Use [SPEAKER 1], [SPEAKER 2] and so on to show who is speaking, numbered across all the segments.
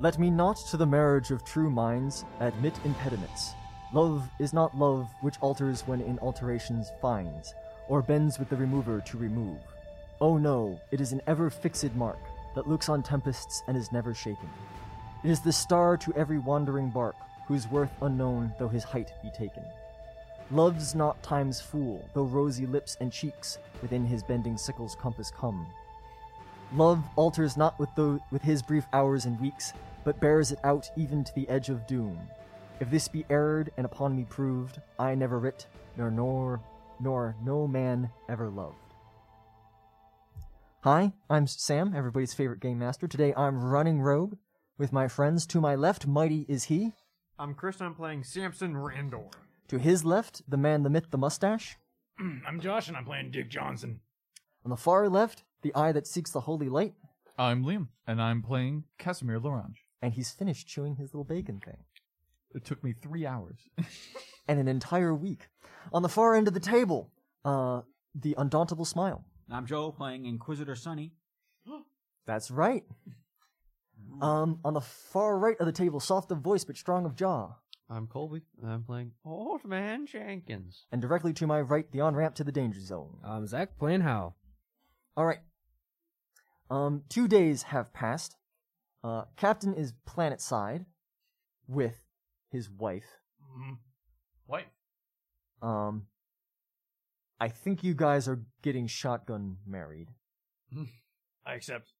[SPEAKER 1] Let me not to the marriage of true minds admit impediments. Love is not love which alters when in alterations finds, or bends with the remover to remove. Oh no, it is an ever fixed mark that looks on tempests and is never shaken. It is the star to every wandering bark, whose worth unknown though his height be taken. Love's not time's fool, though rosy lips and cheeks within his bending sickle's compass come. Love alters not with, the, with his brief hours and weeks, but bears it out even to the edge of doom. If this be erred and upon me proved, I never writ, nor nor nor no man ever loved. Hi, I'm Sam, everybody's favorite game master. Today I'm running rogue with my friends. To my left, mighty is he.
[SPEAKER 2] I'm Chris. I'm playing Samson Randor.
[SPEAKER 1] To his left, the man, the myth, the mustache.
[SPEAKER 3] I'm Josh, and I'm playing Dick Johnson.
[SPEAKER 1] On the far left, the eye that seeks the holy light,
[SPEAKER 4] I'm Liam, and I'm playing Casimir Lorange.
[SPEAKER 1] and he's finished chewing his little bacon thing.
[SPEAKER 4] It took me three hours.
[SPEAKER 1] And an entire week. On the far end of the table, uh, the undauntable smile.
[SPEAKER 5] I'm Joe playing Inquisitor Sunny.
[SPEAKER 1] That's right. Um, on the far right of the table, soft of voice but strong of jaw.
[SPEAKER 6] I'm Colby, and I'm playing Old Man Jenkins.
[SPEAKER 1] And directly to my right, the on ramp to the danger zone.
[SPEAKER 3] I'm Um, Zach playing Hal.
[SPEAKER 1] All right. Um, two days have passed. Uh, Captain is planet side with his wife.
[SPEAKER 4] Wife.
[SPEAKER 1] Um, I think you guys are getting shotgun married.
[SPEAKER 3] I accept.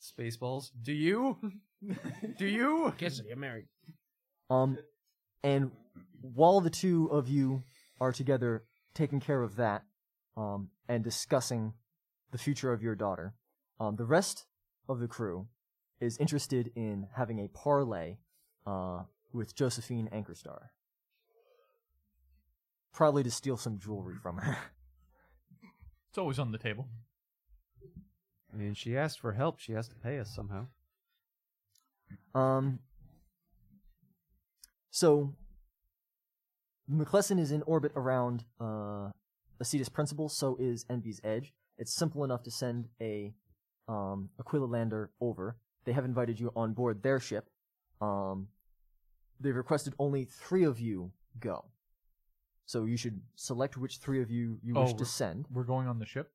[SPEAKER 6] Spaceballs.
[SPEAKER 3] Do you? Do you? Kiss it.
[SPEAKER 1] Um, and while the two of you are together taking care of that, um, and discussing the future of your daughter, um, the rest of the crew is interested in having a parlay, uh, with Josephine Anchorstar. Probably to steal some jewelry from her.
[SPEAKER 4] It's always on the table.
[SPEAKER 6] I mean, she asked for help. She has to pay us somehow.
[SPEAKER 1] Um, so, McClellan is in orbit around uh, Acetus Principle, so is Envy's Edge. It's simple enough to send a um, Aquila lander over. They have invited you on board their ship. Um, they've requested only three of you go. So you should select which three of you you wish
[SPEAKER 4] Oh,
[SPEAKER 1] to
[SPEAKER 4] we're-
[SPEAKER 1] send
[SPEAKER 4] We're going on the ship.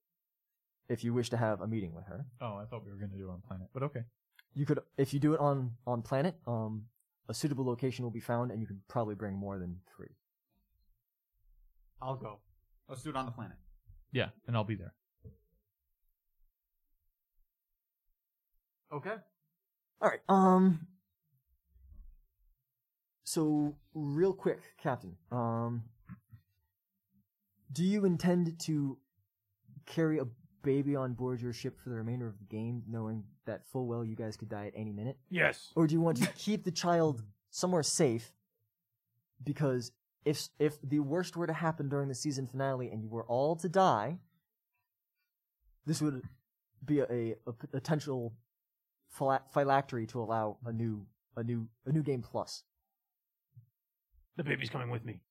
[SPEAKER 1] if you wish to have a meeting with her.
[SPEAKER 4] Oh, I thought we were going to do it on planet, but okay.
[SPEAKER 1] you could if you do it on on planet um a suitable location will be found and you could probably bring more than three
[SPEAKER 2] I'll go.
[SPEAKER 5] Let's do it on the planet.
[SPEAKER 4] Yeah, and I'll be there.
[SPEAKER 2] Okay.
[SPEAKER 1] all right um so real quick captain um do you intend to carry a baby on board your ship for the remainder of the game knowing that full well you guys could die at any minute
[SPEAKER 3] Yes.
[SPEAKER 1] or do you want to keep the child somewhere safe? Because if if the worst were to happen during the season finale and you were all to die, this would be a, a, a potential phila- phylactery to allow a new a new a new game plus.
[SPEAKER 3] The baby's coming with me.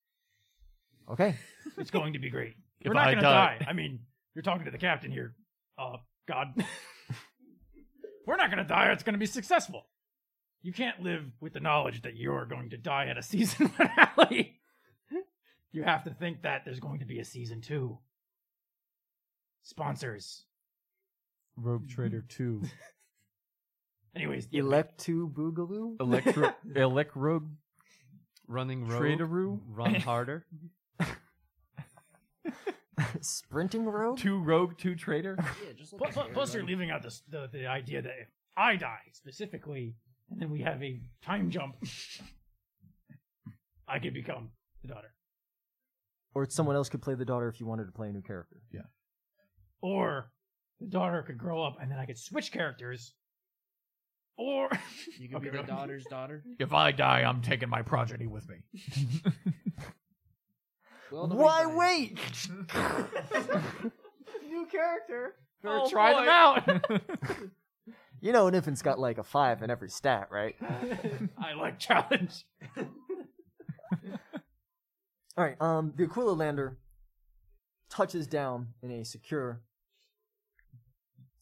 [SPEAKER 1] Okay,
[SPEAKER 3] It's going to be great.
[SPEAKER 4] If
[SPEAKER 3] We're not
[SPEAKER 4] I
[SPEAKER 3] gonna
[SPEAKER 4] die-
[SPEAKER 3] die. I mean, you're talking to the captain here. Uh, God. We're not gonna die. It's gonna be successful. You can't live with the knowledge that you're going to die at a season finale. you have to think that there's going to be a season two. Sponsors.
[SPEAKER 4] Rogue Trader 2.
[SPEAKER 3] Anyways, the
[SPEAKER 1] elect to Boogaloo.
[SPEAKER 4] Electro. Elect Rogue
[SPEAKER 6] Running rogue.
[SPEAKER 4] Traderoo.
[SPEAKER 6] Run harder.
[SPEAKER 1] Sprinting road.
[SPEAKER 4] Two Rogue, two Trader.
[SPEAKER 3] Plus, plus, plus you're leaving out this, the the idea that if I die specifically, and then we have a time jump, I could become the daughter,
[SPEAKER 1] Or someone else could play the daughter if you wanted to play a new character.
[SPEAKER 3] or the daughter could grow up, and then I could switch characters, or
[SPEAKER 7] You can
[SPEAKER 3] Okay,
[SPEAKER 7] be the
[SPEAKER 3] no.
[SPEAKER 7] daughter's daughter.
[SPEAKER 4] if I die, I'm taking my progeny with me.
[SPEAKER 7] Well, nobody's
[SPEAKER 1] Why
[SPEAKER 7] dying.
[SPEAKER 1] wait?
[SPEAKER 3] new character.
[SPEAKER 4] Better
[SPEAKER 3] Oh,
[SPEAKER 4] try
[SPEAKER 3] boy.
[SPEAKER 4] them out.
[SPEAKER 1] You know an infant's got like a five in every stat, right?
[SPEAKER 3] I like challenge.
[SPEAKER 1] All right. Um, the Aquila lander touches down in a secure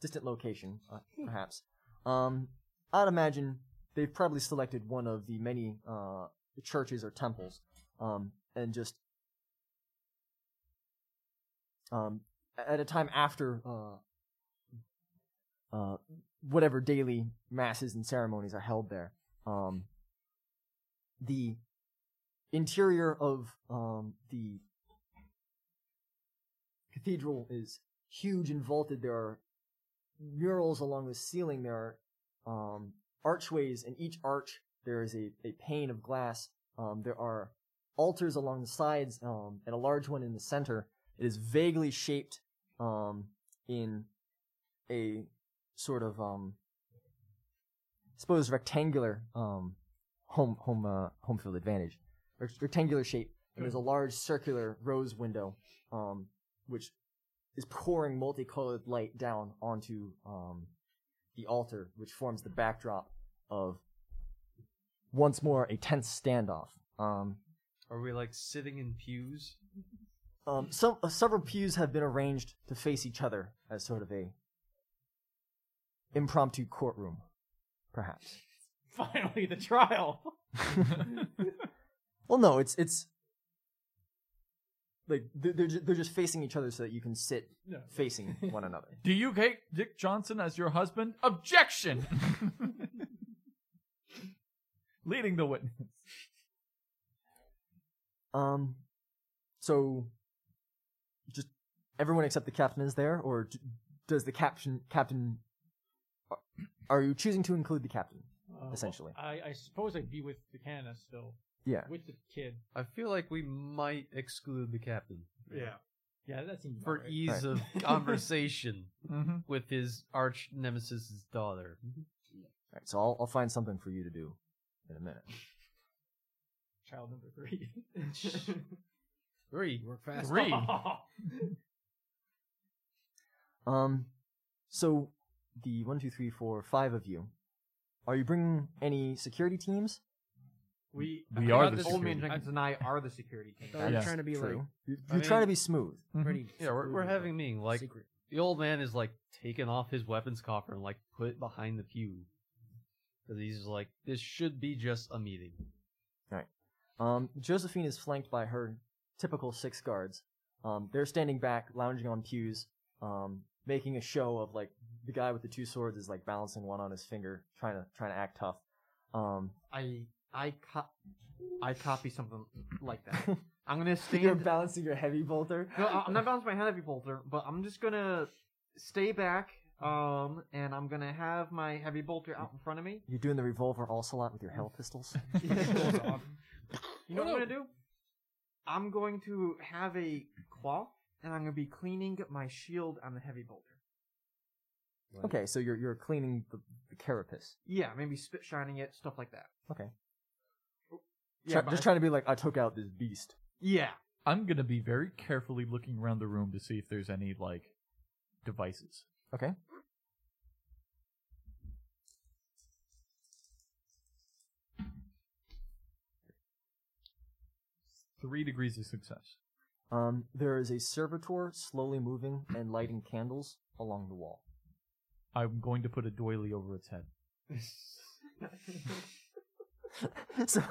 [SPEAKER 1] distant location, uh, perhaps. Um, I'd imagine they've probably selected one of the many uh, churches or temples, um, and just um, at a time after uh, uh, whatever daily masses and ceremonies are held there. Um, the interior of um, the cathedral is huge and vaulted. There are murals along the ceiling. There are um, archways, in each arch there is a, a pane of glass. Um, there are altars along the sides, um, and a large one in the center. It is vaguely shaped um, in a sort of, um, I suppose, rectangular um, home home uh, home field advantage, Rec- rectangular shape. And there's a large circular rose window, um, which is pouring multicolored light down onto um, the altar, which forms the backdrop of once more a tense standoff. Um,
[SPEAKER 7] Are we like sitting in pews?
[SPEAKER 1] um, some uh, several pews have been arranged to face each other as sort of a impromptu courtroom, perhaps.
[SPEAKER 3] Finally, the trial.
[SPEAKER 1] Well, no, it's it's like they're they're ju- they're just facing each other so that you can sit
[SPEAKER 3] Yeah.
[SPEAKER 1] facing one another.
[SPEAKER 4] Do you take Dick Johnson as your husband? Objection! Leading the witness.
[SPEAKER 1] Um, so just everyone except the captain is there, or d- does the captain captain? are- Are you choosing to include the captain?
[SPEAKER 3] Uh,
[SPEAKER 1] Essentially.
[SPEAKER 3] I, I suppose I'd be with the Canna still,
[SPEAKER 1] Yeah.
[SPEAKER 3] with the kid.
[SPEAKER 7] I feel like we might exclude the captain
[SPEAKER 2] Yeah.
[SPEAKER 3] Yeah, that seems
[SPEAKER 7] for
[SPEAKER 3] about right.
[SPEAKER 7] ease of conversation
[SPEAKER 4] Mm-hmm.
[SPEAKER 7] with his arch nemesis' daughter.
[SPEAKER 1] All right, so I'll I'll find something for you to do in a minute.
[SPEAKER 3] child number three.
[SPEAKER 7] Three.
[SPEAKER 6] Work fast.
[SPEAKER 4] Three.
[SPEAKER 1] Um, so the one, two, three, four, five of you. Are you bringing any security teams?
[SPEAKER 2] We,
[SPEAKER 4] We
[SPEAKER 2] I
[SPEAKER 4] are
[SPEAKER 2] thought
[SPEAKER 4] the
[SPEAKER 2] this Old man
[SPEAKER 4] security.
[SPEAKER 2] Jenkins and I are the security team.
[SPEAKER 6] Thought we were
[SPEAKER 4] Yes,
[SPEAKER 6] trying to be
[SPEAKER 1] True. You-
[SPEAKER 7] I
[SPEAKER 1] You're trying to
[SPEAKER 7] mean-
[SPEAKER 1] be smooth.
[SPEAKER 6] like pretty.
[SPEAKER 7] Yeah, we're, we're having a meeting. Like,
[SPEAKER 6] secret.
[SPEAKER 7] the old man is like taking off his weapons coffer and like put it behind the pew. Because he's like, this should be just a meeting.
[SPEAKER 1] Um, Josephine is flanked by her typical six guards. Um, they're standing back, lounging on pews, um, making a show of like the guy with the two swords is like balancing one on his finger, trying to trying to act tough. Um,
[SPEAKER 2] I, I, co- I copy something like that. I'm gonna
[SPEAKER 1] you're
[SPEAKER 2] stand.
[SPEAKER 1] balancing your heavy bolter.
[SPEAKER 2] no, I- I'm not balancing my heavy bolter, but I'm just gonna stay back. Um, and I'm gonna have my heavy bolter out in front of me.
[SPEAKER 1] You're doing the revolver ocelot with your hell pistols.
[SPEAKER 2] you know what I'm gonna do? I'm going to have a cloth, and I'm gonna be cleaning my shield on the heavy bolter.
[SPEAKER 1] Okay, so you're you're cleaning the, the carapace.
[SPEAKER 2] Yeah, maybe spit shining it, stuff like that.
[SPEAKER 1] Okay.
[SPEAKER 2] Yeah,
[SPEAKER 1] Try-
[SPEAKER 2] but
[SPEAKER 1] just
[SPEAKER 2] I-
[SPEAKER 1] trying to be like I took out this beast.
[SPEAKER 2] yeah.
[SPEAKER 4] I'm gonna be very carefully looking around the room to see if there's any like devices.
[SPEAKER 1] Okay.
[SPEAKER 4] Three degrees of success.
[SPEAKER 1] Um, there is a servitor slowly moving and lighting candles along the wall.
[SPEAKER 4] I'm going to put a doily over its head.
[SPEAKER 1] so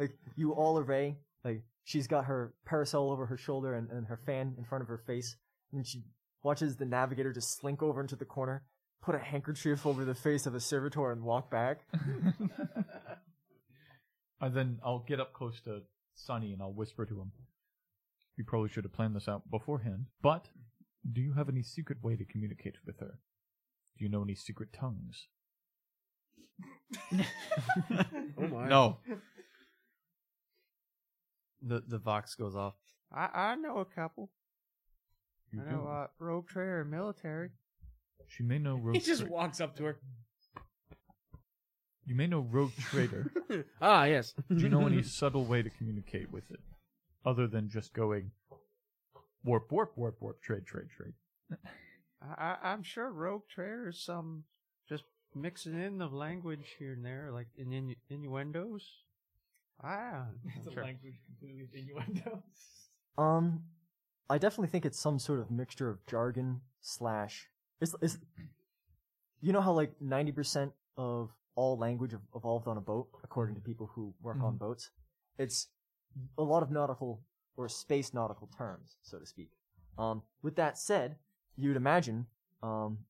[SPEAKER 1] like you all array like she's got her parasol over her shoulder and, and her fan in front of her face and she watches the navigator just slink over into the corner put a handkerchief over the face of a servitor and walk back
[SPEAKER 4] and then I'll get up close to Sonny and I'll whisper to him. You probably should have planned this out beforehand, but do you have any secret way to communicate with her? Do you know any secret tongues?
[SPEAKER 6] Oh my.
[SPEAKER 7] No. The the vox goes off.
[SPEAKER 6] I, I know a couple.
[SPEAKER 4] You
[SPEAKER 6] I know uh, rogue trader and military.
[SPEAKER 4] She may know rogue.
[SPEAKER 8] He just
[SPEAKER 4] tra-
[SPEAKER 8] walks up to her.
[SPEAKER 4] you may know rogue trader.
[SPEAKER 6] Ah yes.
[SPEAKER 4] Do you know any subtle way to communicate with it, other than just going warp, warp, warp, warp, trade, trade, trade?
[SPEAKER 6] I, I I'm sure rogue trader is some
[SPEAKER 5] Just mixing in the language here and there, like in, in innuendos.
[SPEAKER 6] ah
[SPEAKER 3] It's a language completely with innuendo.
[SPEAKER 1] um i definitely think it's some sort of mixture of jargon slash It's, it's you know how like ninety percent of all language ev- evolved on a boat, according to people who work on boats. It's a lot of nautical or space nautical terms, so to speak. Um, with that said, you'd imagine um,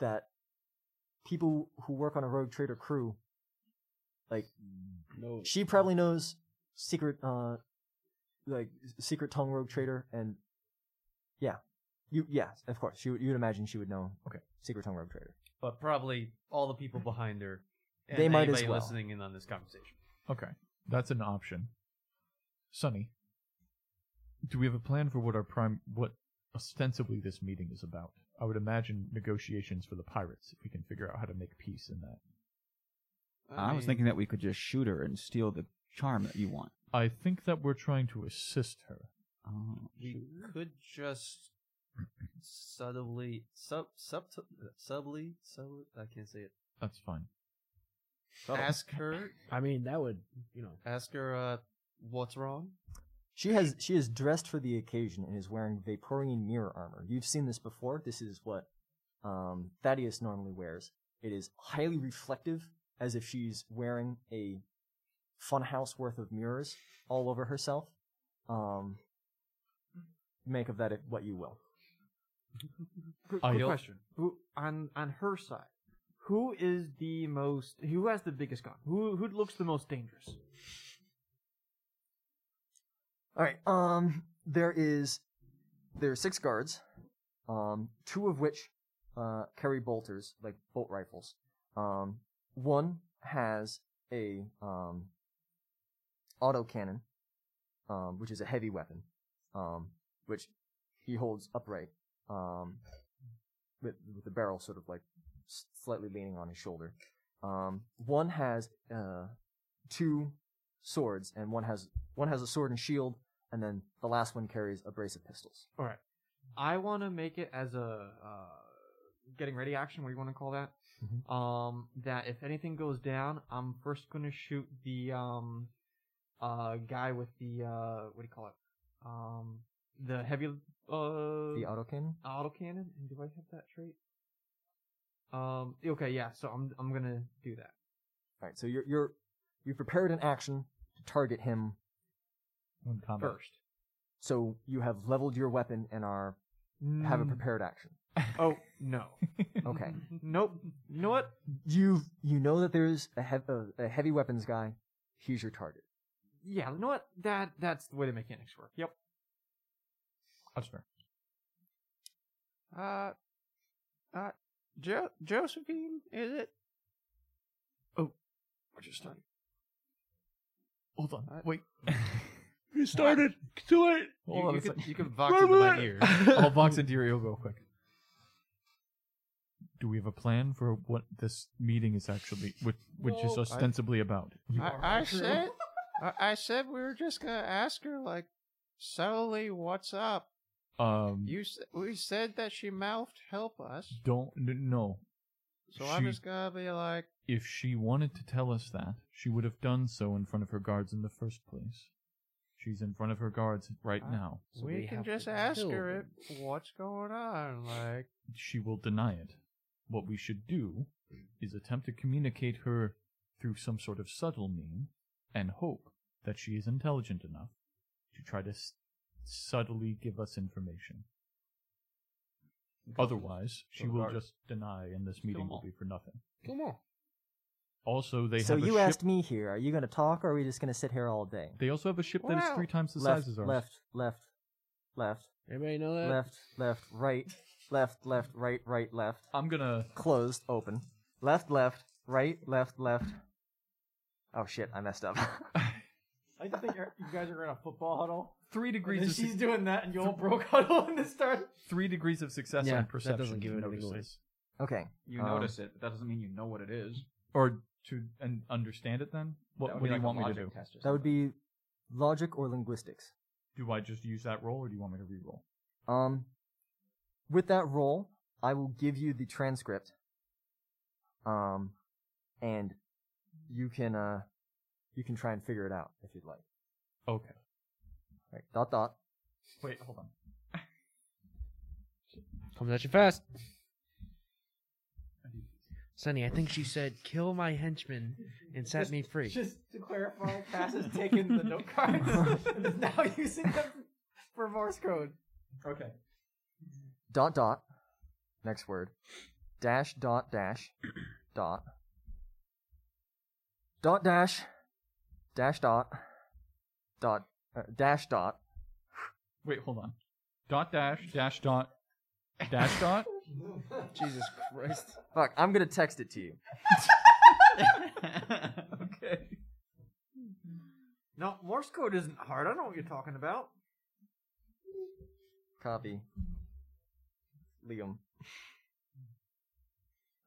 [SPEAKER 1] that people who work on a rogue trader crew, like
[SPEAKER 8] No.
[SPEAKER 1] she probably knows secret, uh, like s- secret tongue rogue trader, and yeah, you yeah, of course, you you'd imagine she would know.
[SPEAKER 4] Okay.
[SPEAKER 1] secret tongue rogue trader.
[SPEAKER 7] but probably all the people behind her. And
[SPEAKER 1] They might as
[SPEAKER 7] anybody
[SPEAKER 1] well.
[SPEAKER 7] listening in on this conversation.
[SPEAKER 4] Okay, that's an option. Sonny, do we have a plan for what our prime, what ostensibly this meeting is about? I would imagine negotiations for the pirates if we can figure out how to make peace in that.
[SPEAKER 8] I was
[SPEAKER 5] mean,
[SPEAKER 8] thinking that we could just shoot her and steal the charm that you want.
[SPEAKER 4] I think that we're trying to assist her.
[SPEAKER 8] Oh,
[SPEAKER 7] We could just subtly, sub, sub, subtly, subtly. I can't say it.
[SPEAKER 4] That's fine.
[SPEAKER 7] Ask her.
[SPEAKER 8] I mean, that would you know.
[SPEAKER 7] Ask her. Uh, what's wrong?
[SPEAKER 1] She has she is dressed for the occasion and is wearing Vaporeon mirror armor. You've seen this before. This is what um, Thaddeus normally wears. It is highly reflective, as if she's wearing a funhouse worth of mirrors all over herself. Um, make of that it- what you will.
[SPEAKER 2] Good,
[SPEAKER 4] I
[SPEAKER 2] good
[SPEAKER 4] don't-
[SPEAKER 2] question. Who, on on her side, who is the most? Who has the biggest gun? Who who looks the most dangerous?
[SPEAKER 1] All right. Um, there is there are six guards, um, two of which uh, carry bolters like bolt rifles. Um, one has a um, auto cannon, um, which is a heavy weapon, um, which he holds upright, um, with, with the barrel sort of like s- slightly leaning on his shoulder. Um, one has uh, two swords, and one has one has a sword and shield, and then the last one carries a brace of pistols.
[SPEAKER 2] All right. I want to make it as a uh, getting ready action. What do you want to call that?
[SPEAKER 1] Mhm.
[SPEAKER 2] Um, that if anything goes down, I'm first gonna shoot the um, uh, guy with the uh, what do you call it? Um, the heavy uh,
[SPEAKER 1] The auto cannon.
[SPEAKER 2] autocannon. And do I have that trait? Um. Okay. Yeah. So I'm I'm gonna do that.
[SPEAKER 1] All right, so you're you're you've prepared an action to target him.
[SPEAKER 4] One combat.
[SPEAKER 2] First.
[SPEAKER 1] So you have leveled your weapon and are have a
[SPEAKER 4] Hmm.
[SPEAKER 2] Mm,
[SPEAKER 1] prepared action.
[SPEAKER 2] Oh no.
[SPEAKER 1] Okay.
[SPEAKER 2] nope. You know what?
[SPEAKER 1] you you know that there's a, hev- a, a heavy weapons guy. He's your target.
[SPEAKER 2] Yeah. You know what? That that's the way the mechanics work. Yep.
[SPEAKER 4] That's fair.
[SPEAKER 6] Uh, uh, jo- Josephine, is it?
[SPEAKER 2] Oh,
[SPEAKER 4] Hold on.
[SPEAKER 2] Uh,
[SPEAKER 4] Wait.
[SPEAKER 8] You started. Do it.
[SPEAKER 4] Hold
[SPEAKER 7] you,
[SPEAKER 4] on
[SPEAKER 7] you
[SPEAKER 4] a
[SPEAKER 7] can,
[SPEAKER 4] sec.
[SPEAKER 7] you can vox into my ear.
[SPEAKER 4] I'll box into your ear real quick. Do we have a plan for what this meeting is actually, which, which is
[SPEAKER 6] Well, I-
[SPEAKER 4] ostensibly about?
[SPEAKER 6] I, I said, I, I said we were just gonna ask her like, solely what's up?
[SPEAKER 4] Um,
[SPEAKER 6] You s- we said that she mouthed help us,
[SPEAKER 4] don't n- no.
[SPEAKER 6] so I'm
[SPEAKER 4] She-
[SPEAKER 6] just gonna be like,
[SPEAKER 4] If she wanted to tell us that, she would have done so in front of her guards in the first place. She's in front of her guards right
[SPEAKER 6] I-
[SPEAKER 4] now.
[SPEAKER 6] we, can just ask her if, what's going on. Like,
[SPEAKER 4] She will deny it. What we should do is attempt to communicate her through some sort of subtle mean and hope that she is intelligent enough to try to s- subtly give us information. Otherwise, she will just deny and this meeting will be for nothing.
[SPEAKER 8] Come on.
[SPEAKER 4] Also, they
[SPEAKER 1] so
[SPEAKER 4] have a
[SPEAKER 1] you
[SPEAKER 4] ship-
[SPEAKER 1] asked me here. Are you going to talk, or are we just going to sit here all day?
[SPEAKER 4] They also have a ship that is
[SPEAKER 6] Wow.
[SPEAKER 4] three times the
[SPEAKER 1] left,
[SPEAKER 4] size as ours.
[SPEAKER 1] left, left, left,
[SPEAKER 8] Everybody know that?
[SPEAKER 1] left, left, right, left, left, right, right, left.
[SPEAKER 4] I'm gonna.
[SPEAKER 1] closed, open, left, left, right, left, left. Oh shit, I messed up.
[SPEAKER 2] I just think you guys are in a football huddle.
[SPEAKER 4] Three
[SPEAKER 2] And
[SPEAKER 4] degrees
[SPEAKER 2] then
[SPEAKER 4] of
[SPEAKER 2] she's
[SPEAKER 4] su-
[SPEAKER 2] doing that, and you all broke huddle in this start.
[SPEAKER 4] three degrees of success
[SPEAKER 8] Yeah,
[SPEAKER 4] on
[SPEAKER 8] that doesn't
[SPEAKER 4] perception.
[SPEAKER 8] give it anything
[SPEAKER 4] notices.
[SPEAKER 8] away.
[SPEAKER 1] okay.
[SPEAKER 9] You
[SPEAKER 1] Um,
[SPEAKER 9] notice it, but that doesn't mean you know what it is.
[SPEAKER 4] Or to and understand it, then what,
[SPEAKER 9] That
[SPEAKER 4] what
[SPEAKER 9] would be
[SPEAKER 4] do
[SPEAKER 9] like
[SPEAKER 4] you
[SPEAKER 9] a
[SPEAKER 4] want me to
[SPEAKER 9] logic
[SPEAKER 4] do?
[SPEAKER 9] test or
[SPEAKER 1] That would
[SPEAKER 9] something.
[SPEAKER 1] be logic or linguistics.
[SPEAKER 4] Do I just use that roll, or do you want me to re-roll?
[SPEAKER 1] Um, with that roll, I will give you the transcript. Um, and you can uh, you can try and figure it out if you'd like.
[SPEAKER 4] Okay.
[SPEAKER 1] Right. Dot dot.
[SPEAKER 4] Wait, hold on.
[SPEAKER 5] Comes at you fast. Sonny, I think she said, kill my henchman and set me free.
[SPEAKER 2] Just to clarify, Cass has taken the note cards and is now using them for Morse code.
[SPEAKER 4] Okay.
[SPEAKER 1] dot dot next word dash dot dash dot dot dash dash dot dot uh, dash dot
[SPEAKER 4] Wait, hold on. Dot dash dash dot dash dot.
[SPEAKER 5] Jesus Christ.
[SPEAKER 1] fuck i'm gonna text it to you
[SPEAKER 4] okay.
[SPEAKER 2] No, Morse code isn't hard. I know what you're talking about.
[SPEAKER 1] copy liam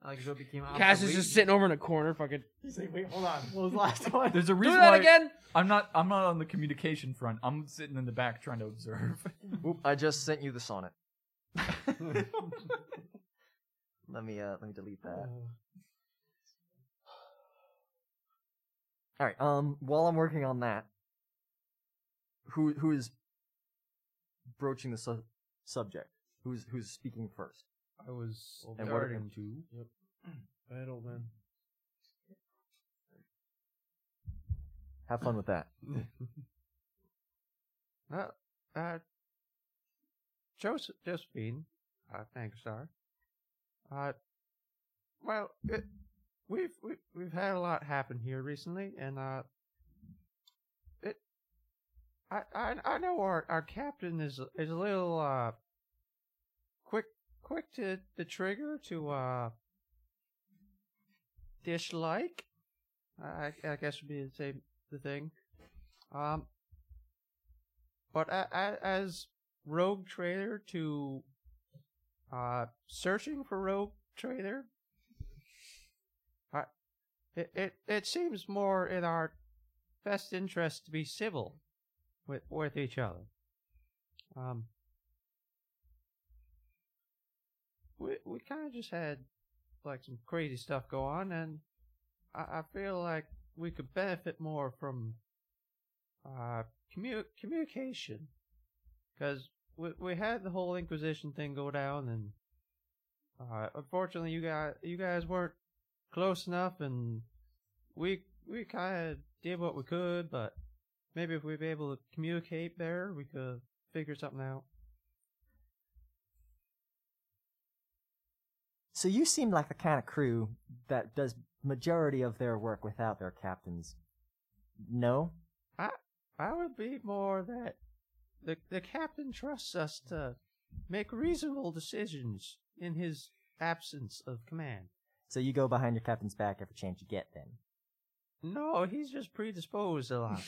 [SPEAKER 2] Alexo became
[SPEAKER 5] Cass is
[SPEAKER 2] obsolete.
[SPEAKER 5] just sitting over in a corner, fucking.
[SPEAKER 2] He's like, wait, hold on. What was the last one?
[SPEAKER 4] There's a
[SPEAKER 5] Do
[SPEAKER 4] reason
[SPEAKER 5] that
[SPEAKER 4] why
[SPEAKER 5] again!
[SPEAKER 4] I'm not. I'm not on the communication front. I'm sitting in the back trying to observe.
[SPEAKER 1] Oop, I just sent you the sonnet. let me uh let me delete that. All right. Um while I'm working on that, who who is broaching the su- subject? Who's who's speaking first?
[SPEAKER 7] I was
[SPEAKER 1] And what-
[SPEAKER 7] starting to.
[SPEAKER 5] Battleman.
[SPEAKER 1] Have fun with that.
[SPEAKER 5] Uh, uh, Joseph, Josephine, uh, thanks, Star.
[SPEAKER 6] Uh, well, it, we've, we've we've had a lot happen here recently, and uh, it, I I I know our our captain is is a little uh, quick quick to the trigger to uh, dislike. I I guess would be the same the thing. Um, but I, I, as rogue traitor to uh searching for rogue trader I, it, it it seems more in our best interest to be civil with with each other um we we kind of just had like some crazy stuff go on and I, I feel like we could benefit more from uh commu- communication because we we had the whole Inquisition thing go down, and uh, unfortunately, you guys you guys weren't close enough, and we we kind of did what we could, but maybe if we'd be able to communicate better, we could figure something out.
[SPEAKER 1] So you seem like the kind of crew that does majority of their work without their captains. No?
[SPEAKER 6] I I would be more that the the captain trusts us to make reasonable decisions in his absence of command.
[SPEAKER 1] So you go behind your captain's back every chance you get then.
[SPEAKER 6] No, he's just predisposed a lot.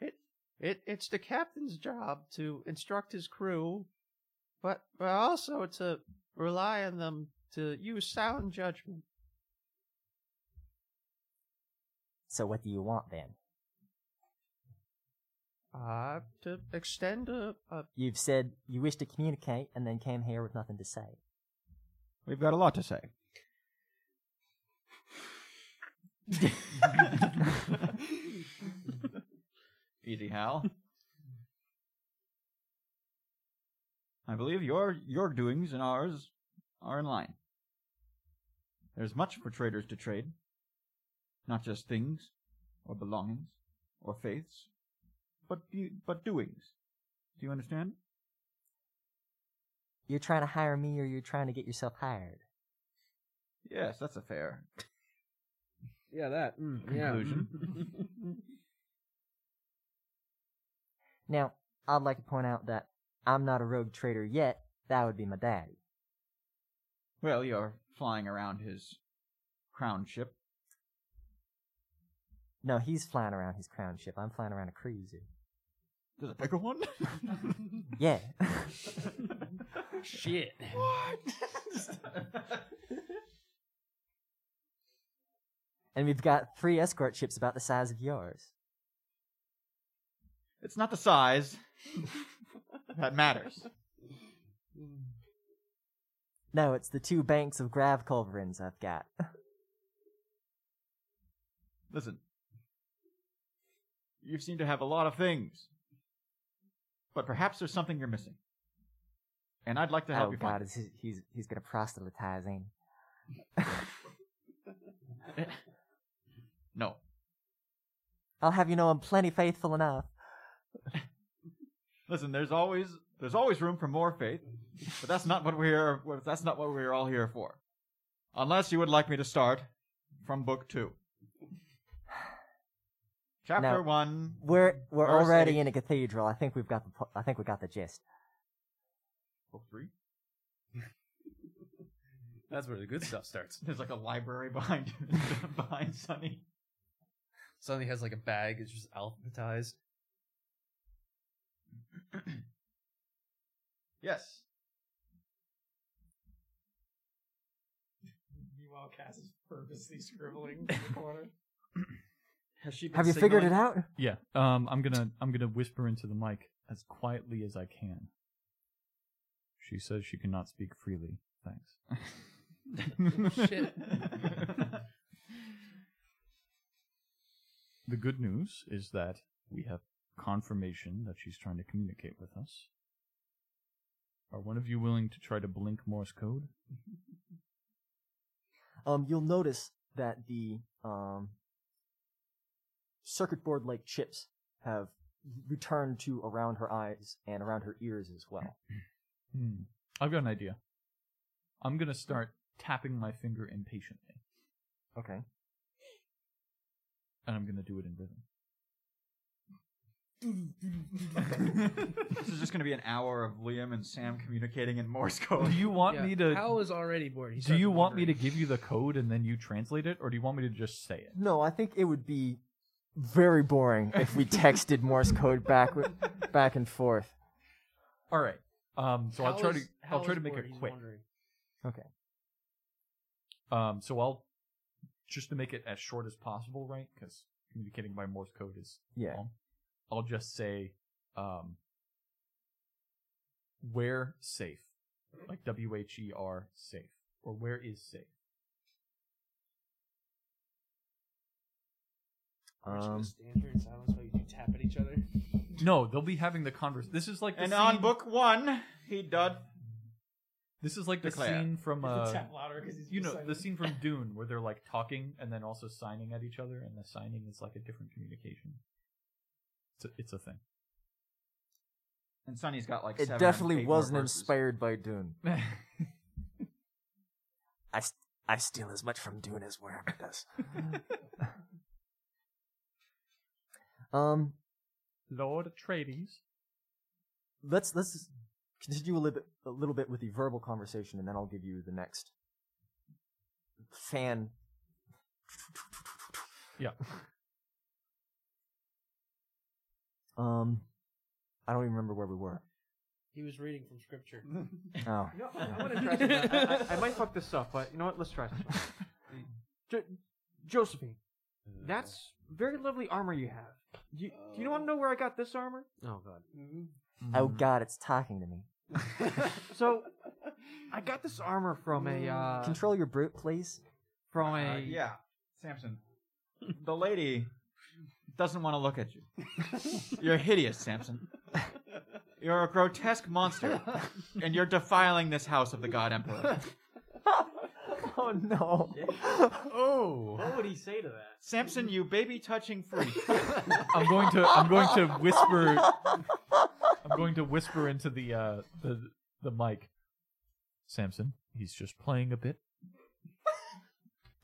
[SPEAKER 6] it, it, it's the captain's job to instruct his crew, but but also to rely on them to use sound judgment.
[SPEAKER 1] So what do you want then?
[SPEAKER 6] Uh, to extend a, a
[SPEAKER 1] You've said you wish to communicate and then came here with nothing to say.
[SPEAKER 9] We've got a lot to say.
[SPEAKER 7] Easy, Hal.
[SPEAKER 9] I believe your your doings and ours are in line. There's much for traders to trade, not just things, or belongings, or faiths, but be, but doings. Do you understand?
[SPEAKER 1] You're trying to hire me or you're trying to get yourself hired.
[SPEAKER 9] Yes, that's a fair
[SPEAKER 5] Yeah, that. Mm, yeah.
[SPEAKER 9] conclusion.
[SPEAKER 1] Now, I'd like to point out that I'm not a rogue trader yet. That would be my daddy.
[SPEAKER 9] well, you're flying around his crown ship.
[SPEAKER 1] No, he's flying around his crown ship. I'm flying around a cruiser.
[SPEAKER 9] There's a bigger one.
[SPEAKER 1] Yeah.
[SPEAKER 5] Shit.
[SPEAKER 1] and we've got three escort ships about the size of yours.
[SPEAKER 9] it's not the size that matters.
[SPEAKER 1] No, it's the two banks of grav culverins I've got.
[SPEAKER 9] Listen, you seem to have a lot of things, but perhaps there's something you're missing. And I'd like to help
[SPEAKER 10] oh
[SPEAKER 9] you
[SPEAKER 10] God,
[SPEAKER 9] find
[SPEAKER 10] is he, he's he's gonna proselytize, ain't he?
[SPEAKER 9] it. no.
[SPEAKER 10] I'll have you know I'm plenty faithful enough.
[SPEAKER 9] Listen, there's always there's always room for more faith, but that's not what we're that's not what we're all here for. Unless you would like me to start from book two, chapter
[SPEAKER 10] No.
[SPEAKER 9] one.
[SPEAKER 10] We're we're
[SPEAKER 9] verse
[SPEAKER 10] already
[SPEAKER 9] eight.
[SPEAKER 10] in a cathedral. I think we've got the pu- I think we got the gist.
[SPEAKER 9] book three.
[SPEAKER 7] That's where the good stuff starts.
[SPEAKER 9] There's like a library behind you, behind Sunny.
[SPEAKER 7] Suddenly has like a bag. It's just alphabetized.
[SPEAKER 9] Yes.
[SPEAKER 3] Meanwhile, Cass is purposely scribbling in the corner.
[SPEAKER 7] Has she
[SPEAKER 10] Have you figured it out?
[SPEAKER 4] Yeah. Um, I'm gonna I'm gonna whisper into the mic as quietly as I can. She says she cannot speak freely. Thanks.
[SPEAKER 7] Shit.
[SPEAKER 4] the good news is that we have confirmation that she's trying to communicate with us. Are one of you willing to try to blink Morse code?
[SPEAKER 1] Um, you'll notice that the um, circuit board like chips have returned to around her eyes and around her ears as well.
[SPEAKER 4] Hmm. I've got an idea. I'm gonna start tapping my finger impatiently,
[SPEAKER 1] Okay.
[SPEAKER 4] and I'm gonna do it in rhythm.
[SPEAKER 9] this is just going to be an hour of Liam and Sam communicating in Morse code.
[SPEAKER 4] Do you want
[SPEAKER 11] Yeah.
[SPEAKER 4] me to?
[SPEAKER 11] Hal is already bored. He
[SPEAKER 4] do
[SPEAKER 11] starts
[SPEAKER 4] you want me to
[SPEAKER 11] wondering.
[SPEAKER 4] give you the code and then you translate it, or do you want me to just say it?
[SPEAKER 1] No, I think it would be very boring if we texted Morse code back back and forth.
[SPEAKER 4] All right. Um, so I'll
[SPEAKER 11] Hal
[SPEAKER 4] try to
[SPEAKER 11] is-
[SPEAKER 4] I'll
[SPEAKER 11] Hal
[SPEAKER 4] try
[SPEAKER 11] is
[SPEAKER 4] to make
[SPEAKER 11] bored.
[SPEAKER 4] it
[SPEAKER 11] He's
[SPEAKER 4] quick.
[SPEAKER 11] wondering.
[SPEAKER 1] Okay.
[SPEAKER 4] Um, so I'll just to make it as short as possible, right? Because communicating by Morse code is
[SPEAKER 1] Yeah.
[SPEAKER 4] long. I'll just say, um, where safe, like W H E R safe, or where is safe?
[SPEAKER 1] Um,
[SPEAKER 11] Stand here in silence while you two tap at each other.
[SPEAKER 4] No, they'll be having the converse. This is like the
[SPEAKER 9] and
[SPEAKER 4] scene,
[SPEAKER 9] on book one, he did.
[SPEAKER 4] This is like the
[SPEAKER 9] Declare.
[SPEAKER 4] scene from
[SPEAKER 3] You have to
[SPEAKER 4] uh,
[SPEAKER 3] tap louder 'cause he's
[SPEAKER 4] you know,
[SPEAKER 3] just
[SPEAKER 4] the
[SPEAKER 3] silent.
[SPEAKER 4] scene from Dune where they're like talking and then also signing at each other, and the signing is like a different communication. It's a, it's a thing.
[SPEAKER 9] And Sunny's got like.
[SPEAKER 1] It
[SPEAKER 9] seven,
[SPEAKER 1] definitely
[SPEAKER 9] eight more
[SPEAKER 1] wasn't
[SPEAKER 9] verses.
[SPEAKER 1] inspired by Dune.
[SPEAKER 10] I st- I steal as much from Dune as Worm does.
[SPEAKER 1] Um,
[SPEAKER 4] Lord Atreides.
[SPEAKER 1] let's let's continue a little bit a little bit with the verbal conversation, and then I'll give you the next fan.
[SPEAKER 4] Yeah.
[SPEAKER 1] Um, I don't even remember where we were.
[SPEAKER 11] He was reading from scripture.
[SPEAKER 1] Oh,
[SPEAKER 2] No, I, I want to try something. I, I, I might fuck this up, but you know what? Let's try this. one. jo- Josephine,
[SPEAKER 7] Uh.
[SPEAKER 2] that's very lovely armor you have. Do you, do you want to know where I got this armor?
[SPEAKER 7] Oh god.
[SPEAKER 1] Mm-hmm.
[SPEAKER 10] Oh
[SPEAKER 9] Uh,
[SPEAKER 10] God, it's talking to me.
[SPEAKER 2] So, I got this armor from a uh,
[SPEAKER 1] control your brute, please.
[SPEAKER 2] from a
[SPEAKER 9] Uh, yeah, Samson. The lady doesn't want to look at you. You're hideous, Samson. You're a grotesque monster, and you're defiling this house of the God Emperor.
[SPEAKER 1] Oh no!
[SPEAKER 9] Oh,
[SPEAKER 11] What would he say to that?
[SPEAKER 9] Samson, you baby-touching freak!
[SPEAKER 4] I'm going to I'm going to whisper I'm going to whisper into the uh the the mic. Samson, he's just playing a bit.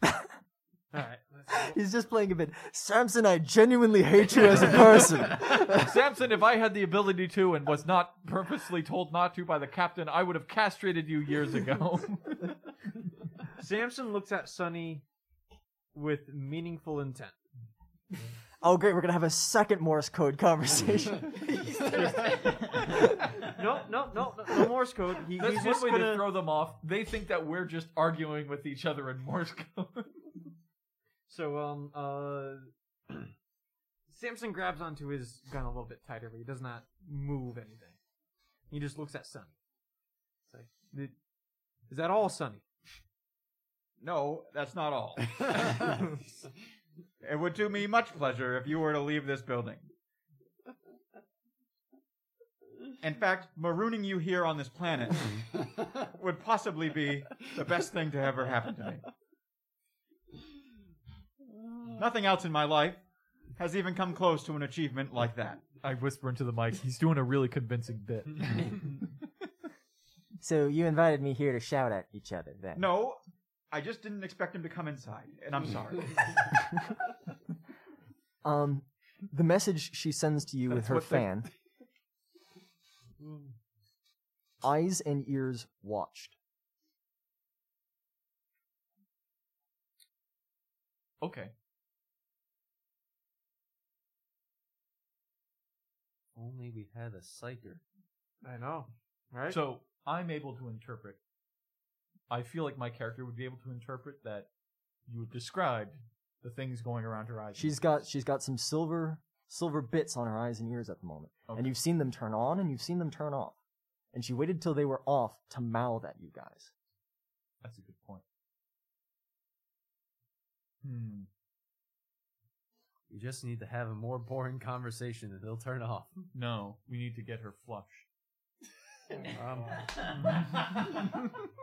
[SPEAKER 1] He's just playing a bit. Samson, I genuinely hate you as a person.
[SPEAKER 4] Samson, if I had the ability to and was not purposely told not to by the captain, I would have castrated you years ago.
[SPEAKER 2] Samson looks at Sunny with meaningful intent.
[SPEAKER 1] oh great, we're gonna have a second Morse code conversation.
[SPEAKER 2] No, no, no, no, no Morse code. He,
[SPEAKER 4] That's
[SPEAKER 2] he's
[SPEAKER 4] one
[SPEAKER 2] just
[SPEAKER 4] way to
[SPEAKER 2] gonna.
[SPEAKER 4] throw them off. They think that we're just arguing with each other in Morse code.
[SPEAKER 2] So, um, uh, Samson grabs onto his gun a little bit tighter, but he does not move anything. He just looks at Sunny. It's like, "Th- is that all, Sunny?
[SPEAKER 9] No, that's not all. it would do me much pleasure if you were to leave this building. In fact, marooning you here on this planet would possibly be the best thing to ever happen to me. Nothing else in my life has even come close to an achievement like that.
[SPEAKER 4] I whisper into the mic. He's doing a really convincing bit.
[SPEAKER 12] So you invited me here to shout at each other then?
[SPEAKER 9] No, I just didn't expect him to come inside, and I'm sorry.
[SPEAKER 1] Um, the message she sends to you with
[SPEAKER 9] That's
[SPEAKER 1] her
[SPEAKER 9] what they-
[SPEAKER 1] fan. Eyes and ears watched.
[SPEAKER 4] okay.
[SPEAKER 7] Only we had a psyker.
[SPEAKER 2] I know, right?
[SPEAKER 4] So I'm able to interpret. I feel like my character would be able to interpret that you described the things going around her eyes.
[SPEAKER 1] She's got she's got some silver silver bits on her eyes and ears at the moment, and you've seen them turn on and you've seen them turn off, and she waited till they were off to mouth at you guys.
[SPEAKER 4] That's a good point. Hmm.
[SPEAKER 7] We just need to have a more boring conversation and they'll turn off.
[SPEAKER 4] No, we need to get her flushed.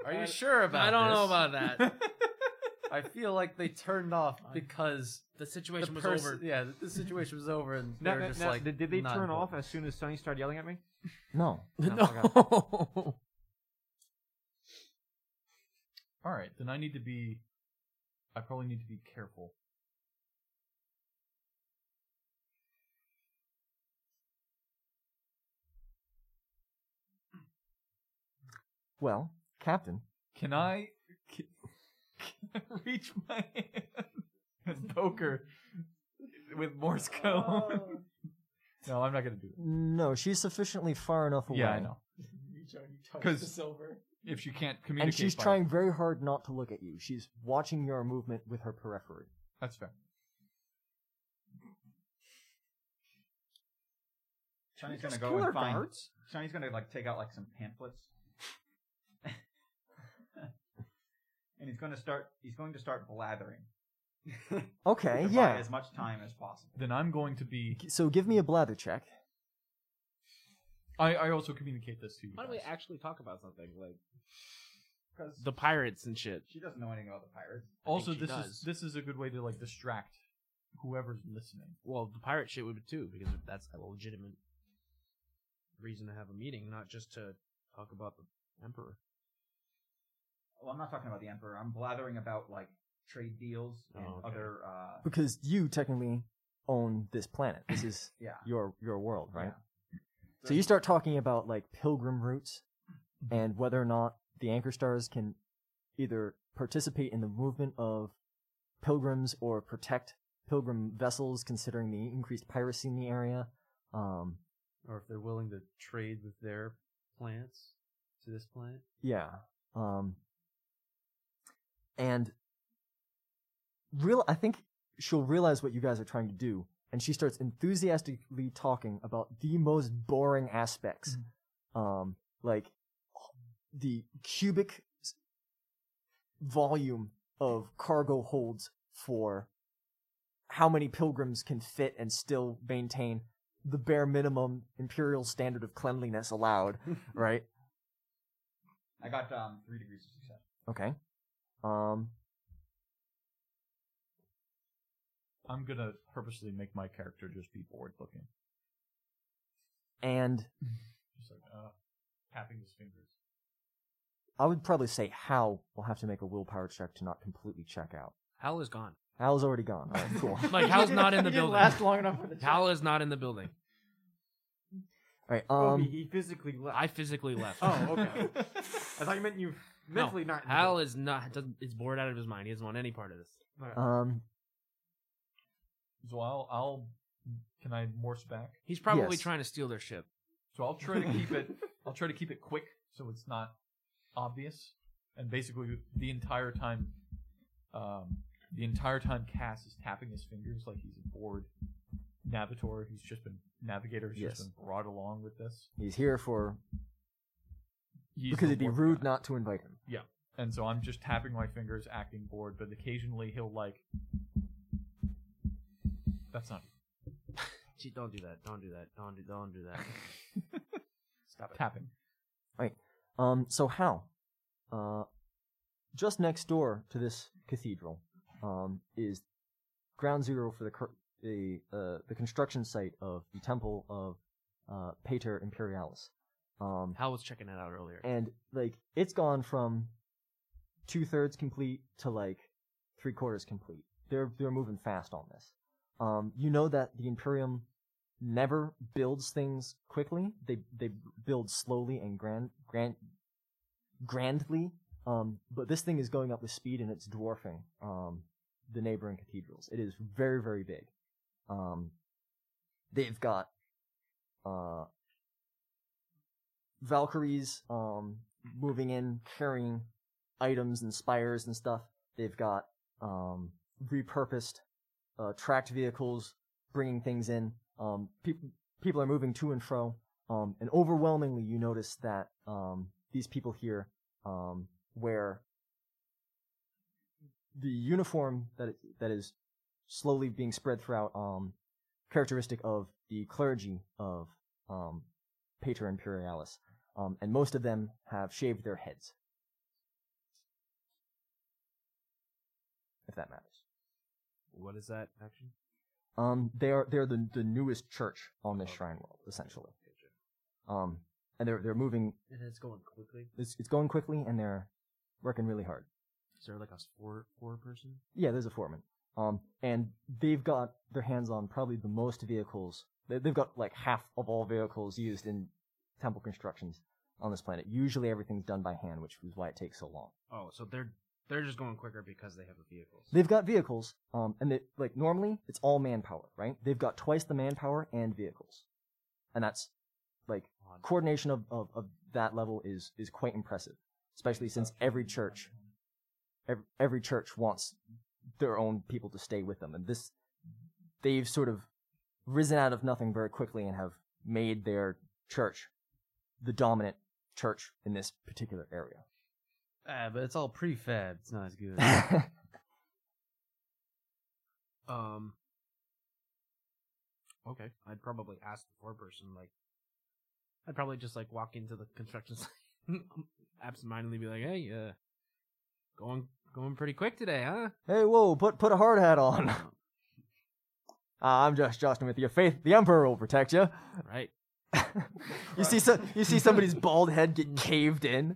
[SPEAKER 7] Are you sure about
[SPEAKER 11] I don't know
[SPEAKER 7] this?
[SPEAKER 11] about that.
[SPEAKER 7] I feel like they turned off because
[SPEAKER 11] The situation was
[SPEAKER 7] pers-
[SPEAKER 11] over.
[SPEAKER 7] Yeah, the situation was over, and
[SPEAKER 2] No,
[SPEAKER 7] they're
[SPEAKER 2] no,
[SPEAKER 7] just
[SPEAKER 2] no,
[SPEAKER 7] like,
[SPEAKER 2] did, did they
[SPEAKER 7] not
[SPEAKER 2] turn
[SPEAKER 7] important.
[SPEAKER 2] off as soon as Sonny started yelling at me?
[SPEAKER 1] No.
[SPEAKER 2] No.
[SPEAKER 4] All right, then I need to be. I probably need to be careful.
[SPEAKER 1] Well, Captain,
[SPEAKER 4] Can I, can, can I reach my hand and poke her with Morse code? no, I'm not gonna do it.
[SPEAKER 1] no, she's sufficiently far enough away.
[SPEAKER 4] Yeah, I know.
[SPEAKER 11] Because
[SPEAKER 4] if she can't communicate,
[SPEAKER 1] And she's
[SPEAKER 4] by-
[SPEAKER 1] trying very hard not to look at you. She's watching your movement with her periphery.
[SPEAKER 4] That's fair.
[SPEAKER 9] Shiny's
[SPEAKER 1] Just
[SPEAKER 9] gonna
[SPEAKER 1] kill
[SPEAKER 9] go
[SPEAKER 1] her
[SPEAKER 9] and find.
[SPEAKER 1] guards?
[SPEAKER 9] Shiny's gonna like take out like some pamphlets, and he's gonna start. He's going to start blathering.
[SPEAKER 1] Okay,
[SPEAKER 9] to buy
[SPEAKER 1] yeah.
[SPEAKER 9] As much time as possible.
[SPEAKER 4] Then I'm going to be.
[SPEAKER 1] So give me a blather check.
[SPEAKER 4] I, I also communicate this to you.
[SPEAKER 11] Why don't we
[SPEAKER 4] guys.
[SPEAKER 11] actually talk about something like
[SPEAKER 9] Because
[SPEAKER 11] the pirates and shit?
[SPEAKER 9] she doesn't know anything about the pirates.
[SPEAKER 4] Also,
[SPEAKER 11] she
[SPEAKER 4] this is
[SPEAKER 11] does.
[SPEAKER 4] this is a good way to like distract whoever's listening.
[SPEAKER 11] Well, the pirate shit would be too, because that's a legitimate reason to have a meeting, not just to talk about the emperor.
[SPEAKER 9] Well, I'm not talking about the emperor. I'm blathering about like trade deals and
[SPEAKER 11] Oh, okay.
[SPEAKER 9] other. Uh,
[SPEAKER 1] Because you technically own this planet. This is
[SPEAKER 9] Yeah.
[SPEAKER 1] your your world, right? So you start talking about like pilgrim routes and whether or not the anchor stars can either participate in the movement of pilgrims or protect pilgrim vessels considering the increased piracy in the area. Um
[SPEAKER 7] Or if they're willing to trade with their plants to this plant.
[SPEAKER 1] Yeah. Um and real I think she'll realize what you guys are trying to do and she starts enthusiastically talking about the most boring aspects. Um like the cubic s- volume of cargo holds for how many pilgrims can fit and still maintain the bare minimum imperial standard of cleanliness allowed, right?
[SPEAKER 9] I got um, three degrees of success.
[SPEAKER 1] Okay. Um.
[SPEAKER 4] I'm gonna purposely make my character just be bored looking,
[SPEAKER 1] And
[SPEAKER 4] just like uh, tapping his fingers.
[SPEAKER 1] I would probably say Hal will have to make a willpower check to not completely check out.
[SPEAKER 11] Hal is gone.
[SPEAKER 1] Hal's already gone. All right, cool.
[SPEAKER 11] Like Hal's not in the
[SPEAKER 2] It didn't
[SPEAKER 11] building.
[SPEAKER 2] last long enough for the
[SPEAKER 11] Hal is not in the building.
[SPEAKER 1] All right.
[SPEAKER 2] Oh, he,
[SPEAKER 1] Um.
[SPEAKER 2] he physically left.
[SPEAKER 11] I physically left.
[SPEAKER 2] oh, okay. I thought you meant you mentally
[SPEAKER 11] no,
[SPEAKER 2] not. in the
[SPEAKER 11] Hal is not. Doesn't, is bored out of his mind. He doesn't want any part of this.
[SPEAKER 2] building. Alright.
[SPEAKER 1] Um.
[SPEAKER 4] So I'll I'll can I morse back?
[SPEAKER 11] He's probably
[SPEAKER 1] Yes.
[SPEAKER 11] trying to steal their ship.
[SPEAKER 4] So I'll try to keep it. I'll try to keep it quick so it's not obvious. And basically, the entire time, um, the entire time Cass is tapping his fingers like he's a bored navigator who's just been navigator who's
[SPEAKER 1] Yes.
[SPEAKER 4] just been brought along with this.
[SPEAKER 1] He's here for
[SPEAKER 4] He's
[SPEAKER 1] because
[SPEAKER 4] the
[SPEAKER 1] it'd be
[SPEAKER 4] warp
[SPEAKER 1] rude
[SPEAKER 4] guy.
[SPEAKER 1] not to invite him.
[SPEAKER 4] Yeah. And so I'm just tapping my fingers, acting bored, but occasionally he'll like. That's not.
[SPEAKER 11] Gee, don't do that. Don't do that. Don't do. Don't do that.
[SPEAKER 13] Stop it.
[SPEAKER 4] Tapping.
[SPEAKER 1] Right. Um, so how? Uh, just next door to this cathedral um, is ground zero for the cur- the uh, the construction site of the temple of uh, Pater Imperialis. Um,
[SPEAKER 2] Hal was checking that out earlier.
[SPEAKER 1] and like it's gone from two thirds complete to like three quarters complete. They're they're moving fast on this. Um, you know that the Imperium never builds things quickly. They they build slowly and grand grand grandly. Um, but this thing is going up with speed and it's dwarfing um, the neighboring cathedrals. It is very very big. Um, they've got uh, Valkyries um, moving in, carrying items and spires and stuff. They've got um, repurposed uh, tracked vehicles bringing things in. Um, peop people are moving to and fro, um, and overwhelmingly, you notice that um, these people here um, wear the uniform that that is slowly being spread throughout, um, characteristic of the clergy of um, Pater Imperialis, um, and most of them have shaved their heads. If that matters.
[SPEAKER 3] What is that action?
[SPEAKER 1] Um, they are they're the the newest church on this shrine world, essentially. Um, and they're they're moving.
[SPEAKER 3] And it's going quickly.
[SPEAKER 1] It's it's going quickly, and they're working really hard.
[SPEAKER 3] Is there like a four four person?
[SPEAKER 1] Yeah, there's a foreman. Um, and they've got their hands on probably the most vehicles. They- They've got like half of all vehicles used in temple constructions on this planet. Usually everything's done by hand, which is why it takes so long.
[SPEAKER 3] Oh, so they're they're just going quicker because they have the vehicles.
[SPEAKER 1] They've got vehicles, um, and they, like normally it's all manpower, right? They've got twice the manpower and vehicles, and that's like coordination of, of, of that level is is quite impressive, especially since every church, every, every church wants their own people to stay with them, and this they've sort of risen out of nothing very quickly and have made their church the dominant church in this particular area.
[SPEAKER 2] Ah, but it's all prefab. It's not as good.
[SPEAKER 3] Um. Okay, I'd probably ask the four person. Like, I'd probably just like walk into the construction site, absentmindedly be like, "Hey, uh, going going pretty quick today, huh?"
[SPEAKER 1] Hey, whoa! Put put a hard hat on. Ah, I'm just joshing with you. Faith, the Emperor will protect you.
[SPEAKER 3] Right.
[SPEAKER 1] you see, so, you see somebody's bald head get caved in.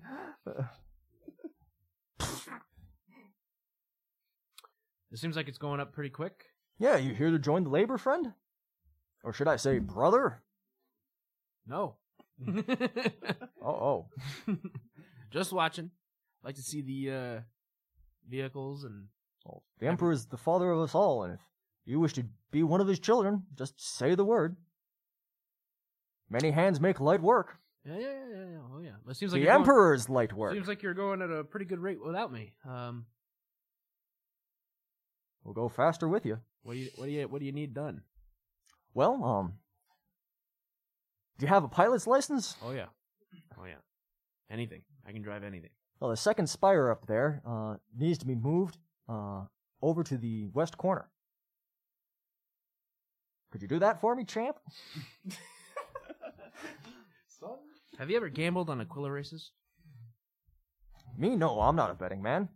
[SPEAKER 3] It seems like it's going up pretty quick.
[SPEAKER 1] Yeah, you here to join the labor, friend? Or should I say, brother?
[SPEAKER 3] No.
[SPEAKER 1] Oh, oh.
[SPEAKER 3] just watching. Like to see the uh vehicles and
[SPEAKER 1] The Emperor is the father of us all, and if you wish to be one of his children, just say the word. Many hands make light work.
[SPEAKER 3] yeah, yeah, yeah, yeah. Oh yeah. It seems like
[SPEAKER 1] The
[SPEAKER 3] you're going-
[SPEAKER 1] Emperor's light work.
[SPEAKER 3] Seems like you're going at a pretty good rate without me. Um,
[SPEAKER 1] We'll go faster with you.
[SPEAKER 3] what do you what do you what do you need done?
[SPEAKER 1] Well, um, do you have a pilot's license?
[SPEAKER 3] Oh yeah, oh yeah. Anything. I can drive anything.
[SPEAKER 1] Well, the second spire up there uh, needs to be moved uh, over to the west corner. Could you do that for me, champ?
[SPEAKER 3] Have you ever gambled on Aquila races?
[SPEAKER 1] Me? No, I'm not a betting man.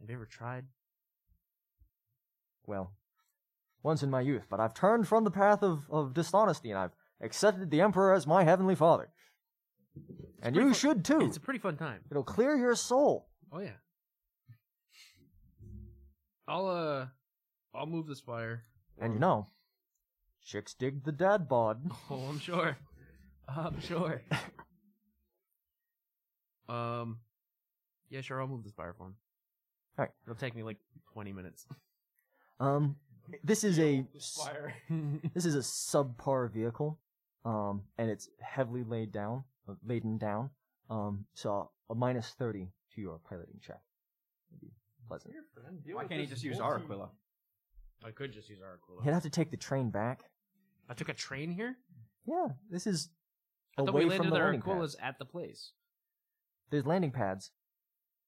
[SPEAKER 3] Have you ever tried?
[SPEAKER 1] Well, once in my youth, but I've turned from the path of, of dishonesty and I've accepted the Emperor as my heavenly father. and you should too.
[SPEAKER 3] It's a pretty fun time.
[SPEAKER 1] It'll clear your soul.
[SPEAKER 3] Oh yeah. I'll uh, I'll move the spire.
[SPEAKER 1] And you know, chicks dig the dad bod.
[SPEAKER 3] Oh, I'm sure. I'm sure. um, yeah, sure. I'll move the spire for him.
[SPEAKER 1] All right.
[SPEAKER 3] It'll take me like 20 minutes.
[SPEAKER 1] Um, this is a
[SPEAKER 3] Spire.
[SPEAKER 1] this is a subpar vehicle, um, and it's heavily laid down, uh, laden down. Um, so a minus thirty to your piloting check. Would be pleasant.
[SPEAKER 9] Why can't he just use our Aquila?
[SPEAKER 3] I could just use our Aquila.
[SPEAKER 1] You'd have to take the train back.
[SPEAKER 3] I took a train here.
[SPEAKER 1] Yeah, this is
[SPEAKER 3] I thought
[SPEAKER 1] away
[SPEAKER 3] we landed
[SPEAKER 1] from the
[SPEAKER 3] our
[SPEAKER 1] landing pad.
[SPEAKER 3] Aquilas at the place.
[SPEAKER 1] There's landing pads,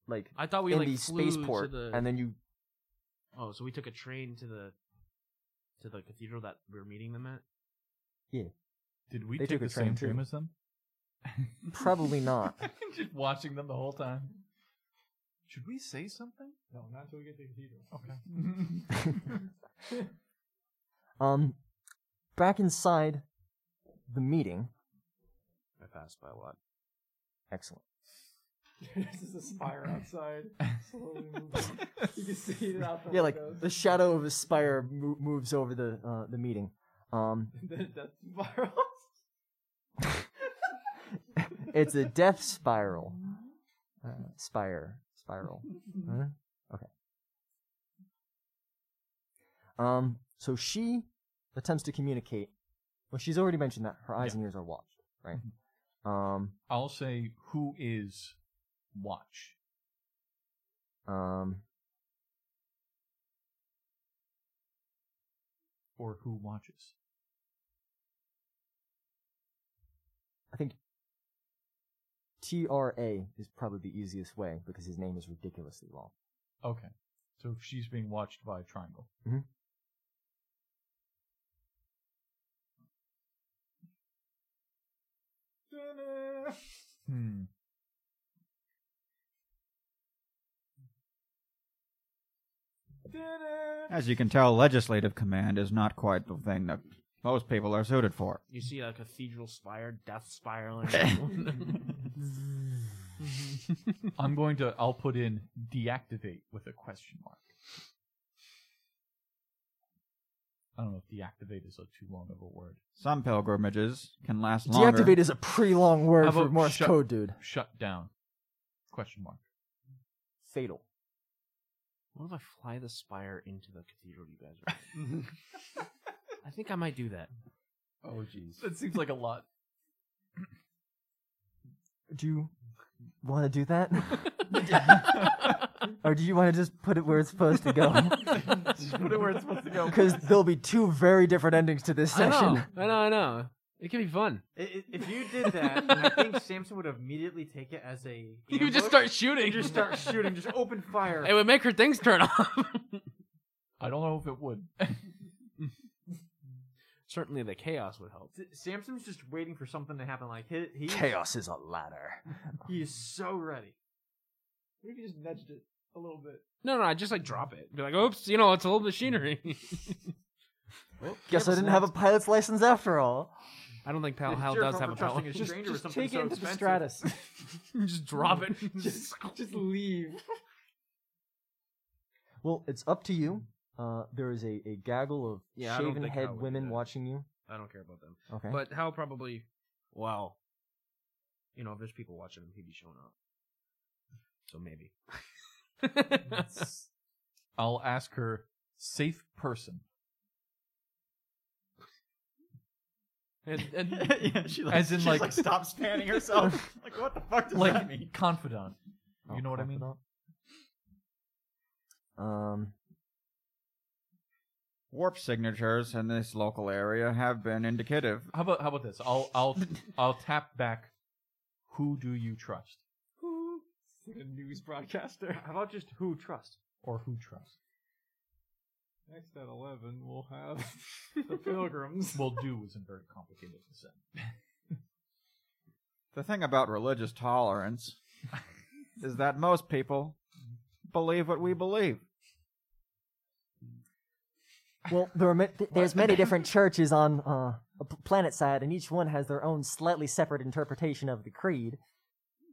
[SPEAKER 1] like
[SPEAKER 3] I thought we
[SPEAKER 1] in
[SPEAKER 3] like
[SPEAKER 1] the
[SPEAKER 3] flew
[SPEAKER 1] spaceport,
[SPEAKER 3] to the.
[SPEAKER 1] and then you
[SPEAKER 3] Oh, so we took a train to the to the cathedral that we were meeting them at.
[SPEAKER 1] yeah.
[SPEAKER 4] Did we
[SPEAKER 1] They
[SPEAKER 4] take
[SPEAKER 1] took a
[SPEAKER 4] the
[SPEAKER 1] train
[SPEAKER 4] same
[SPEAKER 1] too.
[SPEAKER 4] train as them?
[SPEAKER 1] Probably not.
[SPEAKER 4] Just watching them the whole time.
[SPEAKER 11] Should we say something?
[SPEAKER 4] No, not until we get to the cathedral.
[SPEAKER 11] Okay.
[SPEAKER 1] Um, back inside the meeting.
[SPEAKER 6] I passed by a lot.
[SPEAKER 1] Excellent.
[SPEAKER 3] this is a spire outside. Slowly moving. You can see it out the
[SPEAKER 1] Yeah, like
[SPEAKER 3] windows.
[SPEAKER 1] the shadow of a spire mo- moves over the uh, the meeting. Um,
[SPEAKER 3] That- that's viral.
[SPEAKER 1] it's a death spiral. Uh, spire. Spiral. Huh? Okay. Um, so she attempts to communicate. Well, she's already mentioned that her eyes and ears are watched, right? Um,
[SPEAKER 4] I'll say who is watch.
[SPEAKER 1] Um,
[SPEAKER 4] Or who watches.
[SPEAKER 1] I think TRA is probably the easiest way because his name is ridiculously long.
[SPEAKER 4] Okay. So she's being watched by Triangle.
[SPEAKER 1] Mhm. Hmm.
[SPEAKER 9] As you can tell, legislative command is not quite the thing that most people are suited for.
[SPEAKER 11] You see a cathedral spire, death spiraling.
[SPEAKER 4] I'm going to. I'll put in deactivate with a question mark. I don't know if deactivate is a too long of a word.
[SPEAKER 9] Some pilgrimages can last longer.
[SPEAKER 1] Deactivate is a pretty long word
[SPEAKER 4] How
[SPEAKER 1] for
[SPEAKER 4] about
[SPEAKER 1] Morse
[SPEAKER 4] shut-
[SPEAKER 1] code, dude.
[SPEAKER 4] Shut down. Question mark.
[SPEAKER 1] Fatal.
[SPEAKER 11] what if I fly the spire into the cathedral you guys are in? I think I might do that.
[SPEAKER 4] Oh, jeez. That seems like a lot.
[SPEAKER 1] Do you want to do that? or do you want to just put it where it's supposed to go?
[SPEAKER 11] Just put it where it's supposed to go.
[SPEAKER 1] Because there'll be two very different endings to this
[SPEAKER 11] I
[SPEAKER 1] session.
[SPEAKER 11] know, I know, I know. It can be fun.
[SPEAKER 2] I- i- If you did that, I think Samson would immediately take it as a.
[SPEAKER 11] You would just
[SPEAKER 2] ambush.
[SPEAKER 11] start shooting.
[SPEAKER 2] You just start shooting. Just open fire.
[SPEAKER 11] It would make her things turn off.
[SPEAKER 4] I don't know if it would.
[SPEAKER 11] Certainly, the chaos would help.
[SPEAKER 2] S- Samson's just waiting for something to happen. Like he, he
[SPEAKER 1] Chaos is a ladder.
[SPEAKER 2] He is so ready.
[SPEAKER 3] What if you just nudged it a little bit?
[SPEAKER 11] No, no, I just like drop it. Be like, oops, you know, it's a little machinery.
[SPEAKER 1] Guess I didn't have a pilot's license after all.
[SPEAKER 11] I don't think Pal Hal
[SPEAKER 2] Sure,
[SPEAKER 11] does
[SPEAKER 2] for
[SPEAKER 11] have a
[SPEAKER 2] trusting
[SPEAKER 11] pallet.
[SPEAKER 2] a stranger with something
[SPEAKER 3] Take
[SPEAKER 2] so
[SPEAKER 3] it into the
[SPEAKER 2] expensive.
[SPEAKER 3] stratus.
[SPEAKER 11] just drop it.
[SPEAKER 3] just, just leave.
[SPEAKER 1] Well, it's up to you. Uh, there is a, a gaggle of
[SPEAKER 11] Yeah, I don't
[SPEAKER 1] shaven
[SPEAKER 11] think I
[SPEAKER 1] head
[SPEAKER 11] would do
[SPEAKER 1] women
[SPEAKER 11] that.
[SPEAKER 1] watching you.
[SPEAKER 11] I don't care about them.
[SPEAKER 1] Okay.
[SPEAKER 11] But Hal probably, well, you know, if there's people watching him, he'd be showing up. So maybe.
[SPEAKER 4] I'll ask her safe person.
[SPEAKER 11] And,
[SPEAKER 9] yeah, she like,
[SPEAKER 4] As in,
[SPEAKER 9] she's
[SPEAKER 4] like-
[SPEAKER 9] stops fanning herself. like what the fuck does
[SPEAKER 4] like
[SPEAKER 9] that mean?
[SPEAKER 4] confidant.
[SPEAKER 1] Oh,
[SPEAKER 4] you know what
[SPEAKER 1] Um,
[SPEAKER 9] warp signatures in this local area have been indicative.
[SPEAKER 4] I mean? How about how about this? I'll I'll I'll tap back. Who do you trust,
[SPEAKER 3] It's like a news broadcaster.
[SPEAKER 2] How about just who trust?
[SPEAKER 4] or who trusts?
[SPEAKER 3] Next at 11, we'll have the pilgrims.
[SPEAKER 4] Well, do isn't very complicated to say.
[SPEAKER 9] The thing about religious tolerance is that most people believe what we believe.
[SPEAKER 1] Well, there are ma- th- there's many different churches on uh, a p- planet side, and each one has their own slightly separate interpretation of the creed.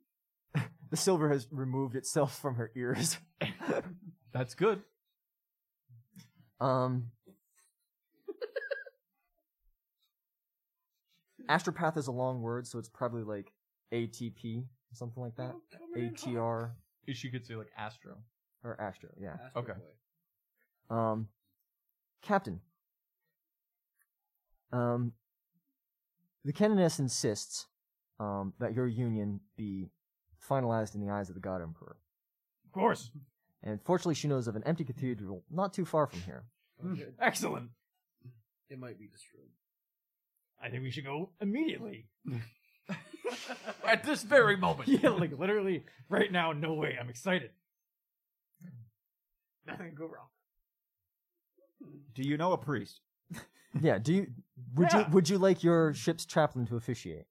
[SPEAKER 1] the silver has removed itself from her ears.
[SPEAKER 4] That's good.
[SPEAKER 1] Um, astropath is a long word, so it's probably like ATP, something like that. ATR
[SPEAKER 4] Is she could say like Astro?
[SPEAKER 1] or Astro, yeah.
[SPEAKER 4] Okay.
[SPEAKER 1] Um, Captain. Um, the canoness insists um, that your union be finalized in the eyes of the God Emperor.
[SPEAKER 3] Of course.
[SPEAKER 1] And fortunately, she knows of an empty cathedral not too far from here.
[SPEAKER 3] Excellent.
[SPEAKER 11] It might be destroyed.
[SPEAKER 3] I think we should go immediately.
[SPEAKER 4] At this very
[SPEAKER 14] Oh,
[SPEAKER 4] moment.
[SPEAKER 3] yeah, like literally right now, no way. I'm excited.
[SPEAKER 2] Nothing go wrong.
[SPEAKER 9] Do you know a priest?
[SPEAKER 1] yeah. Do you would
[SPEAKER 3] Yeah.
[SPEAKER 1] you would you like your ship's chaplain to officiate?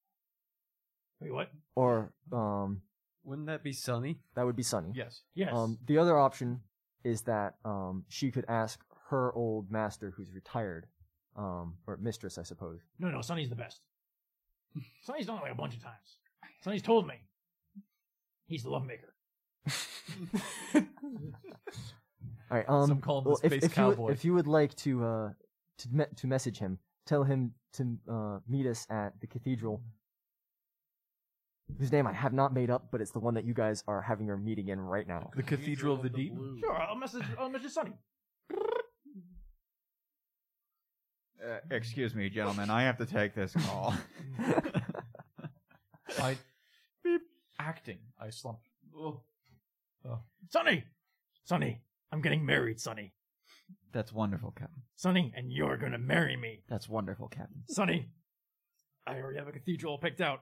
[SPEAKER 3] Wait, what?
[SPEAKER 1] Or um,
[SPEAKER 6] Wouldn't that be Sunny?
[SPEAKER 1] that would be Sunny.
[SPEAKER 4] Yes.
[SPEAKER 3] Yes.
[SPEAKER 1] Um, the other option is that um, she could ask her old master, who's retired, um, or mistress, I suppose.
[SPEAKER 3] No, no, Sonny's the best. Sonny's done it like a bunch of times. Sonny's told me he's the love maker.
[SPEAKER 1] All right. Um,
[SPEAKER 4] Some call him the
[SPEAKER 1] well, if,
[SPEAKER 4] space
[SPEAKER 1] if you would-
[SPEAKER 4] cowboy.
[SPEAKER 1] if you would like to uh, to me- to message him, tell him to uh, meet us at the cathedral. Whose name I have not made up, but it's the one that you guys are having your meeting in right now.
[SPEAKER 4] The Cathedral of the Deep.
[SPEAKER 3] Sure, I'll message. I'll message Sonny.
[SPEAKER 9] Uh, excuse me, gentlemen. I have to take this call.
[SPEAKER 4] I acting. I slumped. Oh. Oh.
[SPEAKER 3] Sonny, Sonny, I'm getting married, Sonny.
[SPEAKER 9] That's wonderful, Captain.
[SPEAKER 3] Sonny, and you're gonna marry me,
[SPEAKER 9] That's wonderful, Captain.
[SPEAKER 3] Sonny. I already have a cathedral picked out.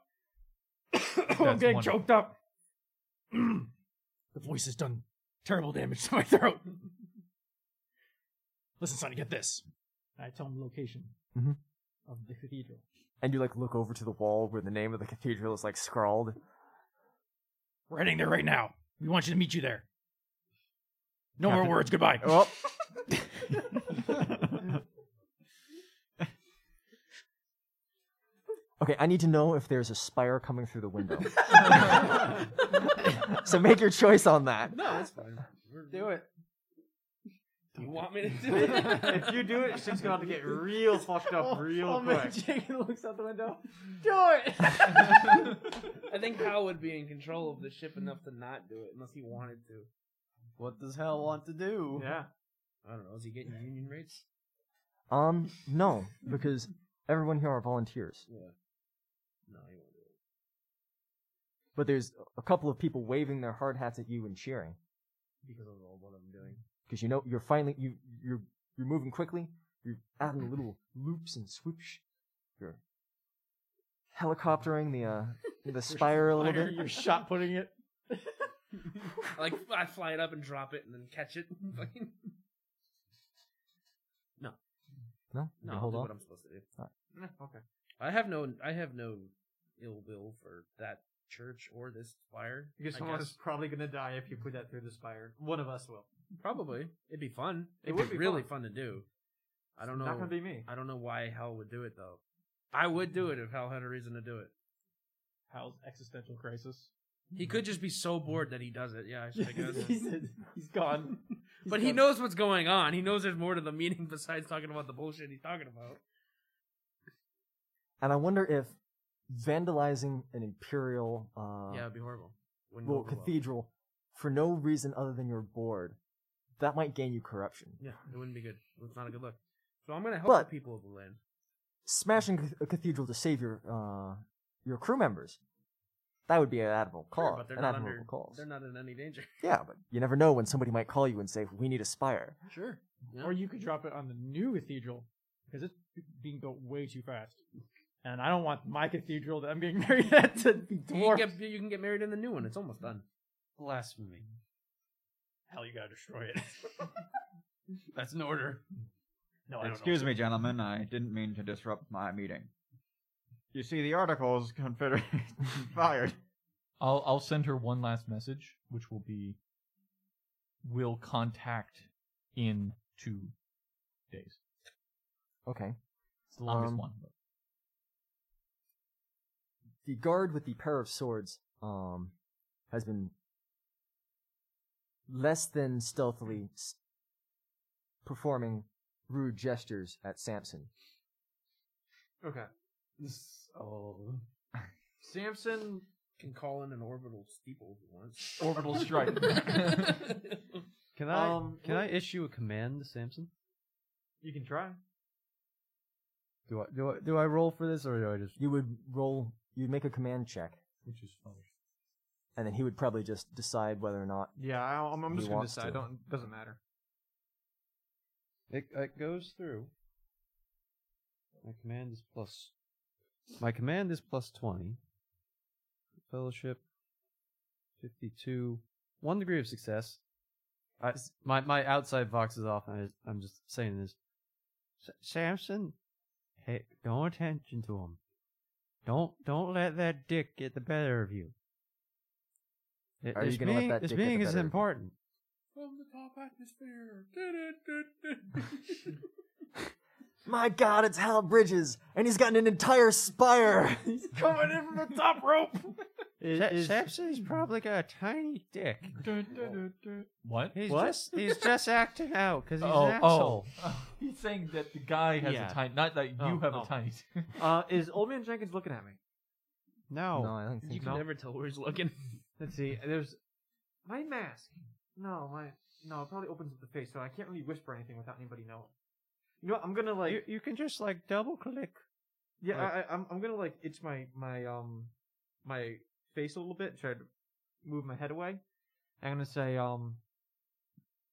[SPEAKER 4] That's
[SPEAKER 3] I'm getting
[SPEAKER 4] wonderful.
[SPEAKER 3] choked up. Mm. the voice has done terrible damage to my throat. Listen, Sonny, get this. I tell him the location
[SPEAKER 4] Mm-hmm.
[SPEAKER 1] Mhm.
[SPEAKER 3] of the cathedral.
[SPEAKER 1] And you like look over to the wall where the name of the cathedral is like scrawled.
[SPEAKER 3] We're heading there right now. We want you to meet you there. No
[SPEAKER 1] Captain-
[SPEAKER 3] more words. Goodbye.
[SPEAKER 1] Oh. Okay, I need to know if there's a spire coming through the window. so make your choice on that.
[SPEAKER 2] No, it's fine. Do it. Do you want me to do it?
[SPEAKER 14] if you do it, shit's gonna have to get real fucked up real
[SPEAKER 2] Oh, man,
[SPEAKER 14] quick.
[SPEAKER 2] Jacob looks out the window. Do it. I think Hal would be in control of the ship enough to not do it unless he wanted to.
[SPEAKER 6] What does Hell want to do?
[SPEAKER 14] Yeah.
[SPEAKER 2] I don't know. Is he getting union rates?
[SPEAKER 1] Um, no, because everyone here are volunteers.
[SPEAKER 2] Yeah. No, he won't do it.
[SPEAKER 1] But there's a couple of people waving their hard hats at you and cheering
[SPEAKER 2] Because of all what I'm doing.
[SPEAKER 1] because you know you're finally you you're you're moving quickly. You're adding the little loops and swoosh. You're helicoptering the uh the spire a little bit.
[SPEAKER 3] You're shot putting it.
[SPEAKER 2] I, like I fly it up and drop it and then catch it. Fucking- no,
[SPEAKER 1] No, You
[SPEAKER 2] no. I'll
[SPEAKER 1] hold
[SPEAKER 2] do
[SPEAKER 1] on.
[SPEAKER 2] what I'm supposed to do.
[SPEAKER 1] All right.
[SPEAKER 2] Eh, okay. I have no. I have no ill will for that church or this fire.
[SPEAKER 14] Because
[SPEAKER 2] I
[SPEAKER 14] someone
[SPEAKER 2] guess.
[SPEAKER 14] is probably gonna die if you put that through the spire. One of us will.
[SPEAKER 2] Probably. It'd be fun.
[SPEAKER 14] It
[SPEAKER 2] It'd
[SPEAKER 14] would
[SPEAKER 2] be,
[SPEAKER 14] be
[SPEAKER 2] really
[SPEAKER 14] fun.
[SPEAKER 2] fun. to do. I
[SPEAKER 14] It's
[SPEAKER 2] don't know.
[SPEAKER 14] not gonna be me.
[SPEAKER 2] I don't know why Hal would do it though. I would do it if Hal had a reason to do it.
[SPEAKER 3] Hal's existential crisis.
[SPEAKER 2] He could just be so bored that he does it. Yeah, I, should, I guess.
[SPEAKER 3] he's gone.
[SPEAKER 2] but he knows what's going on. He knows there's more to the meeting besides talking about the bullshit he's talking about.
[SPEAKER 1] And I wonder if vandalizing an imperial uh
[SPEAKER 2] yeah, it'd be horrible. Wouldn't go
[SPEAKER 1] little
[SPEAKER 2] over well.
[SPEAKER 1] cathedral for no reason other than you're bored, that might gain you corruption.
[SPEAKER 2] Yeah, it wouldn't be good. It's not a good look. So I'm gonna help
[SPEAKER 1] But-
[SPEAKER 2] the people of the land.
[SPEAKER 1] Smashing cath- a cathedral to save your uh, your crew members, that would be an admirable call.
[SPEAKER 2] Sure, but they're
[SPEAKER 1] an
[SPEAKER 2] not
[SPEAKER 1] admirable
[SPEAKER 2] under.
[SPEAKER 1] cause.
[SPEAKER 2] They're not in any danger.
[SPEAKER 1] Yeah, but you never know when somebody might call you and say, "We need a spire."
[SPEAKER 3] Sure.
[SPEAKER 2] Yeah.
[SPEAKER 3] Or you could drop it on the new cathedral because it's b- being built way too fast. And I don't want my cathedral that I'm getting married at to be
[SPEAKER 2] You
[SPEAKER 3] dwarfed.
[SPEAKER 2] can, get, you can get married in the new one. It's almost done.
[SPEAKER 6] Blasphemy.
[SPEAKER 3] Hell, you gotta destroy it.
[SPEAKER 2] That's an order.
[SPEAKER 3] no, I don't
[SPEAKER 9] Excuse me, gentlemen. I didn't mean to disrupt my meeting. You see, the article's Confederate fired.
[SPEAKER 4] I'll I'll send her one last message, which will be will contact in two days.
[SPEAKER 1] Okay.
[SPEAKER 4] It's the longest
[SPEAKER 1] Um,
[SPEAKER 4] one. but-
[SPEAKER 1] The guard with the pair of swords um, has been less than stealthily s- performing rude gestures at Samson.
[SPEAKER 14] Okay.
[SPEAKER 6] Oh.
[SPEAKER 14] Samson
[SPEAKER 2] Can call in an orbital steeple if he wants.
[SPEAKER 4] Orbital strike.
[SPEAKER 6] Can I
[SPEAKER 14] Um,
[SPEAKER 6] can
[SPEAKER 14] what-
[SPEAKER 6] I issue a command to Samson?
[SPEAKER 14] you can try.
[SPEAKER 6] Do I do I do I roll for this or do I just
[SPEAKER 1] You would roll, you'd make a command check,
[SPEAKER 4] Which is funny.
[SPEAKER 1] and then he would probably just decide whether or not.
[SPEAKER 14] Yeah, I, I'm, I'm
[SPEAKER 1] He
[SPEAKER 14] just gonna
[SPEAKER 1] wants
[SPEAKER 14] decide.
[SPEAKER 1] to.
[SPEAKER 14] Don't doesn't matter.
[SPEAKER 6] It, it goes through. My command is plus. My command is plus 20. Fellowship 52. One degree of success. I, my, my outside box is off, and I just, I'm just saying this.
[SPEAKER 15] S- Samson,
[SPEAKER 6] Hey, don't attention to him. Don't don't let that dick get the better of you. It,
[SPEAKER 12] Are you
[SPEAKER 6] it's
[SPEAKER 12] gonna let
[SPEAKER 6] being-
[SPEAKER 12] that
[SPEAKER 6] it's
[SPEAKER 12] dick get the
[SPEAKER 6] being is
[SPEAKER 12] better of you?
[SPEAKER 6] important.
[SPEAKER 8] From the top atmosphere.
[SPEAKER 1] My god, it's Hal Bridges, and he's gotten an entire spire!
[SPEAKER 3] He's coming in from the top rope.
[SPEAKER 6] Sa- Samson's probably got a tiny dick.
[SPEAKER 4] What?
[SPEAKER 6] He's
[SPEAKER 4] What?
[SPEAKER 6] just he's just acting out because he's an
[SPEAKER 4] oh,
[SPEAKER 6] asshole.
[SPEAKER 4] oh. He's saying that the guy has
[SPEAKER 2] Yeah.
[SPEAKER 4] a tiny, not that you
[SPEAKER 2] Oh,
[SPEAKER 4] have
[SPEAKER 2] oh.
[SPEAKER 4] a tiny.
[SPEAKER 2] Uh, is Old Man Jenkins looking at me?
[SPEAKER 6] No.
[SPEAKER 12] No, I don't
[SPEAKER 11] You
[SPEAKER 12] think
[SPEAKER 11] can
[SPEAKER 12] so.
[SPEAKER 11] never tell where he's looking.
[SPEAKER 2] Let's see. There's my mask. No, my no. It probably opens up the face, so I can't really whisper anything without anybody knowing. You know, what, I'm gonna like.
[SPEAKER 6] You, you can just like double click.
[SPEAKER 2] yeah,
[SPEAKER 6] like-
[SPEAKER 2] I, I, I'm. I'm gonna like itch my my um my face a little bit. Try to move my head away. I'm gonna say, um,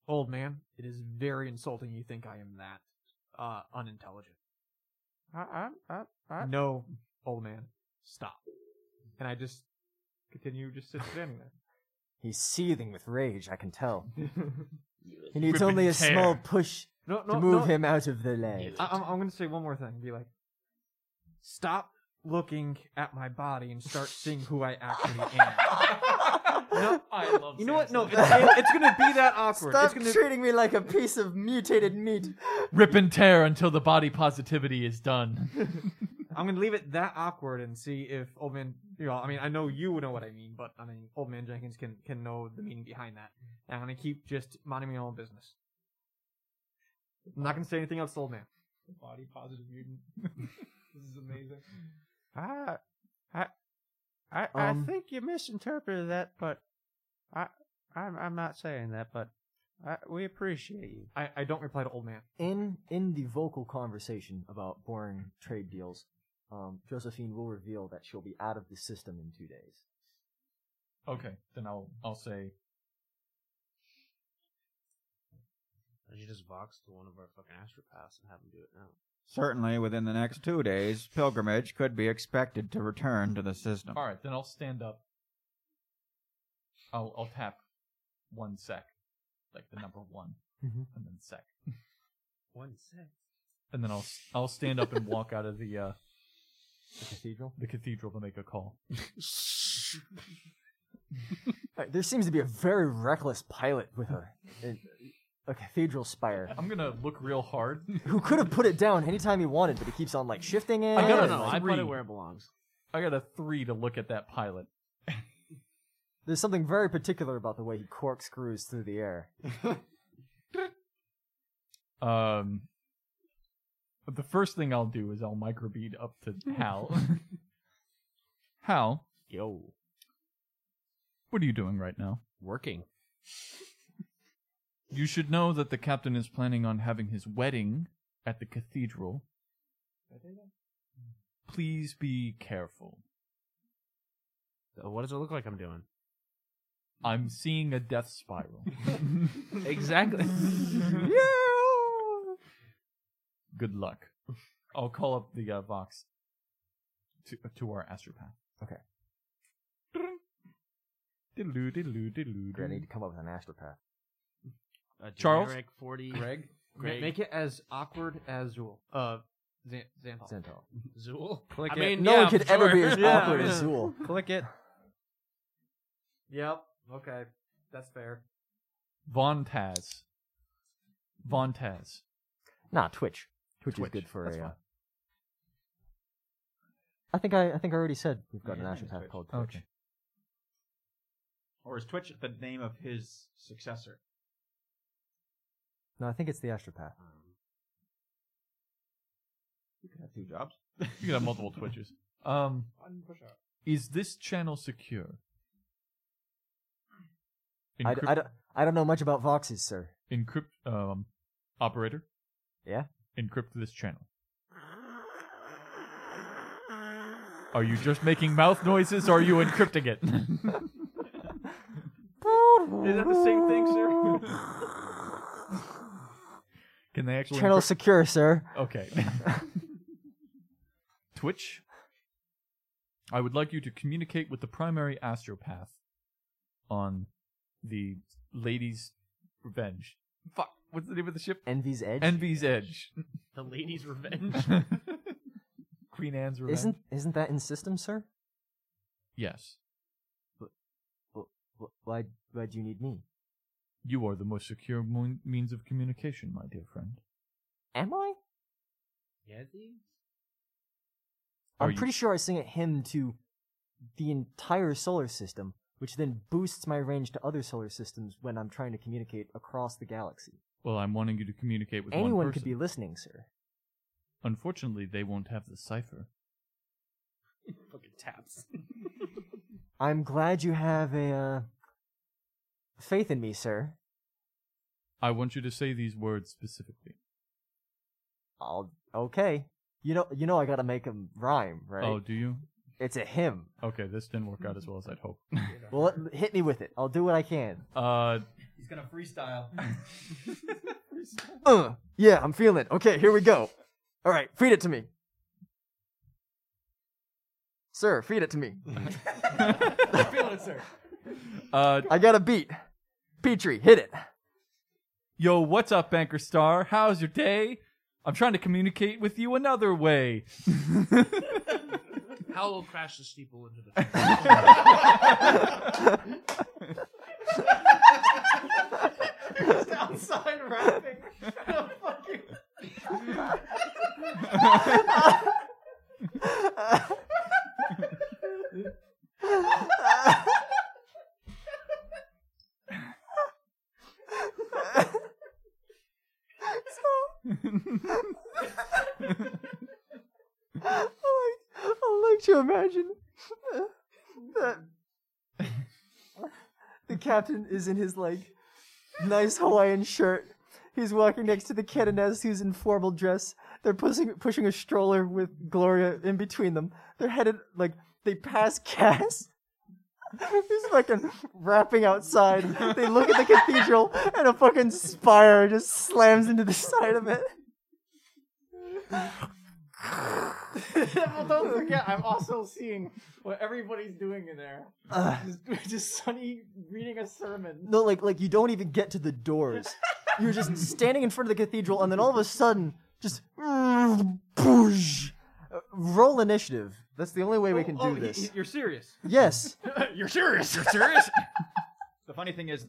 [SPEAKER 2] old man, it is very insulting. You think I am that uh unintelligent?
[SPEAKER 6] I, I, I, I,
[SPEAKER 2] No, old man, stop. And I just continue just sit standing there.
[SPEAKER 12] He's seething with rage, I can tell. he
[SPEAKER 2] Rip
[SPEAKER 12] needs
[SPEAKER 2] and
[SPEAKER 12] only a
[SPEAKER 2] tear.
[SPEAKER 12] small push
[SPEAKER 2] No, no,
[SPEAKER 12] to move
[SPEAKER 2] no.
[SPEAKER 12] him out of the land.
[SPEAKER 2] I, I'm, I'm going to say one more thing. Be like, stop looking at my body and start seeing who I actually am. no, I love you know what? No, it's, it's going to be that awkward.
[SPEAKER 12] Stop
[SPEAKER 2] it's gonna,
[SPEAKER 12] treating me like a piece of mutated meat.
[SPEAKER 4] Rip and tear until the body positivity is done.
[SPEAKER 2] I'm going to leave it that awkward and see if old man. You know, I mean, I know you know what I mean, but I mean, old man Jenkins can can know the meaning behind that. And I'm going to keep just minding my own business. I'm not going to say anything else, to old man.
[SPEAKER 3] Body positive mutant. this is amazing.
[SPEAKER 6] I, I, I, I
[SPEAKER 3] Um,
[SPEAKER 6] think you misinterpreted that, but I, I'm, I'm not saying that, but I, we appreciate you.
[SPEAKER 2] I, I don't reply to old man.
[SPEAKER 1] In in the vocal conversation about boring trade deals, um, Josephine will reveal that she'll be out of the system in two days.
[SPEAKER 4] okay, then I'll I'll say
[SPEAKER 11] I should just vox to one of our fucking astropaths and have him do it now.
[SPEAKER 9] Certainly, within the next two days, pilgrimage could be expected to return to the system.
[SPEAKER 4] All right, then I'll stand up. I'll I'll tap one sec, like the number one,
[SPEAKER 1] Mhm.
[SPEAKER 4] and then sec,
[SPEAKER 11] One sec.
[SPEAKER 4] and then I'll I'll stand up and walk out of the uh,
[SPEAKER 1] the cathedral.
[SPEAKER 4] The cathedral to make a call.
[SPEAKER 12] Alright, there seems to be a very reckless pilot with a, a, a cathedral spire.
[SPEAKER 4] I'm gonna look real hard.
[SPEAKER 12] Who could have put it down anytime he wanted, but he keeps on like shifting it.
[SPEAKER 4] I got a
[SPEAKER 12] and, like-
[SPEAKER 4] three.
[SPEAKER 11] belongs.
[SPEAKER 4] I got a three to look at that pilot.
[SPEAKER 12] There's something very particular about the way he corkscrews through the air.
[SPEAKER 4] Um, but the first thing I'll do is I'll microbead up to Hal. Hal,
[SPEAKER 11] Yo.
[SPEAKER 4] what are you doing right now?
[SPEAKER 11] Working.
[SPEAKER 4] You should know that the captain is planning on having his wedding at the cathedral. Please be careful.
[SPEAKER 11] So what does it look like I'm doing?
[SPEAKER 4] I'm seeing a death spiral.
[SPEAKER 11] exactly.
[SPEAKER 4] Good luck. I'll call up the uh, Vox to, to our astropath.
[SPEAKER 12] Okay.
[SPEAKER 4] Diddle-oo, diddle-oo, diddle-oo.
[SPEAKER 12] Great, I need to come up with an astropath.
[SPEAKER 11] A
[SPEAKER 4] Charles?
[SPEAKER 11] generic 40.
[SPEAKER 4] Greg?
[SPEAKER 11] Greg.
[SPEAKER 2] Make it as awkward as Zool. Uh, Zan- Xanthol.
[SPEAKER 12] Centaur.
[SPEAKER 11] Zool.
[SPEAKER 6] Click
[SPEAKER 11] I
[SPEAKER 6] it.
[SPEAKER 11] mean,
[SPEAKER 12] No
[SPEAKER 11] yeah,
[SPEAKER 12] one could
[SPEAKER 11] sure.
[SPEAKER 12] ever be as
[SPEAKER 11] Yeah.
[SPEAKER 12] awkward as Zool.
[SPEAKER 6] Click it.
[SPEAKER 2] Yep. Okay. That's fair.
[SPEAKER 4] Von Taz. Von Taz.
[SPEAKER 12] Nah, Twitch. Twitch,
[SPEAKER 4] Twitch,
[SPEAKER 12] is good for
[SPEAKER 4] that's
[SPEAKER 12] a. Uh,
[SPEAKER 4] fine.
[SPEAKER 12] I think I, I think I already said we've got
[SPEAKER 9] Yeah,
[SPEAKER 12] an
[SPEAKER 9] his name's
[SPEAKER 12] astropath
[SPEAKER 9] Twitch.
[SPEAKER 12] called Twitch.
[SPEAKER 4] Oh, Okay.
[SPEAKER 9] Or is Twitch the name of his successor?
[SPEAKER 12] No, I think it's the astropath.
[SPEAKER 9] You could have two jobs.
[SPEAKER 4] You can have multiple Twitches. Um, is this channel secure?
[SPEAKER 12] I, d- I, don't, I don't know much about voxes, sir.
[SPEAKER 4] Encrypt, um, operator,
[SPEAKER 12] Yeah.
[SPEAKER 4] encrypt this channel. Are you just making mouth noises or are you encrypting it?
[SPEAKER 2] Is that the same thing, sir?
[SPEAKER 4] Can they actually
[SPEAKER 12] Channel
[SPEAKER 4] encrypt-
[SPEAKER 12] secure, sir.
[SPEAKER 4] Okay. Twitch, I would like you to communicate with the primary astropath on the lady's revenge. Fuck, what's the name of the ship?
[SPEAKER 12] Envy's Edge.
[SPEAKER 4] Envy's Edge.
[SPEAKER 11] The lady's revenge.
[SPEAKER 4] Queen Anne's revenge.
[SPEAKER 1] Isn't isn't that in system, sir?
[SPEAKER 4] Yes.
[SPEAKER 1] Why why do you need me?
[SPEAKER 4] You are the most secure mo- means of communication, my dear friend.
[SPEAKER 1] Am I?
[SPEAKER 11] Yes,
[SPEAKER 1] I'm
[SPEAKER 4] Are you-
[SPEAKER 1] pretty sure I sing a hymn to the entire solar system, which then boosts my range to other solar systems when I'm trying to communicate across the galaxy.
[SPEAKER 4] Well, I'm wanting you to communicate with one
[SPEAKER 1] Anyone
[SPEAKER 4] person.
[SPEAKER 1] could be listening, sir.
[SPEAKER 4] Unfortunately, they won't have the cipher.
[SPEAKER 11] Fucking taps.
[SPEAKER 1] I'm glad you have a uh, faith in me, sir.
[SPEAKER 4] I want you to say these words specifically.
[SPEAKER 1] I'll okay. You know, you know, I gotta make 'em rhyme, right?
[SPEAKER 4] Oh, do you?
[SPEAKER 1] It's a hymn.
[SPEAKER 4] Okay, this didn't work out as well as I'd hoped.
[SPEAKER 1] Well, let- hit me with it. I'll do what I can.
[SPEAKER 4] Uh,
[SPEAKER 9] He's gonna freestyle.
[SPEAKER 1] Uh, yeah, I'm feeling it. Okay, here we go. All right, feed it to me, sir. Feed it to me.
[SPEAKER 11] I feel it, sir.
[SPEAKER 4] uh,
[SPEAKER 1] I got a beat. Petrie, hit it.
[SPEAKER 4] Yo, what's up, Banker Star? How's your day? I'm trying to communicate with you another way.
[SPEAKER 11] Hal will crash the steeple into the.
[SPEAKER 2] Just outside rapping. No, fuck you.
[SPEAKER 1] I like, I like to imagine that the captain is in his like nice Hawaiian shirt. He's walking next to the Catanese who's in formal dress. They're pushing pushing a stroller with Gloria in between them. They're headed like they pass Cass. He's fucking rapping outside. They look at the cathedral and a fucking spire just slams into the side of it.
[SPEAKER 2] well, Oh, don't forget, I'm also seeing what everybody's doing in there.
[SPEAKER 1] Ugh.
[SPEAKER 2] just, just Sonny reading a sermon.
[SPEAKER 1] No, like like you don't even get to the doors. You're just standing in front of the cathedral, and then all of a sudden, just boosh. Uh, roll initiative. That's the only way we can do
[SPEAKER 2] oh, he-
[SPEAKER 1] this.
[SPEAKER 2] he- you're serious.
[SPEAKER 1] Yes.
[SPEAKER 3] You're serious.
[SPEAKER 9] You're serious? the funny thing is,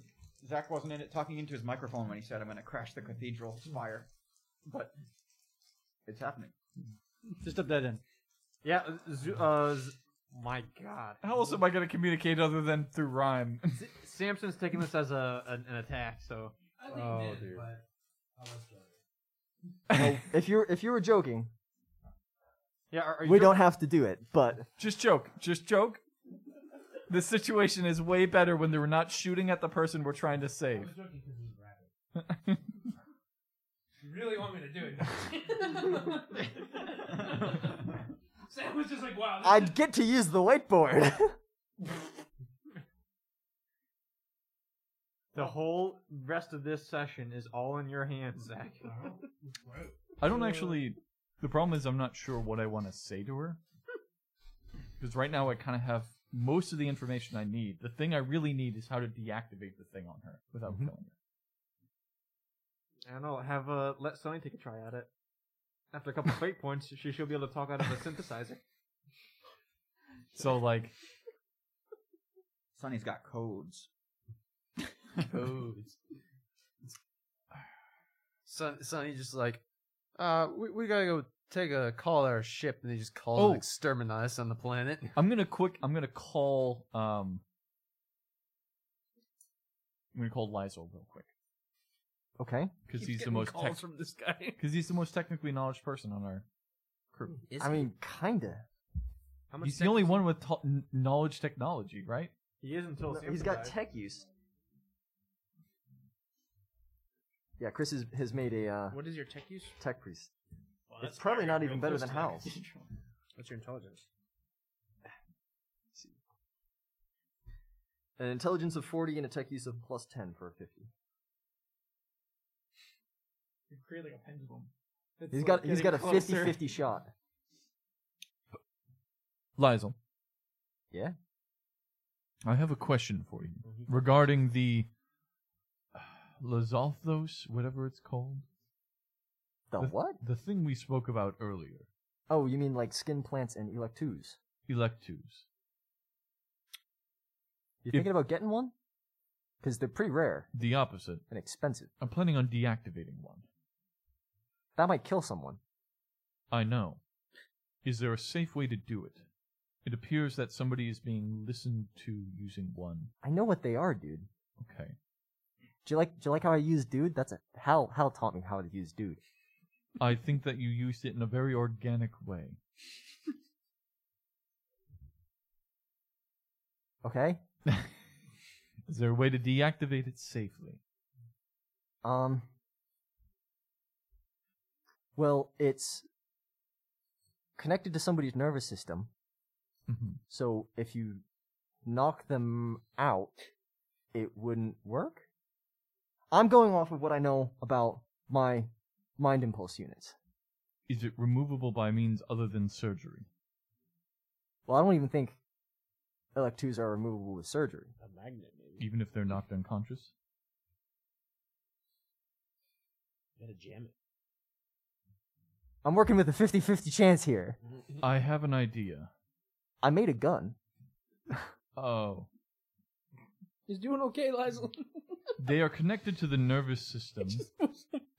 [SPEAKER 9] Zach wasn't in it talking into his microphone when he said, I'm going to crash the cathedral spire. But it's happening.
[SPEAKER 2] Just a dead end. Yeah. Zu- uh, Z- my God.
[SPEAKER 4] How else am I going to communicate other than through rhyme?
[SPEAKER 2] Samson's taking this as a an, an attack. So.
[SPEAKER 4] Oh,
[SPEAKER 2] dear.
[SPEAKER 1] if you're if you were joking,
[SPEAKER 2] Yeah. Are, are you
[SPEAKER 1] we
[SPEAKER 2] joking?
[SPEAKER 1] don't have to do it. But
[SPEAKER 4] Just joke. Just joke. The situation is way better when they're not shooting at the person we're trying to save.
[SPEAKER 11] You really want me to do it? Sam was just like, wow. This
[SPEAKER 1] I'd get to use the whiteboard.
[SPEAKER 2] The whole rest of this session is all in your hands, Zach.
[SPEAKER 4] I don't actually. The problem is, I'm not sure what I want to say to her. Because right now, I kind of have most of the information I need. The thing I really need is how to deactivate the thing on her without
[SPEAKER 11] Mm-hmm.
[SPEAKER 4] killing her.
[SPEAKER 2] I don't know. Have uh, let Sonny take a try at it. After a couple of fate points, she she'll be able to talk out of a synthesizer.
[SPEAKER 4] So, like,
[SPEAKER 9] Sonny's got codes.
[SPEAKER 11] codes.
[SPEAKER 6] Son, Sonny just like, uh, we, we gotta go take a call at our ship, and they just call
[SPEAKER 4] Oh.
[SPEAKER 6] and exterminate us on the planet.
[SPEAKER 4] I'm gonna quick. I'm gonna call. Um, I'm gonna call Lysol real quick
[SPEAKER 1] okay.
[SPEAKER 4] because
[SPEAKER 11] Keep
[SPEAKER 4] he's the
[SPEAKER 11] getting
[SPEAKER 4] most
[SPEAKER 11] calls from this guy.
[SPEAKER 4] because he's the most technically knowledge person on our crew.
[SPEAKER 11] Is
[SPEAKER 1] I mean, kinda.
[SPEAKER 11] How
[SPEAKER 4] He's the only one with to- n- knowledge technology, right?
[SPEAKER 2] He is until
[SPEAKER 1] No,
[SPEAKER 2] Samson
[SPEAKER 1] he's got
[SPEAKER 2] dies.
[SPEAKER 1] tech use. Yeah, Chris has, has made a uh,
[SPEAKER 11] What is your tech use?
[SPEAKER 1] tech priest.
[SPEAKER 11] Well,
[SPEAKER 1] It's
[SPEAKER 11] that's firing
[SPEAKER 1] probably not
[SPEAKER 11] real
[SPEAKER 1] even better
[SPEAKER 11] close
[SPEAKER 1] than
[SPEAKER 11] to that.
[SPEAKER 1] Hal's.
[SPEAKER 11] What's your intelligence?
[SPEAKER 1] An intelligence of 40 and a tech use of plus 10 for a 50.
[SPEAKER 3] You create like a pendulum. It's
[SPEAKER 1] He's
[SPEAKER 3] like
[SPEAKER 1] got he's
[SPEAKER 3] getting
[SPEAKER 1] got a
[SPEAKER 3] closer.
[SPEAKER 1] 50-50 shot.
[SPEAKER 4] Lysol,
[SPEAKER 1] Yeah.
[SPEAKER 4] I have a question for you regarding the uh, Lazalthos, whatever it's called.
[SPEAKER 1] The what?
[SPEAKER 4] The thing we spoke about earlier.
[SPEAKER 1] Oh, you mean like skin plants and electus?
[SPEAKER 4] Electus.
[SPEAKER 1] You thinking about getting one? Because they're pretty rare
[SPEAKER 4] The opposite.
[SPEAKER 1] and expensive.
[SPEAKER 4] I'm planning on deactivating one.
[SPEAKER 1] That might kill someone.
[SPEAKER 4] I know. Is there a safe way to do it? It appears that somebody is being listened to using one.
[SPEAKER 1] I know what they are, dude.
[SPEAKER 4] Okay.
[SPEAKER 1] Do you like do you like how I use dude? That's a Hal Hal taught me how to use dude.
[SPEAKER 4] I think that you used it in a very organic way.
[SPEAKER 1] Okay?
[SPEAKER 4] Is there a way to deactivate it safely?
[SPEAKER 1] Um Well, it's connected to somebody's nervous system.
[SPEAKER 4] Mhm.
[SPEAKER 1] So if you knock them out, it wouldn't work. I'm going off of what I know about my mind impulse units.
[SPEAKER 4] Is it removable by means other than surgery?
[SPEAKER 1] Well, I don't even think electus are removable with surgery.
[SPEAKER 11] A magnet, maybe.
[SPEAKER 4] Even if they're knocked unconscious?
[SPEAKER 11] You gotta jam it.
[SPEAKER 1] I'm working with a 50-50 chance here.
[SPEAKER 11] Mm-hmm.
[SPEAKER 4] I have an idea.
[SPEAKER 1] I made a gun.
[SPEAKER 4] Oh.
[SPEAKER 11] He's doing okay, Lizel.
[SPEAKER 4] They are connected to the nervous system,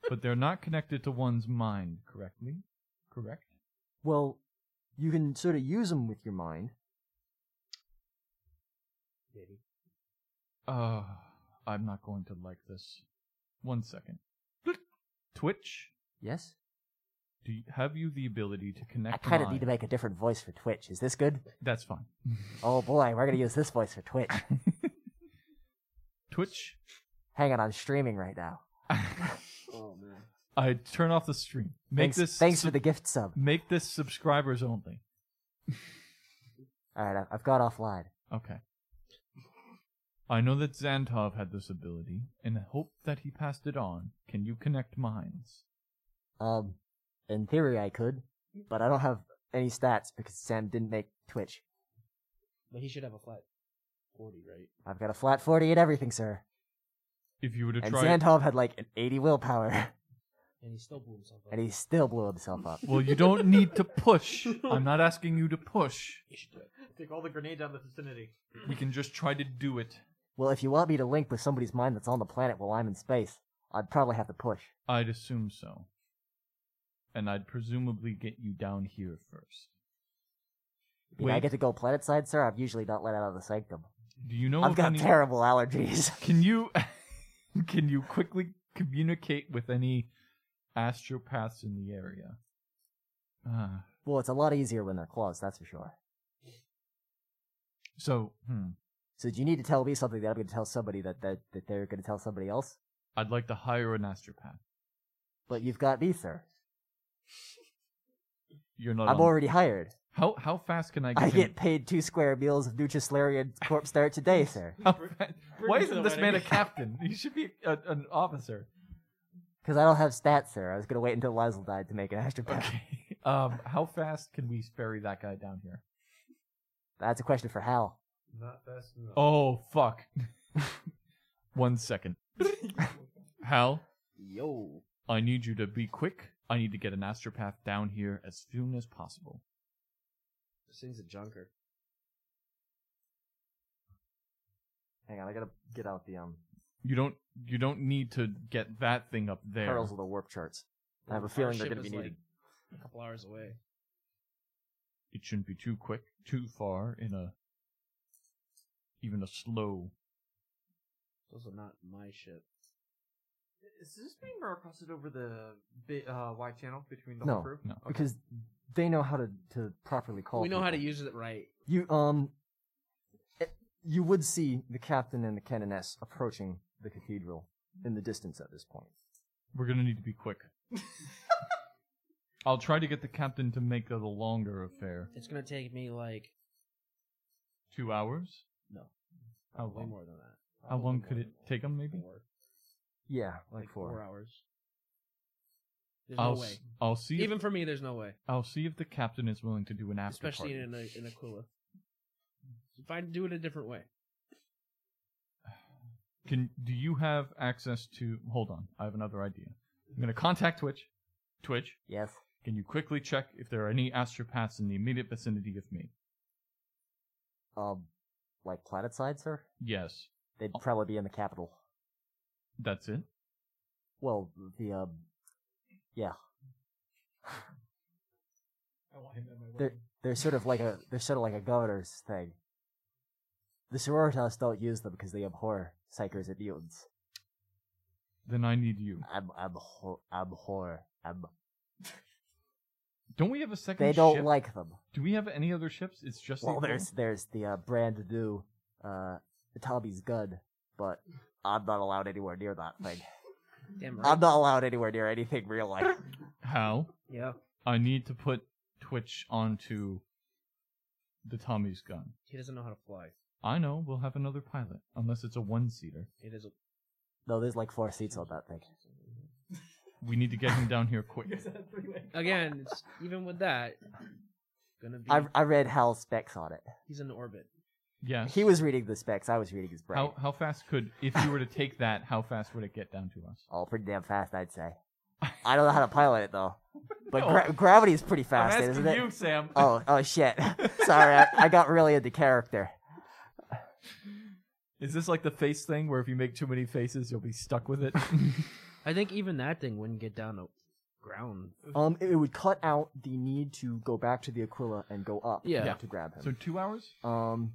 [SPEAKER 4] but they're not connected to one's mind, correctly? Correct?
[SPEAKER 1] Well, you can sort of use them with your mind.
[SPEAKER 11] Maybe.
[SPEAKER 4] Uh, I'm not going to like this. One second. Twitch?
[SPEAKER 1] Yes?
[SPEAKER 4] Do you, have you the ability to
[SPEAKER 1] I
[SPEAKER 4] connect
[SPEAKER 1] kind of
[SPEAKER 4] mind?
[SPEAKER 1] need to make a different voice for Twitch. Is this good?
[SPEAKER 4] That's fine.
[SPEAKER 1] Oh boy, we're gonna use this voice for Twitch.
[SPEAKER 4] Twitch?
[SPEAKER 1] Hang on, I'm streaming right now.
[SPEAKER 11] Oh man.
[SPEAKER 4] I turn off the stream. Make
[SPEAKER 1] thanks,
[SPEAKER 4] this
[SPEAKER 1] Thanks
[SPEAKER 4] sub-
[SPEAKER 1] for the gift sub.
[SPEAKER 4] make this subscribers only.
[SPEAKER 1] All right, I- I've got offline.
[SPEAKER 4] Okay. I know that Xantov had this ability, and I hope that he passed it on. Can you connect minds?
[SPEAKER 1] Um, in theory, I could, but I don't have any stats because Sam didn't make Twitch.
[SPEAKER 11] But he should have a flat forty, right?
[SPEAKER 1] I've got a flat forty and everything, sir.
[SPEAKER 4] If you were to
[SPEAKER 1] And
[SPEAKER 4] try
[SPEAKER 1] Xantov had like an eighty willpower,
[SPEAKER 11] And he still blew himself up.
[SPEAKER 1] and he still blew himself up.
[SPEAKER 4] Well, you don't need to push. I'm not asking you to push.
[SPEAKER 2] Take all the grenades out of the vicinity.
[SPEAKER 4] We can just try to do it.
[SPEAKER 1] Well, if you want me to link with somebody's mind that's on the planet while I'm in space, I'd probably have to push.
[SPEAKER 4] I'd assume so. And I'd presumably get you down here first.
[SPEAKER 1] You know, I
[SPEAKER 4] Wait.
[SPEAKER 1] get to go planet side, sir. I'm usually not let out of the sanctum.
[SPEAKER 4] Do you know
[SPEAKER 1] I've
[SPEAKER 4] of
[SPEAKER 1] got
[SPEAKER 4] any-
[SPEAKER 1] terrible allergies.
[SPEAKER 4] Can you can you quickly communicate with any astropaths in the area? Ah,
[SPEAKER 1] Well, it's a lot easier when they're closed, that's for sure.
[SPEAKER 4] so, hmm,
[SPEAKER 1] So do you need to tell me something that I'm going to tell somebody that, that, that they're going to tell somebody else?
[SPEAKER 4] I'd like to hire an astropath.
[SPEAKER 1] But you've got me, sir.
[SPEAKER 4] You're not.
[SPEAKER 1] I'm
[SPEAKER 4] on-
[SPEAKER 1] already hired.
[SPEAKER 4] How how fast can I get?
[SPEAKER 1] I
[SPEAKER 4] him-
[SPEAKER 1] get paid two square meals of Nutrislarian Corpse Star today, sir.
[SPEAKER 4] How fa- Why
[SPEAKER 1] him to
[SPEAKER 4] isn't
[SPEAKER 1] the
[SPEAKER 4] this man a
[SPEAKER 1] wedding.
[SPEAKER 4] captain? He should be a, an officer.
[SPEAKER 1] Because I don't have stats, sir. I was going to wait until Lizel died to make an astropath.
[SPEAKER 4] Um, how fast can we ferry that guy down here?
[SPEAKER 1] That's a question for Hal.
[SPEAKER 2] Not fast enough.
[SPEAKER 4] Oh fuck. One second. Hal,
[SPEAKER 10] Yo.
[SPEAKER 4] I need you to be quick. I need to get an astropath down here as soon as possible.
[SPEAKER 10] This thing's a junker.
[SPEAKER 1] Hang on, I got to get out the um
[SPEAKER 4] You don't you don't need to get that thing up there.
[SPEAKER 1] pearls of the warp charts. I have a feeling they're going to be needed.
[SPEAKER 11] a couple hours away.
[SPEAKER 4] It shouldn't be too quick, too far in a even a slow.
[SPEAKER 11] It's also not my ship.
[SPEAKER 2] Is this being broadcasted over the bi- uh, Y channel between the whole
[SPEAKER 1] no,
[SPEAKER 2] crew?
[SPEAKER 4] No.
[SPEAKER 1] because they know how to, to properly call
[SPEAKER 11] we know how to
[SPEAKER 1] people.
[SPEAKER 11] use it right.
[SPEAKER 1] You um, it, you would see the captain and the canoness approaching the cathedral in the distance at this point.
[SPEAKER 4] We're gonna need to be quick. I'll try to get the captain to make it a longer affair.
[SPEAKER 11] It's gonna take me like
[SPEAKER 4] Two hours?
[SPEAKER 11] no,
[SPEAKER 4] How
[SPEAKER 11] way
[SPEAKER 4] long?
[SPEAKER 11] more than that.
[SPEAKER 4] How long could it take him? Maybe.
[SPEAKER 1] Yeah,
[SPEAKER 11] Like,
[SPEAKER 1] like,
[SPEAKER 11] four.
[SPEAKER 1] four.
[SPEAKER 11] hours. There's
[SPEAKER 4] I'll
[SPEAKER 11] no way.
[SPEAKER 4] s- I'll see.
[SPEAKER 11] Even
[SPEAKER 4] if,
[SPEAKER 11] for me, there's no way.
[SPEAKER 4] I'll see if the captain is willing to do an after
[SPEAKER 11] Especially
[SPEAKER 4] party.
[SPEAKER 11] in a in Aquila. If I do it a different way,
[SPEAKER 4] Can do you have access to? Hold on, I have another idea. I'm gonna contact Twitch. Twitch,
[SPEAKER 1] Yes.
[SPEAKER 4] Can you quickly check if there are any astropaths in the immediate vicinity of me?
[SPEAKER 1] Um, like planet side, sir?
[SPEAKER 4] Yes.
[SPEAKER 1] They'd probably be in the capital.
[SPEAKER 4] That's it.
[SPEAKER 1] Well, the, um, yeah.
[SPEAKER 6] I want him at my
[SPEAKER 1] They're,
[SPEAKER 6] wedding.
[SPEAKER 1] they're sort of like a, they're sort of like a governor's thing. The sororitas don't use them because they abhor psychers and mutants.
[SPEAKER 4] Then I need you.
[SPEAKER 1] I'm, I'm, ho- I'm, whore. I'm.
[SPEAKER 4] Don't we have a second?
[SPEAKER 1] They don't
[SPEAKER 4] ship?
[SPEAKER 1] like them.
[SPEAKER 4] Do we have any other ships? It's just the
[SPEAKER 1] Well, there's
[SPEAKER 4] Apollo?
[SPEAKER 1] there's the uh, brand new uh, Tommy's gun, but I'm not allowed anywhere near that thing.
[SPEAKER 3] Damn
[SPEAKER 1] I'm not allowed anywhere near anything real life.
[SPEAKER 4] how.
[SPEAKER 3] Yeah.
[SPEAKER 4] I need to put Twitch onto the Tommy's gun.
[SPEAKER 3] He doesn't know how to fly.
[SPEAKER 4] I know we'll have another pilot, unless it's a one-seater.
[SPEAKER 3] It is. A...
[SPEAKER 1] No, there's like four seats on that thing.
[SPEAKER 4] We need to get him down here quick.
[SPEAKER 3] Again, it's, even with that, gonna be.
[SPEAKER 1] I I read Hal's specs on it.
[SPEAKER 3] He's in orbit.
[SPEAKER 4] Yeah.
[SPEAKER 1] He was reading the specs. I was reading his brain.
[SPEAKER 4] How how fast could if you were to take that? How fast would it get down to us?
[SPEAKER 1] Oh, pretty damn fast, I'd say. I don't know how to pilot it though, but
[SPEAKER 4] No.
[SPEAKER 1] gra- gravity is pretty fast,
[SPEAKER 4] asking
[SPEAKER 1] isn't it?
[SPEAKER 4] you, Sam.
[SPEAKER 1] Oh, oh shit. Sorry, I, I got really into character.
[SPEAKER 4] Is this like the face thing where if you make too many faces, you'll be stuck with it?
[SPEAKER 3] I think even that thing wouldn't get down to ground.
[SPEAKER 1] Um, it, it would cut out the need to go back to the Aquila and go up.
[SPEAKER 3] Yeah. Yeah.
[SPEAKER 1] to grab him.
[SPEAKER 4] So two hours.
[SPEAKER 1] Um,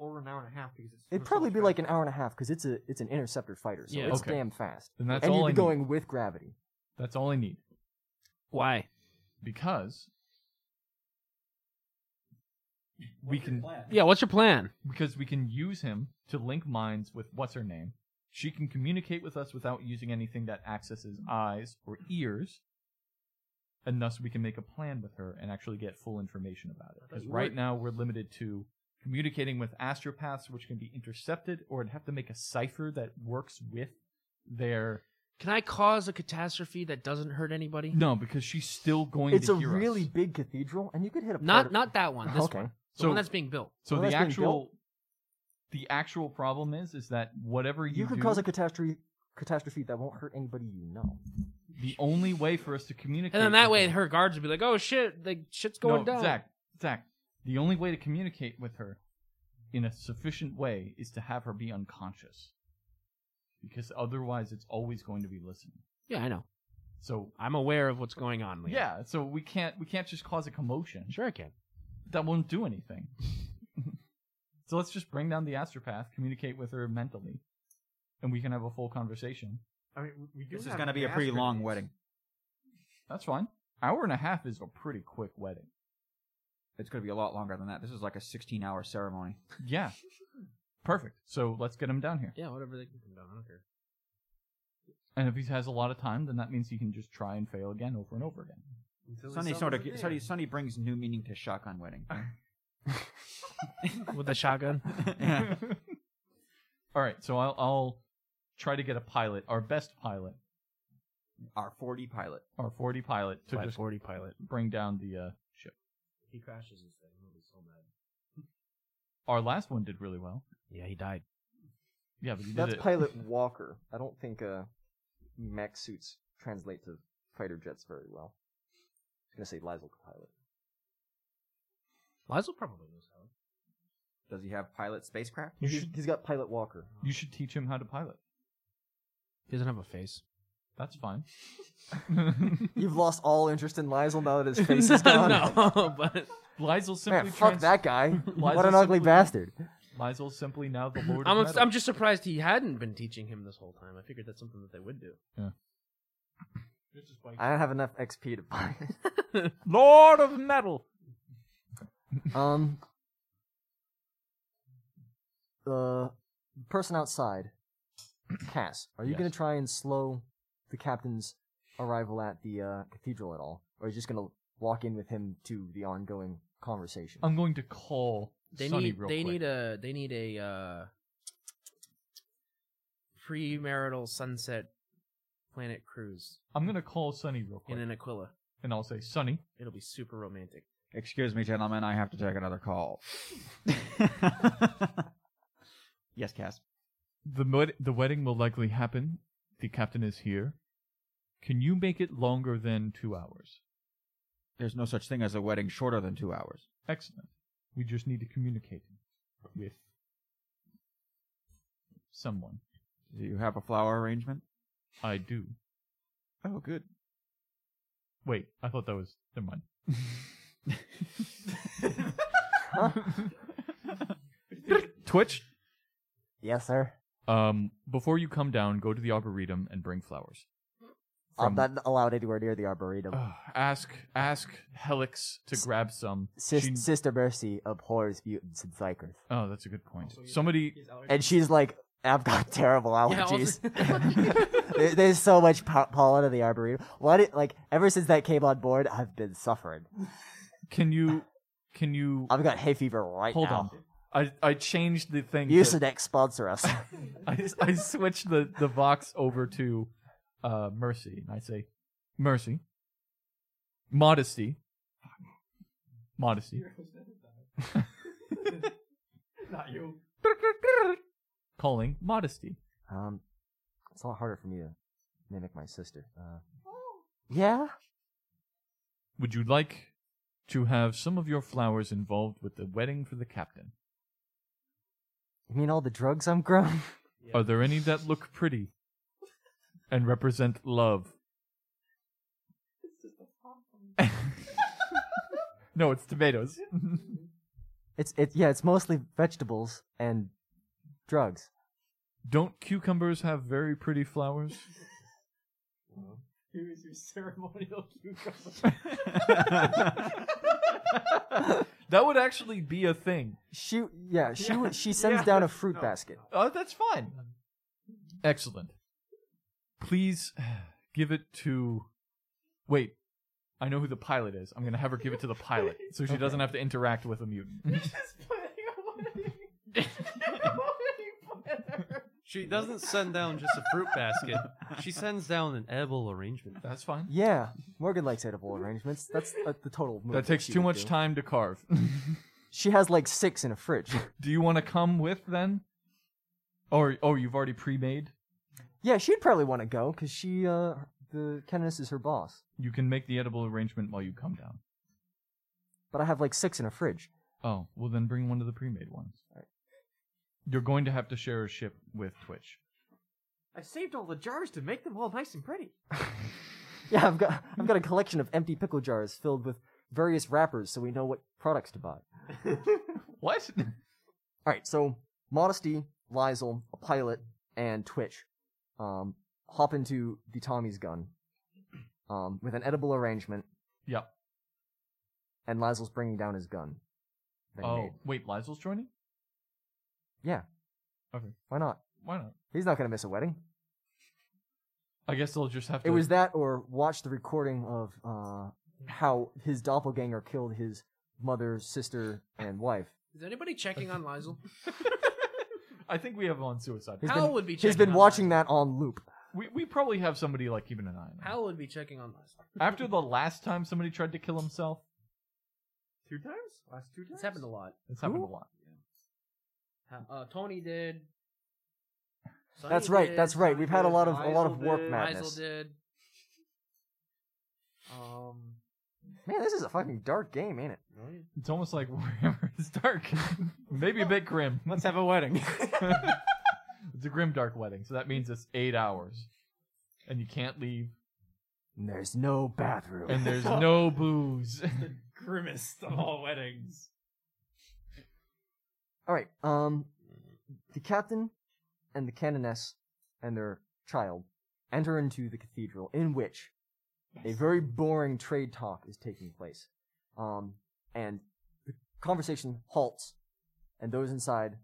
[SPEAKER 2] Over an hour and a half because it's.
[SPEAKER 1] it'd probably be like an hour and a half because it's a it's an interceptor fighter, so
[SPEAKER 4] Yeah,
[SPEAKER 1] it's
[SPEAKER 4] okay.
[SPEAKER 1] damn fast.
[SPEAKER 4] Then that's
[SPEAKER 1] and
[SPEAKER 4] all
[SPEAKER 1] you'd
[SPEAKER 4] I
[SPEAKER 1] be
[SPEAKER 4] need.
[SPEAKER 1] going with gravity.
[SPEAKER 4] That's all I need.
[SPEAKER 3] Why?
[SPEAKER 4] Because we can.
[SPEAKER 3] Yeah. What's your plan?
[SPEAKER 4] Because we can use him to link minds with what's her name. She can communicate with us without using anything that accesses eyes or ears, and thus we can make a plan with her and actually get full information about it. Because
[SPEAKER 9] you
[SPEAKER 4] right
[SPEAKER 9] were-
[SPEAKER 4] now we're limited to communicating with astropaths, which can be intercepted, or I'd have to make a cipher that works with their.
[SPEAKER 3] Can I cause a catastrophe that doesn't hurt anybody?
[SPEAKER 4] No, because she's still going
[SPEAKER 1] It's
[SPEAKER 4] to
[SPEAKER 1] a
[SPEAKER 4] hear us.
[SPEAKER 1] really big cathedral, and you could hit a part
[SPEAKER 3] Not
[SPEAKER 1] of-
[SPEAKER 3] not that one.
[SPEAKER 16] Oh,
[SPEAKER 3] This
[SPEAKER 1] okay.
[SPEAKER 3] one. The one that's being built.
[SPEAKER 4] So
[SPEAKER 1] Well,
[SPEAKER 4] the
[SPEAKER 1] that's being built.
[SPEAKER 4] actual, the actual problem is, is that whatever you,
[SPEAKER 1] you could
[SPEAKER 4] do,
[SPEAKER 1] cause a catastrophe catastrophe that won't hurt anybody you know.
[SPEAKER 4] the only way for us to communicate.
[SPEAKER 3] And then that
[SPEAKER 4] with
[SPEAKER 3] way,
[SPEAKER 4] her,
[SPEAKER 3] her guards would be like, "Oh shit, like shit's going
[SPEAKER 4] no,
[SPEAKER 3] down."
[SPEAKER 4] Zach, Zach, the only way to communicate with her in a sufficient way is to have her be unconscious, because otherwise, it's always going to be listening.
[SPEAKER 3] Yeah, I know.
[SPEAKER 4] So
[SPEAKER 3] I'm aware of what's going on. Leon.
[SPEAKER 4] Yeah, so we can't we can't just cause a commotion.
[SPEAKER 3] Sure, I can.
[SPEAKER 4] That won't do anything. so let's just bring down the astropath, communicate with her mentally, and we can have a full conversation.
[SPEAKER 2] I mean, we- we do.
[SPEAKER 9] This is
[SPEAKER 2] have
[SPEAKER 9] going to be a pretty
[SPEAKER 2] gas
[SPEAKER 9] long
[SPEAKER 2] grenades.
[SPEAKER 9] wedding.
[SPEAKER 4] That's fine. Hour and a half is a pretty quick wedding.
[SPEAKER 9] It's going to be a lot longer than that. This is like a 16 hour ceremony.
[SPEAKER 4] Yeah. Perfect. So let's get him down here.
[SPEAKER 3] Yeah, whatever they can come down. I don't care.
[SPEAKER 4] And if he has a lot of time, then that means he can just try and fail again over and over again.
[SPEAKER 2] Until he
[SPEAKER 9] Sunny
[SPEAKER 2] sells
[SPEAKER 9] sort of
[SPEAKER 2] the thing.
[SPEAKER 9] Sunny, Sunny brings new meaning to shotgun wedding.
[SPEAKER 3] With the shotgun.
[SPEAKER 9] Yeah.
[SPEAKER 4] All right. So I'll, I'll try to get a pilot, our best pilot,
[SPEAKER 9] Our 40 pilot.
[SPEAKER 4] our 40 pilot, to just
[SPEAKER 3] 40 pilot.
[SPEAKER 4] bring down the uh, ship.
[SPEAKER 3] He crashes his thing. He'll be so mad.
[SPEAKER 4] Our last one did really well.
[SPEAKER 3] Yeah, he died.
[SPEAKER 4] Yeah, but he did
[SPEAKER 16] That's
[SPEAKER 4] it.
[SPEAKER 16] Pilot Walker. I don't think uh, mech suits translate to fighter jets very well. I was gonna say Lizel Pilot.
[SPEAKER 3] Lizel probably knows how.
[SPEAKER 9] Does he have pilot spacecraft?
[SPEAKER 4] You
[SPEAKER 16] He's-
[SPEAKER 4] should
[SPEAKER 16] he's got Pilot Walker.
[SPEAKER 4] you should teach him how to pilot.
[SPEAKER 3] He doesn't have a face.
[SPEAKER 4] That's fine.
[SPEAKER 16] You've lost all interest in Lizel now that his face is gone.
[SPEAKER 3] no, no, but
[SPEAKER 4] Lizel simply
[SPEAKER 16] Man, fuck
[SPEAKER 4] trans-
[SPEAKER 16] that guy. what
[SPEAKER 4] Lizel
[SPEAKER 16] an ugly
[SPEAKER 4] simply-
[SPEAKER 16] bastard.
[SPEAKER 4] Lizel's simply now the Lord
[SPEAKER 3] I'm
[SPEAKER 4] of Metal.
[SPEAKER 3] I'm just surprised he hadn't been teaching him this whole time. I figured that's something that they would do.
[SPEAKER 16] I don't have enough XP to buy.
[SPEAKER 4] Lord of Metal.
[SPEAKER 16] it. um, the person outside, Cass. Are you
[SPEAKER 4] Yes.
[SPEAKER 16] gonna try and slow the captain's arrival at the uh, cathedral at all, or are you just gonna walk in with him to the ongoing conversation?
[SPEAKER 4] I'm going to call
[SPEAKER 3] They
[SPEAKER 4] Sonny
[SPEAKER 3] need
[SPEAKER 4] real
[SPEAKER 3] they
[SPEAKER 4] quick.
[SPEAKER 3] need a they need a uh, premarital sunset planet cruise
[SPEAKER 4] I'm going to call Sonny real quick,
[SPEAKER 3] in an Aquila.
[SPEAKER 4] and I'll say, Sonny,
[SPEAKER 3] It'll be super romantic.
[SPEAKER 9] Excuse me, gentlemen. I have to take another call. yes, Cass.
[SPEAKER 4] the mod- the wedding will likely happen. The captain is here. Can you make it longer than two hours?
[SPEAKER 9] There's no such thing as a wedding shorter than two hours.
[SPEAKER 4] Excellent. We just need to communicate with someone.
[SPEAKER 9] Do you have a flower arrangement?
[SPEAKER 4] I do.
[SPEAKER 9] Oh, good.
[SPEAKER 4] Wait, I thought that was. Never mind. Twitch?
[SPEAKER 12] Yes, sir.
[SPEAKER 4] Um, before you come down, go to the arboretum and bring flowers.
[SPEAKER 12] I'm not allowed anywhere near the arboretum.
[SPEAKER 4] Uh, Ask ask Helix to grab some.
[SPEAKER 12] Sis-
[SPEAKER 4] She-
[SPEAKER 12] Sister Mercy abhors mutants and psychers.
[SPEAKER 4] oh, that's a good point. Somebody
[SPEAKER 12] And she's like, I've got terrible allergies. There- There's so much po- pollen in the arboretum. What it, like ever since that came on board, I've been suffering.
[SPEAKER 4] Can you? Can you?
[SPEAKER 12] I've got hay fever right
[SPEAKER 4] hold
[SPEAKER 12] now.
[SPEAKER 4] on. I I changed the thing. to-
[SPEAKER 12] Mucinex sponsor us.
[SPEAKER 4] I, I switch the, the Vox over to uh, Mercy, and I say, Mercy, modesty, modesty,
[SPEAKER 3] Not you.
[SPEAKER 4] calling modesty.
[SPEAKER 1] Um, it's a lot harder for me to mimic my sister. Uh,
[SPEAKER 12] yeah.
[SPEAKER 4] Would you like to have some of your flowers involved with the wedding for the captain?
[SPEAKER 12] You mean all the drugs I'm grown?
[SPEAKER 4] Are there any that look pretty and represent love? no, it's tomatoes.
[SPEAKER 1] it's it yeah, it's mostly vegetables and drugs.
[SPEAKER 4] Don't cucumbers have very pretty flowers?
[SPEAKER 3] Here is your ceremonial cucumber.
[SPEAKER 4] that would actually be a thing.
[SPEAKER 1] She yeah, she
[SPEAKER 4] Yeah.
[SPEAKER 1] would she sends
[SPEAKER 4] Yeah.
[SPEAKER 1] down a fruit
[SPEAKER 4] No.
[SPEAKER 1] basket.
[SPEAKER 4] Oh, that's fine. Excellent. Please give it to. Wait, I know who the pilot is. I'm gonna have her give it to the pilot, so she doesn't have to interact with a mutant.
[SPEAKER 5] She doesn't send down just a fruit basket. She sends down an edible arrangement.
[SPEAKER 4] That's fine.
[SPEAKER 1] Yeah, Morgan likes edible arrangements. That's uh, the total. move
[SPEAKER 4] that takes
[SPEAKER 1] she
[SPEAKER 4] too
[SPEAKER 1] would
[SPEAKER 4] much
[SPEAKER 1] do.
[SPEAKER 4] time to carve.
[SPEAKER 1] She has like six in a fridge.
[SPEAKER 4] Do you want to come with then? Or oh, you've already pre-made.
[SPEAKER 1] yeah, she'd probably want to go because she uh the Kenneth is her boss.
[SPEAKER 4] You can make the edible arrangement while you come down.
[SPEAKER 1] But I have like six in a fridge.
[SPEAKER 4] Oh, well then bring one of the pre-made ones. You're going to have to share a ship with Twitch.
[SPEAKER 2] I saved all the jars to make them all nice and pretty.
[SPEAKER 1] Yeah, I've got I've got a collection of empty pickle jars filled with various wrappers, so we know what products to buy.
[SPEAKER 4] What?
[SPEAKER 1] All right, so Modesty, Lizel, a pilot, and Twitch um, hop into the Tommy's gun um, with an edible arrangement,
[SPEAKER 4] Yep.
[SPEAKER 1] and Lizel's bringing down his gun. that he
[SPEAKER 4] Oh,
[SPEAKER 1] made.
[SPEAKER 4] wait, Lysel's joining?
[SPEAKER 1] yeah.
[SPEAKER 4] Okay.
[SPEAKER 1] Why not?
[SPEAKER 4] Why not?
[SPEAKER 1] He's not going to miss a wedding.
[SPEAKER 4] I guess they'll just have to
[SPEAKER 1] It was that, or watch the recording of uh, how his doppelganger killed his mother, sister, and wife.
[SPEAKER 11] Is anybody checking on Lizel?
[SPEAKER 4] I think we have him on suicide.
[SPEAKER 1] He's
[SPEAKER 11] Hal
[SPEAKER 1] been,
[SPEAKER 11] would be
[SPEAKER 1] He's
[SPEAKER 11] checking
[SPEAKER 1] been
[SPEAKER 11] on
[SPEAKER 1] watching that on loop.
[SPEAKER 4] we we probably have somebody like keeping an eye on him.
[SPEAKER 11] Hal would be checking on Lizel.
[SPEAKER 4] After the last time somebody tried to kill himself,
[SPEAKER 2] Two times? Last two times?
[SPEAKER 11] It's happened a lot.
[SPEAKER 4] it's happened a lot.
[SPEAKER 11] Uh, Tony did. Sonny
[SPEAKER 1] That's right.
[SPEAKER 11] did,
[SPEAKER 1] That's right. We've had a lot of a lot of
[SPEAKER 2] Liesel
[SPEAKER 1] warp
[SPEAKER 2] did.
[SPEAKER 1] madness.
[SPEAKER 11] Lizel did.
[SPEAKER 2] Um,
[SPEAKER 1] Man, this is a fucking dark game, ain't it?
[SPEAKER 4] It's almost like wherever it's dark. Maybe a bit grim.
[SPEAKER 5] Let's have a wedding.
[SPEAKER 4] It's a grim dark wedding, so that means it's eight hours. And you can't leave.
[SPEAKER 1] And there's no bathroom.
[SPEAKER 4] And there's no booze.
[SPEAKER 3] Grimmest of all weddings.
[SPEAKER 1] All right. Um, the captain and the canoness and their child enter into the cathedral, in which a very boring trade talk is taking place. Um, and the conversation halts, and those inside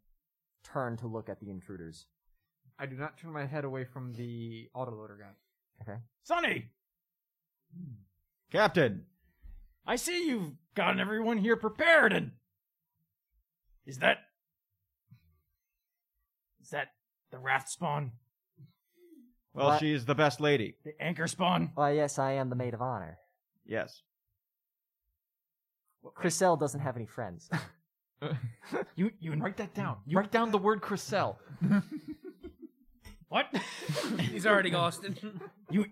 [SPEAKER 1] turn to look at the intruders.
[SPEAKER 2] I do not turn my head away from the autoloader guy.
[SPEAKER 1] Okay.
[SPEAKER 3] Sonny,
[SPEAKER 9] Captain,
[SPEAKER 3] I see you've gotten everyone here prepared and. Is that. Is that the raft spawn?
[SPEAKER 9] well,
[SPEAKER 1] What?
[SPEAKER 9] she is the best lady.
[SPEAKER 3] The anchor spawn?
[SPEAKER 1] Why, Oh, yes, I am the maid of honor.
[SPEAKER 9] Yes.
[SPEAKER 1] Chriselle doesn't have any friends.
[SPEAKER 3] You, you, write that down. You,
[SPEAKER 4] Write down the word Cressel.
[SPEAKER 3] what?
[SPEAKER 11] He's already Austin.
[SPEAKER 3] you.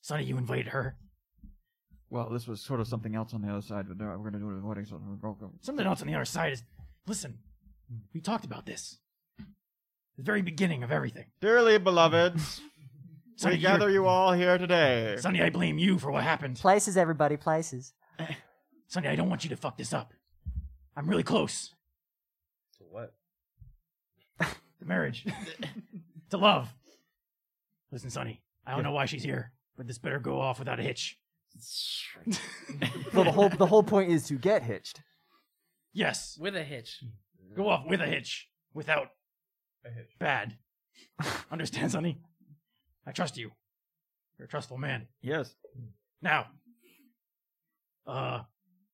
[SPEAKER 3] Sonny, you invited her.
[SPEAKER 9] well, this was sort of something else on the other side, but no, we're going to do it avoiding something.
[SPEAKER 3] Something else on the other side is listen, we talked about this. The very beginning of everything.
[SPEAKER 17] Dearly beloveds,
[SPEAKER 3] Sonny,
[SPEAKER 17] we gather you all here today.
[SPEAKER 3] Sonny, I blame you for what happened.
[SPEAKER 12] Places, everybody, places.
[SPEAKER 3] Sonny, I don't want you to fuck this up. I'm really close.
[SPEAKER 7] To what?
[SPEAKER 3] The marriage. to love. Listen, Sonny, I don't know why she's here, but this better go off without a hitch.
[SPEAKER 12] Well, the whole the whole point is to get hitched.
[SPEAKER 3] Yes.
[SPEAKER 11] With a hitch.
[SPEAKER 3] Go off with a hitch. Without
[SPEAKER 11] A hitch.
[SPEAKER 3] bad. Understand, Sonny? I trust you. You're a trustful man.
[SPEAKER 9] Yes.
[SPEAKER 3] Now, uh,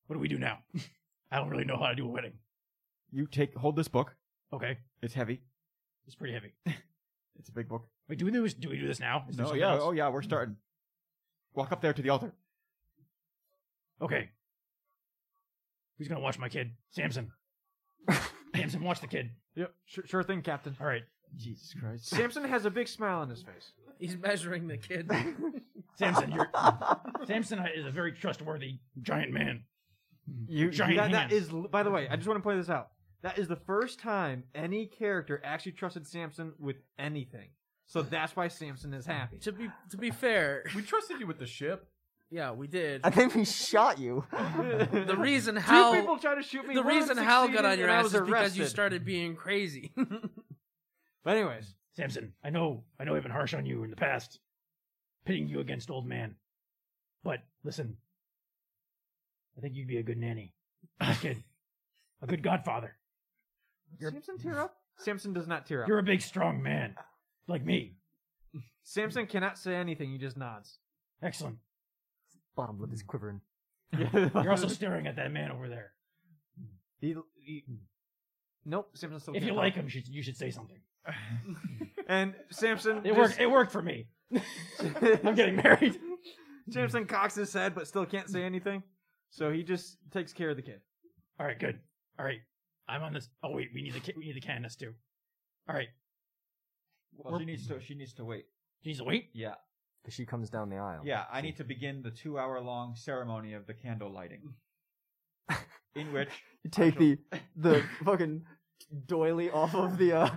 [SPEAKER 3] what do we do now? I don't really know how to do a wedding.
[SPEAKER 9] You take hold this book.
[SPEAKER 3] Okay.
[SPEAKER 9] It's heavy.
[SPEAKER 3] It's pretty heavy.
[SPEAKER 9] It's a big book.
[SPEAKER 3] Wait, do we do, do we do this now? Is there
[SPEAKER 9] No,
[SPEAKER 3] something
[SPEAKER 9] yeah,
[SPEAKER 3] else?
[SPEAKER 9] oh yeah, we're starting. Walk up there to the altar.
[SPEAKER 3] Okay. Who's gonna watch my kid? Samson. Samson, watch the kid.
[SPEAKER 2] Yep. Sure, sure thing, Captain.
[SPEAKER 3] All right.
[SPEAKER 9] Jesus Christ.
[SPEAKER 2] Samson has a big smile on his face.
[SPEAKER 11] He's measuring the kid.
[SPEAKER 3] Samson, you're Samson is a very trustworthy giant man.
[SPEAKER 2] You,
[SPEAKER 3] giant
[SPEAKER 2] that, that
[SPEAKER 3] hand.
[SPEAKER 2] is, by the way, I just want to point this out. That is the first time any character actually trusted Samson with anything. So that's why Samson is happy.
[SPEAKER 11] To be to be fair,
[SPEAKER 2] we trusted you with the ship.
[SPEAKER 11] Yeah, we did.
[SPEAKER 12] I think we shot you.
[SPEAKER 11] the reason
[SPEAKER 2] Two
[SPEAKER 11] how
[SPEAKER 2] people tried to shoot me,
[SPEAKER 11] The
[SPEAKER 2] one
[SPEAKER 11] reason
[SPEAKER 2] succeeded,
[SPEAKER 11] Hal got on your
[SPEAKER 2] and I
[SPEAKER 11] ass
[SPEAKER 2] was
[SPEAKER 11] is because you
[SPEAKER 2] arrested.
[SPEAKER 11] started being crazy.
[SPEAKER 2] But anyways,
[SPEAKER 3] Samson, I know I know I've been harsh on you in the past, pitting you against old man. But listen, I think you'd be a good nanny, a kid, a good godfather.
[SPEAKER 2] Samson tear up? Samson does not tear up.
[SPEAKER 3] You're a big, strong man, like me.
[SPEAKER 2] Samson cannot say anything. He just nods.
[SPEAKER 3] Excellent.
[SPEAKER 1] Bottom lip is quivering.
[SPEAKER 3] You're also staring at that man over there.
[SPEAKER 2] He, he, nope. Samson still.
[SPEAKER 3] If
[SPEAKER 2] can't
[SPEAKER 3] you
[SPEAKER 2] talk.
[SPEAKER 3] like him, you should- you should say something.
[SPEAKER 2] and Samson,
[SPEAKER 3] It worked. It worked for me. I'm getting married.
[SPEAKER 2] Samson cocks his head, but still can't say anything. So he just takes care of the kid.
[SPEAKER 3] All right, good. All right, I'm on this. Oh wait, we need the ca- we need the canvas too. All right,
[SPEAKER 9] Well, she needs to. She needs to wait.
[SPEAKER 3] She needs to wait?
[SPEAKER 9] Yeah,
[SPEAKER 1] She comes down the aisle.
[SPEAKER 9] yeah. I need to begin the two-hour-long ceremony of the candle lighting, in which
[SPEAKER 1] You take the the fucking doily off of the uh,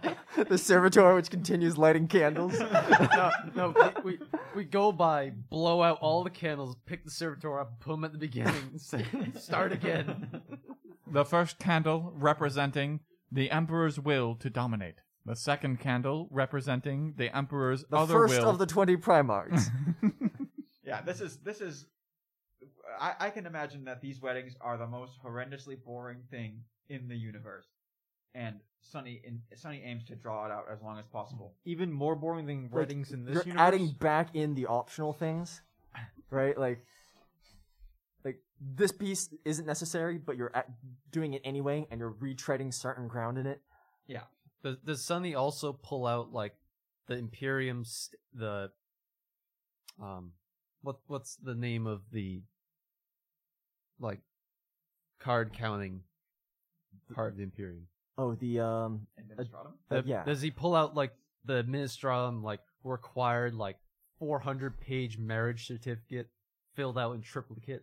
[SPEAKER 1] the servitor, which continues lighting candles.
[SPEAKER 5] no, no, we, we we go by, blow out all the candles, pick the servitor up, put him at the beginning, and say, start again.
[SPEAKER 4] The first candle representing the emperor's will to dominate. The second candle representing the emperor's
[SPEAKER 1] The
[SPEAKER 4] other
[SPEAKER 1] first
[SPEAKER 4] will.
[SPEAKER 1] of the twenty primarchs.
[SPEAKER 9] Yeah, this is this is. I, I can imagine that these weddings are the most horrendously boring thing in the universe, and Sonny in, Sonny aims to draw it out as long as possible.
[SPEAKER 2] Even more boring than
[SPEAKER 1] Like,
[SPEAKER 2] weddings in this
[SPEAKER 1] You're
[SPEAKER 2] universe.
[SPEAKER 1] adding back in the optional things, right? Like, like this piece isn't necessary, but you're at, doing it anyway, and you're retreading certain ground in it.
[SPEAKER 9] Yeah.
[SPEAKER 5] Does, does Sunny also pull out like the Imperium, st- the um, what what's the name of the like card counting part of the Imperium?
[SPEAKER 1] Oh, the um,
[SPEAKER 9] Hmm.
[SPEAKER 1] uh,
[SPEAKER 5] The-
[SPEAKER 1] yeah.
[SPEAKER 5] Does he pull out like the Ministralum like required like 400 page marriage certificate filled out in triplicate?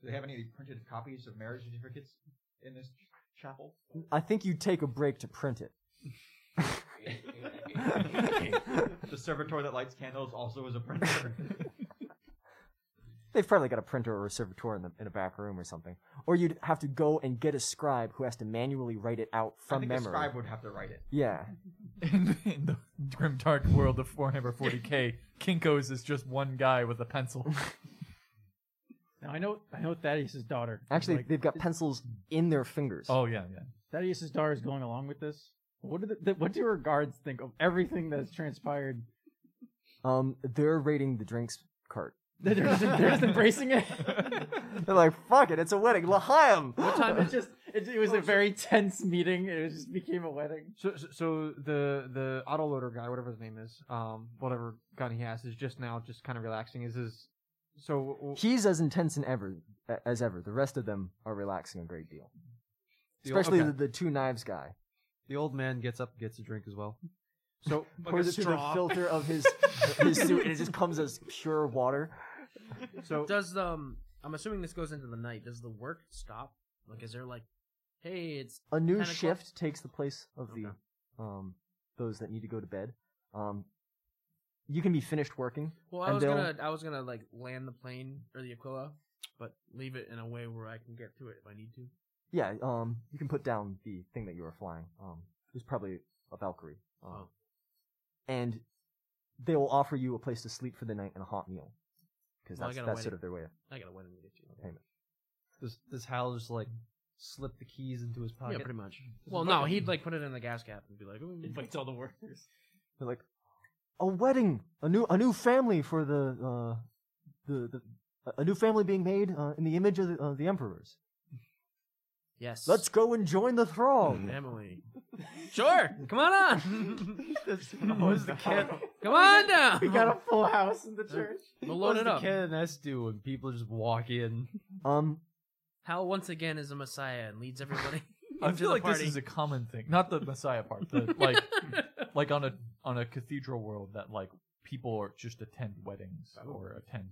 [SPEAKER 9] Do they have any printed copies of marriage certificates in this chapel?
[SPEAKER 1] I think you take a break to print it.
[SPEAKER 9] the servitor that lights candles also is a printer.
[SPEAKER 1] They've probably got a printer or a servitor in the in a back room or something. Or you'd have to go and get a scribe who has to manually write it out
[SPEAKER 9] I
[SPEAKER 1] from
[SPEAKER 9] think
[SPEAKER 1] memory.
[SPEAKER 9] the scribe would have to write it.
[SPEAKER 1] Yeah.
[SPEAKER 4] in, in the grim dark world of Warhammer 40k, Kinko's is just one guy with a pencil.
[SPEAKER 3] Now I know I know Thaddeus's daughter. is
[SPEAKER 1] Actually,
[SPEAKER 3] like,
[SPEAKER 1] they've got pencils in their fingers.
[SPEAKER 4] Oh yeah, yeah.
[SPEAKER 3] Thaddeus's daughter is going along with this. What do the, the, what do her guards think of everything that's transpired?
[SPEAKER 1] Um, they're raiding the drinks cart.
[SPEAKER 3] They're just, they're just embracing it.
[SPEAKER 1] They're like, fuck it, it's a wedding. L'chaim!
[SPEAKER 3] One time Oh, it just it, it was a very tense meeting. It was- just became a wedding.
[SPEAKER 2] So, so- so the the autoloader guy, whatever his name is, um, whatever gun he has, is just now just kind of relaxing. Is his so
[SPEAKER 1] He's as intense and ever as ever. The rest of them are relaxing a great deal. Especially
[SPEAKER 5] okay.
[SPEAKER 1] the, the two knives guy.
[SPEAKER 5] The old man gets up, and gets a drink as well.
[SPEAKER 1] So
[SPEAKER 18] Like
[SPEAKER 1] pours
[SPEAKER 18] a
[SPEAKER 1] it through the
[SPEAKER 18] straw.
[SPEAKER 1] filter of his his suit, and it just comes as pure water. So
[SPEAKER 17] does um I'm assuming this goes into the night. Does the work stop? Like is there like hey it's
[SPEAKER 1] a new
[SPEAKER 17] 10 o'clock?
[SPEAKER 1] shift takes the place of the um those that need to go to bed. Um, you can be finished working.
[SPEAKER 17] Well I
[SPEAKER 1] and
[SPEAKER 17] was
[SPEAKER 1] they'll-
[SPEAKER 17] gonna I was gonna like land the plane or the Aquila, but leave it in a way where I can get to it if I need to.
[SPEAKER 1] yeah. Um, you can put down the thing that you were flying. Um, it was probably a Valkyrie. Um,
[SPEAKER 17] Oh.
[SPEAKER 1] and they will offer you a place to sleep for the night and a hot meal because
[SPEAKER 17] Oh,
[SPEAKER 3] Well, I
[SPEAKER 1] that's
[SPEAKER 3] gotta
[SPEAKER 1] that's
[SPEAKER 3] wait.
[SPEAKER 1] sort of their way of
[SPEAKER 17] I gotta win and get you.
[SPEAKER 1] payment.
[SPEAKER 3] Does does Hal just like slip the keys into his pocket?
[SPEAKER 17] pretty much. Well no, he'd like put it in the gas cap and be like "Ooh."
[SPEAKER 19] Invites all the workers.
[SPEAKER 1] They're like, a wedding, a new a new family for the uh, the, the a- a new family being made uh, in the image of the, uh, the emperors.
[SPEAKER 17] Yes.
[SPEAKER 1] Let's go and join the throng.
[SPEAKER 17] Family. Sure. Come on on. was the kid? Come on down. Uh,
[SPEAKER 3] We got a full house in the church.
[SPEAKER 17] We'll
[SPEAKER 3] What
[SPEAKER 17] load
[SPEAKER 3] does
[SPEAKER 17] it
[SPEAKER 3] the
[SPEAKER 17] up.
[SPEAKER 3] KNS do when people just walk in?
[SPEAKER 1] Um,
[SPEAKER 17] Hal once again is a messiah and leads everybody.
[SPEAKER 4] I
[SPEAKER 17] into
[SPEAKER 4] feel
[SPEAKER 17] the
[SPEAKER 4] like
[SPEAKER 17] party.
[SPEAKER 4] this is a common thing, not the Messiah part, but like, like on a on a cathedral world that like people are just attend weddings or attend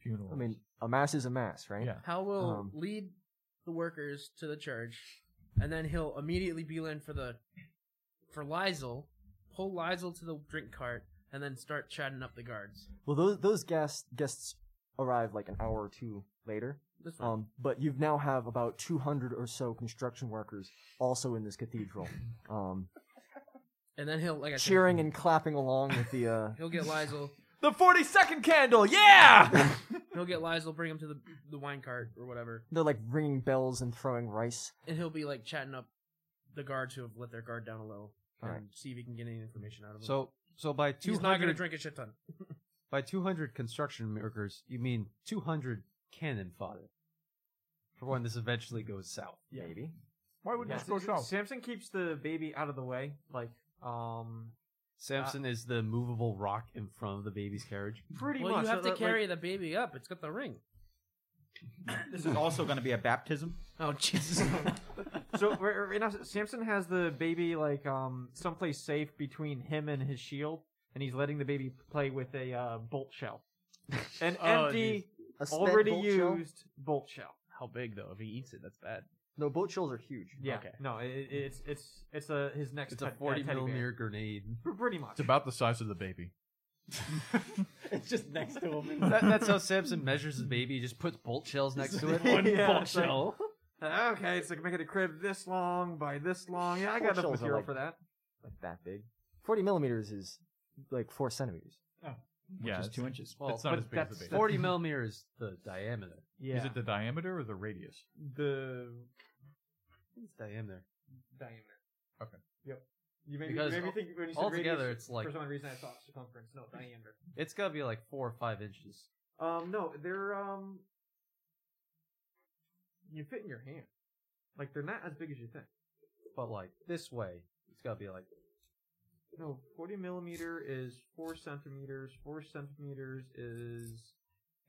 [SPEAKER 4] funerals.
[SPEAKER 1] I mean, a mass is a mass, right?
[SPEAKER 4] Yeah.
[SPEAKER 17] Hal will
[SPEAKER 1] Um,
[SPEAKER 17] lead the workers to the church, and then he'll immediately beeline for the for Lizel, pull Lizel to the drink cart, and then start chatting up the guards.
[SPEAKER 1] Well, those those guests guests arrive like an hour or two later.
[SPEAKER 17] That's fine.
[SPEAKER 1] Um, but you now have about 200 or so construction workers also in this cathedral, um,
[SPEAKER 17] And then he'll like I said,
[SPEAKER 1] cheering and clapping along with the. Uh,
[SPEAKER 17] he'll get Lizel.
[SPEAKER 1] the 42nd candle, yeah!
[SPEAKER 17] He'll get Lizel, bring him to the the wine cart or whatever,
[SPEAKER 1] They're like ringing bells and throwing rice.
[SPEAKER 17] and he'll be like chatting up the guards who have let their guard down a little, and
[SPEAKER 1] Alright.
[SPEAKER 17] see if he can get any information out of them.
[SPEAKER 6] So, so by two
[SPEAKER 17] he's not gonna
[SPEAKER 6] hundred
[SPEAKER 17] drink a shit ton.
[SPEAKER 6] by two hundred construction workers, you mean two hundred cannon fodder for when this eventually goes south.
[SPEAKER 1] Maybe.
[SPEAKER 4] Why would
[SPEAKER 2] Yeah,
[SPEAKER 4] this go
[SPEAKER 2] Sam-
[SPEAKER 4] south?
[SPEAKER 2] Samson keeps the baby out of the way. Like, um,
[SPEAKER 3] Samson is the movable rock in front of the baby's carriage.
[SPEAKER 2] pretty
[SPEAKER 17] well,
[SPEAKER 2] much.
[SPEAKER 17] you have to
[SPEAKER 2] like-
[SPEAKER 17] carry the baby up. It's got the ring.
[SPEAKER 9] This is also going to be a baptism.
[SPEAKER 17] Oh Jesus!
[SPEAKER 2] so right, right now, Samson has the baby like um someplace safe between him and his shield, and he's letting the baby play with a uh, bolt shell, an
[SPEAKER 17] Oh,
[SPEAKER 2] empty,
[SPEAKER 1] A spent
[SPEAKER 2] already
[SPEAKER 1] bolt shell?
[SPEAKER 2] used bolt shell.
[SPEAKER 17] How big though? If he eats it, that's bad.
[SPEAKER 1] No, boat shells are huge.
[SPEAKER 2] Yeah,
[SPEAKER 17] Okay.
[SPEAKER 2] no, it, it- it's it's it's a his next.
[SPEAKER 3] It's a
[SPEAKER 2] te- uh,
[SPEAKER 3] forty
[SPEAKER 2] teddy bear.
[SPEAKER 3] millimeter grenade.
[SPEAKER 2] P- Pretty much.
[SPEAKER 4] it's about the size of the baby.
[SPEAKER 3] It's just next to him.
[SPEAKER 6] That, that's how Samson measures his baby. He just puts bolt shells next to it.
[SPEAKER 3] One
[SPEAKER 2] Yeah,
[SPEAKER 3] bolt
[SPEAKER 2] it's like-
[SPEAKER 3] shell.
[SPEAKER 2] Uh, okay, it's like making a crib this long by this long. Yeah, I got
[SPEAKER 1] Bolt
[SPEAKER 2] enough
[SPEAKER 1] shells are
[SPEAKER 2] material
[SPEAKER 1] like-
[SPEAKER 2] for that.
[SPEAKER 1] Like that big. 40 millimeters is like four centimeters.
[SPEAKER 4] yeah,
[SPEAKER 9] is
[SPEAKER 4] it's-
[SPEAKER 9] two inches.
[SPEAKER 6] Well,
[SPEAKER 4] it's not
[SPEAKER 2] but
[SPEAKER 4] as big as
[SPEAKER 2] that's-
[SPEAKER 4] the baby.
[SPEAKER 6] Forty millimeter is the diameter.
[SPEAKER 2] Yeah,
[SPEAKER 4] Is it the diameter or the radius?
[SPEAKER 2] the
[SPEAKER 6] It's diameter.
[SPEAKER 2] diameter.
[SPEAKER 4] Okay.
[SPEAKER 2] Yep. You made,
[SPEAKER 6] Because
[SPEAKER 2] me, you made me
[SPEAKER 6] al-
[SPEAKER 2] think when you said
[SPEAKER 6] altogether
[SPEAKER 2] radius,
[SPEAKER 6] it's like-
[SPEAKER 2] for some reason I thought circumference, no diameter.
[SPEAKER 6] It's gotta be like four or five inches.
[SPEAKER 2] Um, no, they're um, you fit in your hand. Like they're not as big as you think.
[SPEAKER 6] But like this way, it's gotta be like
[SPEAKER 2] No, forty millimeter is four centimeters. Four centimeters is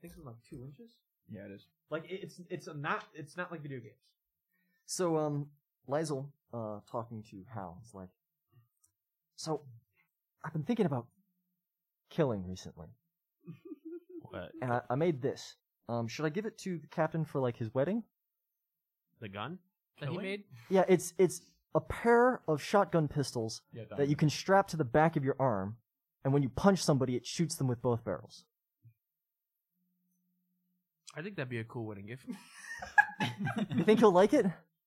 [SPEAKER 2] I think it's like two inches.
[SPEAKER 9] Yeah, it is.
[SPEAKER 2] Like it- it's it's a not it's not like video games.
[SPEAKER 1] So, um, Lizel, uh, talking to Hal, is like, So, I've been thinking about killing recently.
[SPEAKER 17] What?
[SPEAKER 1] And I, I made this. Um, should I give it to the captain for, like, his wedding?
[SPEAKER 17] The gun that he made.
[SPEAKER 1] Yeah, it's, it's a pair of shotgun pistols
[SPEAKER 4] Yeah,
[SPEAKER 1] that you can strap to the back of your arm, and when you punch somebody, it shoots them with both barrels.
[SPEAKER 17] I think that'd be a cool wedding gift.
[SPEAKER 1] You think he'll like it?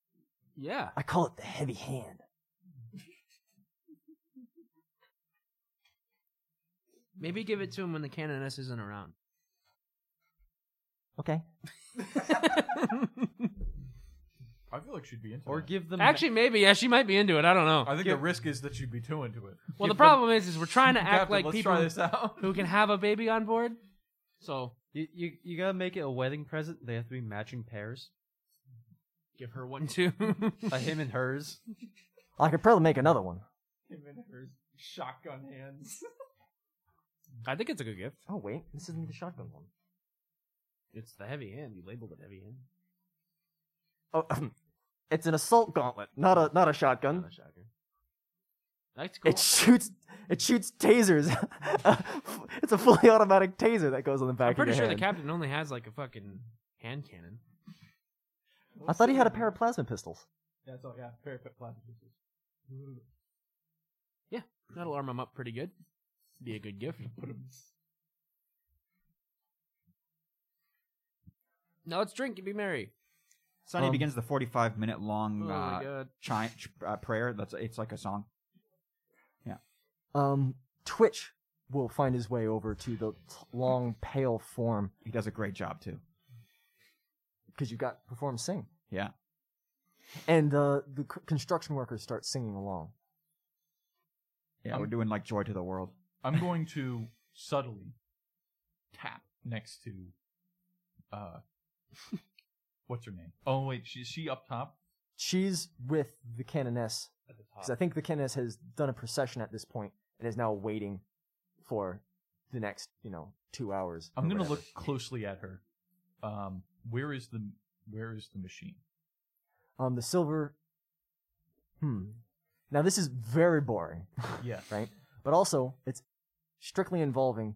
[SPEAKER 17] yeah.
[SPEAKER 1] I call it the heavy hand.
[SPEAKER 17] Maybe give it to him when the canoness isn't around.
[SPEAKER 1] Okay.
[SPEAKER 4] I feel like she'd be into
[SPEAKER 6] or
[SPEAKER 4] that.
[SPEAKER 6] give them
[SPEAKER 17] Actually, maybe yeah, she might be into it. I don't know.
[SPEAKER 4] I think the risk is that she'd be too into it.
[SPEAKER 17] Well, the problem is, is we're trying to act
[SPEAKER 4] Captain,
[SPEAKER 17] like
[SPEAKER 4] let's
[SPEAKER 17] people
[SPEAKER 4] try this out.
[SPEAKER 17] who can have a baby on board. So
[SPEAKER 6] You, you you gotta make it a wedding present. They have to be matching pairs.
[SPEAKER 17] give her one too.
[SPEAKER 6] A him and hers.
[SPEAKER 1] I could probably make another one.
[SPEAKER 19] Him and her shotgun hands.
[SPEAKER 17] I think it's a good gift.
[SPEAKER 1] Oh, wait. This isn't the shotgun one.
[SPEAKER 17] It's the heavy hand. You labeled it heavy hand.
[SPEAKER 1] Oh, it's an assault gauntlet, not a not a shotgun.
[SPEAKER 17] shocker.
[SPEAKER 11] That's
[SPEAKER 12] It shoots. It shoots tasers. it's a fully automatic taser that goes on the back.
[SPEAKER 11] I'm pretty
[SPEAKER 12] of
[SPEAKER 11] sure
[SPEAKER 12] your
[SPEAKER 11] the
[SPEAKER 12] head.
[SPEAKER 11] captain only has like a fucking hand cannon.
[SPEAKER 12] I thought he had a pair of plasma pistols.
[SPEAKER 4] That's all. Yeah, very quick plasma pieces.
[SPEAKER 11] Yeah, that'll arm him up pretty good. Be a good gift. now let's drink and be merry.
[SPEAKER 9] Sunny
[SPEAKER 11] Um,
[SPEAKER 9] begins the 45 minute
[SPEAKER 11] Oh
[SPEAKER 9] long
[SPEAKER 11] my
[SPEAKER 9] uh,
[SPEAKER 11] God.
[SPEAKER 9] chi- ch- uh, prayer. That's it's like a song.
[SPEAKER 1] Um, Twitch will find his way over to the t- long, pale form.
[SPEAKER 9] He does a great job too.
[SPEAKER 1] Because you got perform sing,
[SPEAKER 9] Yeah.
[SPEAKER 1] and uh, the c- construction workers start singing along.
[SPEAKER 9] Yeah, we're doing like joy to the world.
[SPEAKER 4] I'm going to subtly tap next to uh what's her name? Oh wait, she is she up top?
[SPEAKER 1] She's with the canoness because I think the canoness has done a procession at this point and is now waiting for the next, you know, two hours.
[SPEAKER 4] I'm
[SPEAKER 1] or
[SPEAKER 4] gonna
[SPEAKER 1] whatever.
[SPEAKER 4] look closely at her. Um where is the where is the machine?
[SPEAKER 1] Um, the silver. Hmm. Now this is very boring.
[SPEAKER 4] Yeah.
[SPEAKER 1] right. But also, it's strictly involving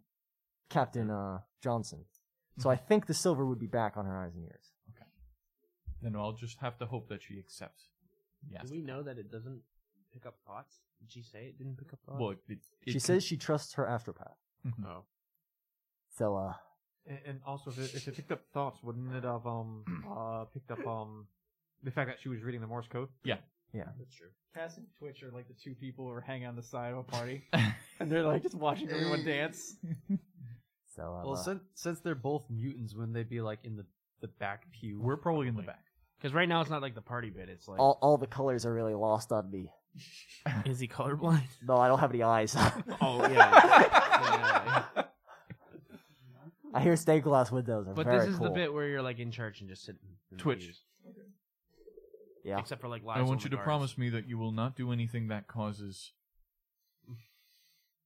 [SPEAKER 1] Captain uh, Johnson. So I think the silver would be back on her eyes and ears.
[SPEAKER 4] Then I'll just have to hope that she accepts. Yes.
[SPEAKER 11] Do we know that it doesn't pick up thoughts? Did she say it didn't pick up thoughts?
[SPEAKER 4] Well, it, it,
[SPEAKER 1] she says she trusts her astropath.
[SPEAKER 11] Oh.
[SPEAKER 1] So uh,
[SPEAKER 2] And, and also, if it, if it picked up thoughts, wouldn't it have um uh picked up um the fact that she was reading the Morse code?
[SPEAKER 4] Yeah.
[SPEAKER 1] yeah.
[SPEAKER 3] That's true. Cass and Twitch are like the two people who are hanging on the side of a party, and they're like just watching everyone dance.
[SPEAKER 1] So uh,
[SPEAKER 5] Well, since since they're both mutants, wouldn't they be like in the the back pew?
[SPEAKER 4] We're probably in the back.
[SPEAKER 11] Because right now it's not like the party bit. It's like
[SPEAKER 1] all all the colors are really lost on me.
[SPEAKER 11] is he colorblind?
[SPEAKER 1] No, I don't have any eyes.
[SPEAKER 11] oh yeah. Yeah.
[SPEAKER 1] I hear stained glass windows are
[SPEAKER 11] But
[SPEAKER 1] very
[SPEAKER 11] this is the
[SPEAKER 1] cool.
[SPEAKER 11] bit where you're like in church and just sitting. in the
[SPEAKER 4] Twitch.
[SPEAKER 11] pews.
[SPEAKER 1] Yeah.
[SPEAKER 11] Except for like live.
[SPEAKER 4] I want you to promise me that you will not do anything that causes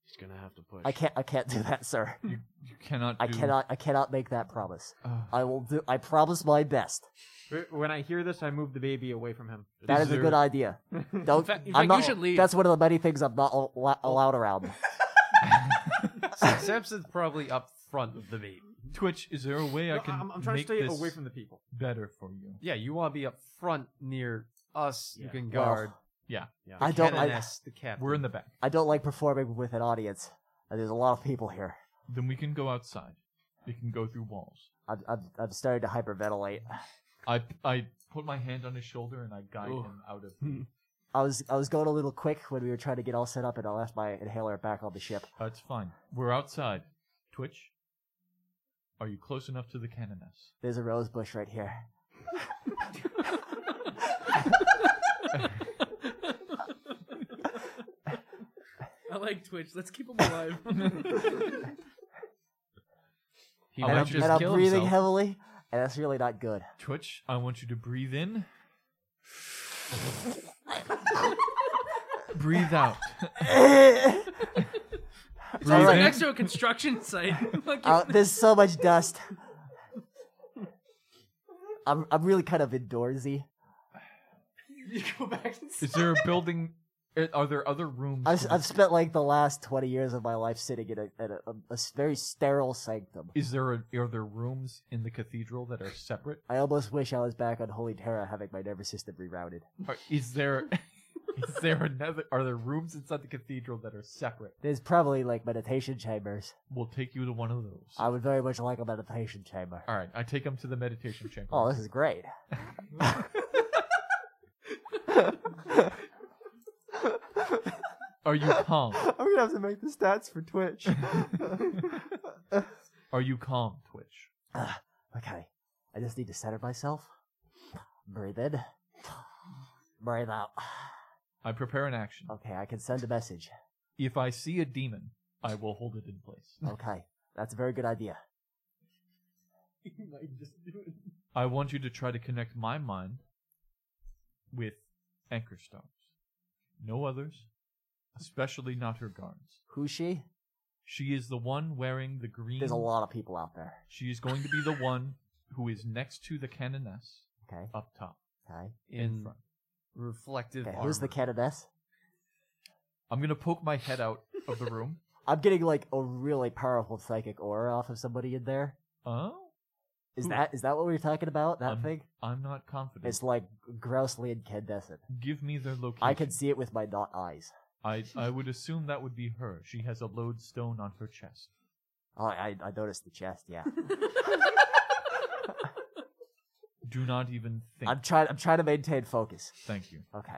[SPEAKER 11] He's gonna have to push.
[SPEAKER 1] I can't. I can't do that, sir.
[SPEAKER 4] you cannot
[SPEAKER 1] I
[SPEAKER 4] do-
[SPEAKER 1] cannot. I cannot make that promise.
[SPEAKER 4] Ugh.
[SPEAKER 1] I will do. I promise my best.
[SPEAKER 2] Wh- When I hear this, I move the baby away from him.
[SPEAKER 1] That is a good idea. Don't.
[SPEAKER 2] In fact- in
[SPEAKER 1] I'm
[SPEAKER 2] fact,
[SPEAKER 1] not,
[SPEAKER 2] you should leave.
[SPEAKER 1] That's one of the many things I'm not al- la-
[SPEAKER 4] Oh.
[SPEAKER 1] allowed around.
[SPEAKER 5] Samson's probably up front of the meet.
[SPEAKER 4] Twitch, is there a way I
[SPEAKER 5] No,
[SPEAKER 4] can
[SPEAKER 5] I'm- I'm
[SPEAKER 2] trying to
[SPEAKER 4] make
[SPEAKER 2] stay
[SPEAKER 4] this
[SPEAKER 2] away from the people.
[SPEAKER 4] better for you?
[SPEAKER 5] Yeah, you want to be up front near us. You can
[SPEAKER 1] Well,
[SPEAKER 5] guard.
[SPEAKER 4] Yeah.
[SPEAKER 5] Yeah.
[SPEAKER 1] I don't. I,
[SPEAKER 5] Canoness, the captain.
[SPEAKER 4] We're in the back.
[SPEAKER 1] I don't like performing with an audience. Uh, There's a lot of people here.
[SPEAKER 4] Then we can go outside. We can go through walls.
[SPEAKER 1] I'm. I'm, I'm starting to hyperventilate.
[SPEAKER 4] I I put my hand on his shoulder and I guide him out of the
[SPEAKER 1] I was. I was going a little quick when we were trying to get all set up, and I left my inhaler back on the ship.
[SPEAKER 4] That's fine. We're outside. Twitch, are you close enough to the canoness?
[SPEAKER 1] There's a rose bush right here.
[SPEAKER 11] I like Twitch. Let's keep him alive.
[SPEAKER 4] I
[SPEAKER 1] and
[SPEAKER 4] might
[SPEAKER 1] I'm,
[SPEAKER 4] just
[SPEAKER 1] and I'm
[SPEAKER 4] kill
[SPEAKER 1] breathing
[SPEAKER 4] himself.
[SPEAKER 1] heavily, and that's really not good.
[SPEAKER 4] Twitch, I want you to breathe in. breathe out.
[SPEAKER 11] it's
[SPEAKER 4] Breathe
[SPEAKER 11] right
[SPEAKER 4] in.
[SPEAKER 11] next to a construction site. Fucking-
[SPEAKER 1] Uh, there's so much dust. I'm. I'm really kind of indoorsy.
[SPEAKER 3] you go back and
[SPEAKER 4] Is there a building? are- Are there other rooms?
[SPEAKER 1] I've,
[SPEAKER 4] to
[SPEAKER 1] I've
[SPEAKER 4] this-
[SPEAKER 1] spent like the last 20 years of my life sitting in a, in a, a s- very sterile sanctum.
[SPEAKER 4] Is there a, are there rooms in the cathedral that are separate?
[SPEAKER 1] I almost wish I was back on Holy Terra having my nervous system rerouted.
[SPEAKER 4] Or is there is there another? Are there rooms inside the cathedral that are separate?
[SPEAKER 1] There's probably like meditation chambers.
[SPEAKER 4] We'll take you to one of those.
[SPEAKER 1] I would very much like a meditation chamber.
[SPEAKER 4] All right, I take him to the meditation chamber.
[SPEAKER 1] Oh, this is great.
[SPEAKER 4] Are you calm?
[SPEAKER 12] I'm gonna have to make the stats for Twitch.
[SPEAKER 4] Are you calm, Twitch?
[SPEAKER 1] Okay, I just need to center myself. Breathe in. Breathe out.
[SPEAKER 4] I prepare an action.
[SPEAKER 1] Okay, I can send a message.
[SPEAKER 4] If I see a demon, I will hold it in place.
[SPEAKER 1] Okay, that's a very good idea.
[SPEAKER 4] I want you to try to connect my mind with anchor stars. No others, especially not her guards.
[SPEAKER 1] Who's she?
[SPEAKER 4] She is the one wearing the green.
[SPEAKER 1] There's a lot of people out there.
[SPEAKER 4] She is going to be the one who is next to the canoness
[SPEAKER 1] Okay,
[SPEAKER 4] up top
[SPEAKER 1] okay.
[SPEAKER 4] in, front.
[SPEAKER 5] reflective
[SPEAKER 1] Okay,
[SPEAKER 5] armor.
[SPEAKER 1] who's the canoness?
[SPEAKER 4] I'm gonna poke my head out of the room.
[SPEAKER 1] I'm getting like a really powerful psychic aura off of somebody in there.
[SPEAKER 4] Oh,
[SPEAKER 1] is that is that what we were talking about? That
[SPEAKER 4] I'm,
[SPEAKER 1] thing?
[SPEAKER 4] I'm not confident.
[SPEAKER 1] It's like grossely incandescent.
[SPEAKER 4] Give me their location.
[SPEAKER 1] I can see it with my not eyes.
[SPEAKER 4] I I would assume that would be her. She has a lodestone on her chest.
[SPEAKER 1] Oh, I I noticed the chest. Yeah.
[SPEAKER 4] Do not even think.
[SPEAKER 1] I'm trying. I'm trying to maintain focus.
[SPEAKER 4] Thank you.
[SPEAKER 1] Okay.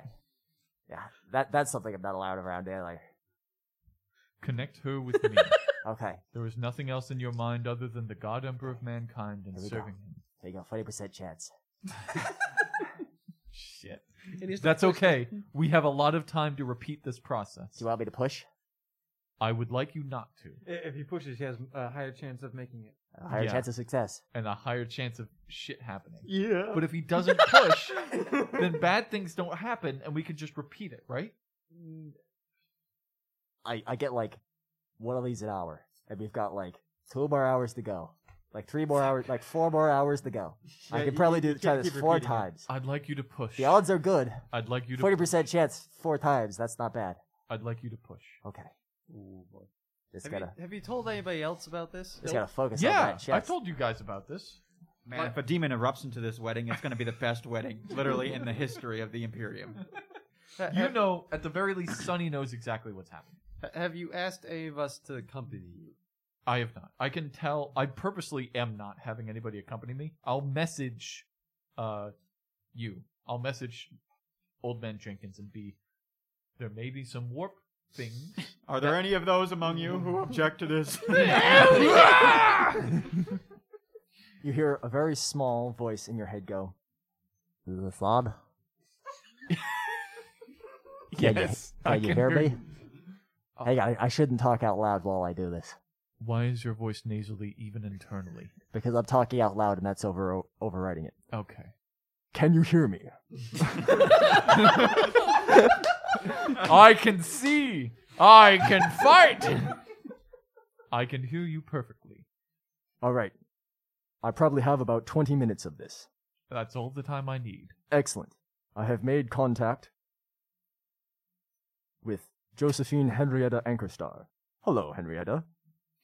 [SPEAKER 1] Yeah, that that's something I'm not allowed around daylight.
[SPEAKER 4] Connect her with me.
[SPEAKER 1] Okay.
[SPEAKER 4] There is nothing else in your mind other than the God Emperor of mankind and
[SPEAKER 1] Here we
[SPEAKER 4] serving
[SPEAKER 1] go.
[SPEAKER 4] him.
[SPEAKER 1] There you go. Forty percent chance.
[SPEAKER 4] Shit.
[SPEAKER 17] It is the
[SPEAKER 4] That's
[SPEAKER 17] first-
[SPEAKER 4] okay. We have a lot of time to repeat this process. Do
[SPEAKER 1] you want me to push?
[SPEAKER 4] I would like you not to.
[SPEAKER 2] I- If he pushes, he has a higher chance of making it.
[SPEAKER 1] A higher
[SPEAKER 4] Yeah.
[SPEAKER 1] chance of success.
[SPEAKER 4] And a higher chance of shit happening.
[SPEAKER 2] Yeah.
[SPEAKER 4] But if he doesn't push, then bad things don't happen and we can just repeat it, right?
[SPEAKER 1] I I get like one of these an hour, and we've got like two more hours to go. Like three more hours, like four more hours to go. I
[SPEAKER 4] Yeah,
[SPEAKER 1] could
[SPEAKER 4] you-
[SPEAKER 1] probably
[SPEAKER 4] you-
[SPEAKER 1] do
[SPEAKER 4] you
[SPEAKER 1] try
[SPEAKER 4] can't
[SPEAKER 1] this
[SPEAKER 4] keep
[SPEAKER 1] four
[SPEAKER 4] repeating it.
[SPEAKER 1] times.
[SPEAKER 4] I'd like you to push.
[SPEAKER 1] The odds are good.
[SPEAKER 4] I'd like you to
[SPEAKER 1] forty percent chance four times. That's not bad.
[SPEAKER 4] I'd like you to push.
[SPEAKER 1] Okay.
[SPEAKER 6] Ooh, boy.
[SPEAKER 1] Just
[SPEAKER 6] Have
[SPEAKER 1] gotta
[SPEAKER 6] you, have you told anybody else about this?
[SPEAKER 1] just gotta focus on
[SPEAKER 4] yeah,
[SPEAKER 1] that
[SPEAKER 4] I
[SPEAKER 1] chest.
[SPEAKER 4] told you guys about this.
[SPEAKER 9] Man, if a demon erupts into this wedding, it's going to be the best wedding, literally, in the history of the Imperium.
[SPEAKER 4] You know, at the very least, Sonny knows exactly what's happening.
[SPEAKER 6] Ha- Have you asked any of us to accompany you?
[SPEAKER 4] I have not. I can tell. I purposely am not having anybody accompany me. I'll message, uh, you. I'll message Old Man Jenkins and be. There may be some warp things.
[SPEAKER 20] Are there any of those among you who object to this?
[SPEAKER 1] You hear a very small voice in your head go, "Is this on?" Can you-
[SPEAKER 4] Yes,
[SPEAKER 1] Can
[SPEAKER 4] I
[SPEAKER 1] you
[SPEAKER 4] can
[SPEAKER 1] hear
[SPEAKER 4] hear
[SPEAKER 1] me?
[SPEAKER 4] you.
[SPEAKER 1] Hang on, I shouldn't talk out loud while I do this
[SPEAKER 4] Why is your voice nasally even internally?
[SPEAKER 1] because I'm talking out loud and that's over overriding it.
[SPEAKER 4] Okay.
[SPEAKER 1] Can you hear me?
[SPEAKER 4] I can see. I can fight. I can hear you perfectly.
[SPEAKER 21] All right. I probably have about 20 minutes of this.
[SPEAKER 4] That's all the time I need.
[SPEAKER 21] Excellent. I have made contact with Josephine Henrietta Anchorstar. Hello, Henrietta.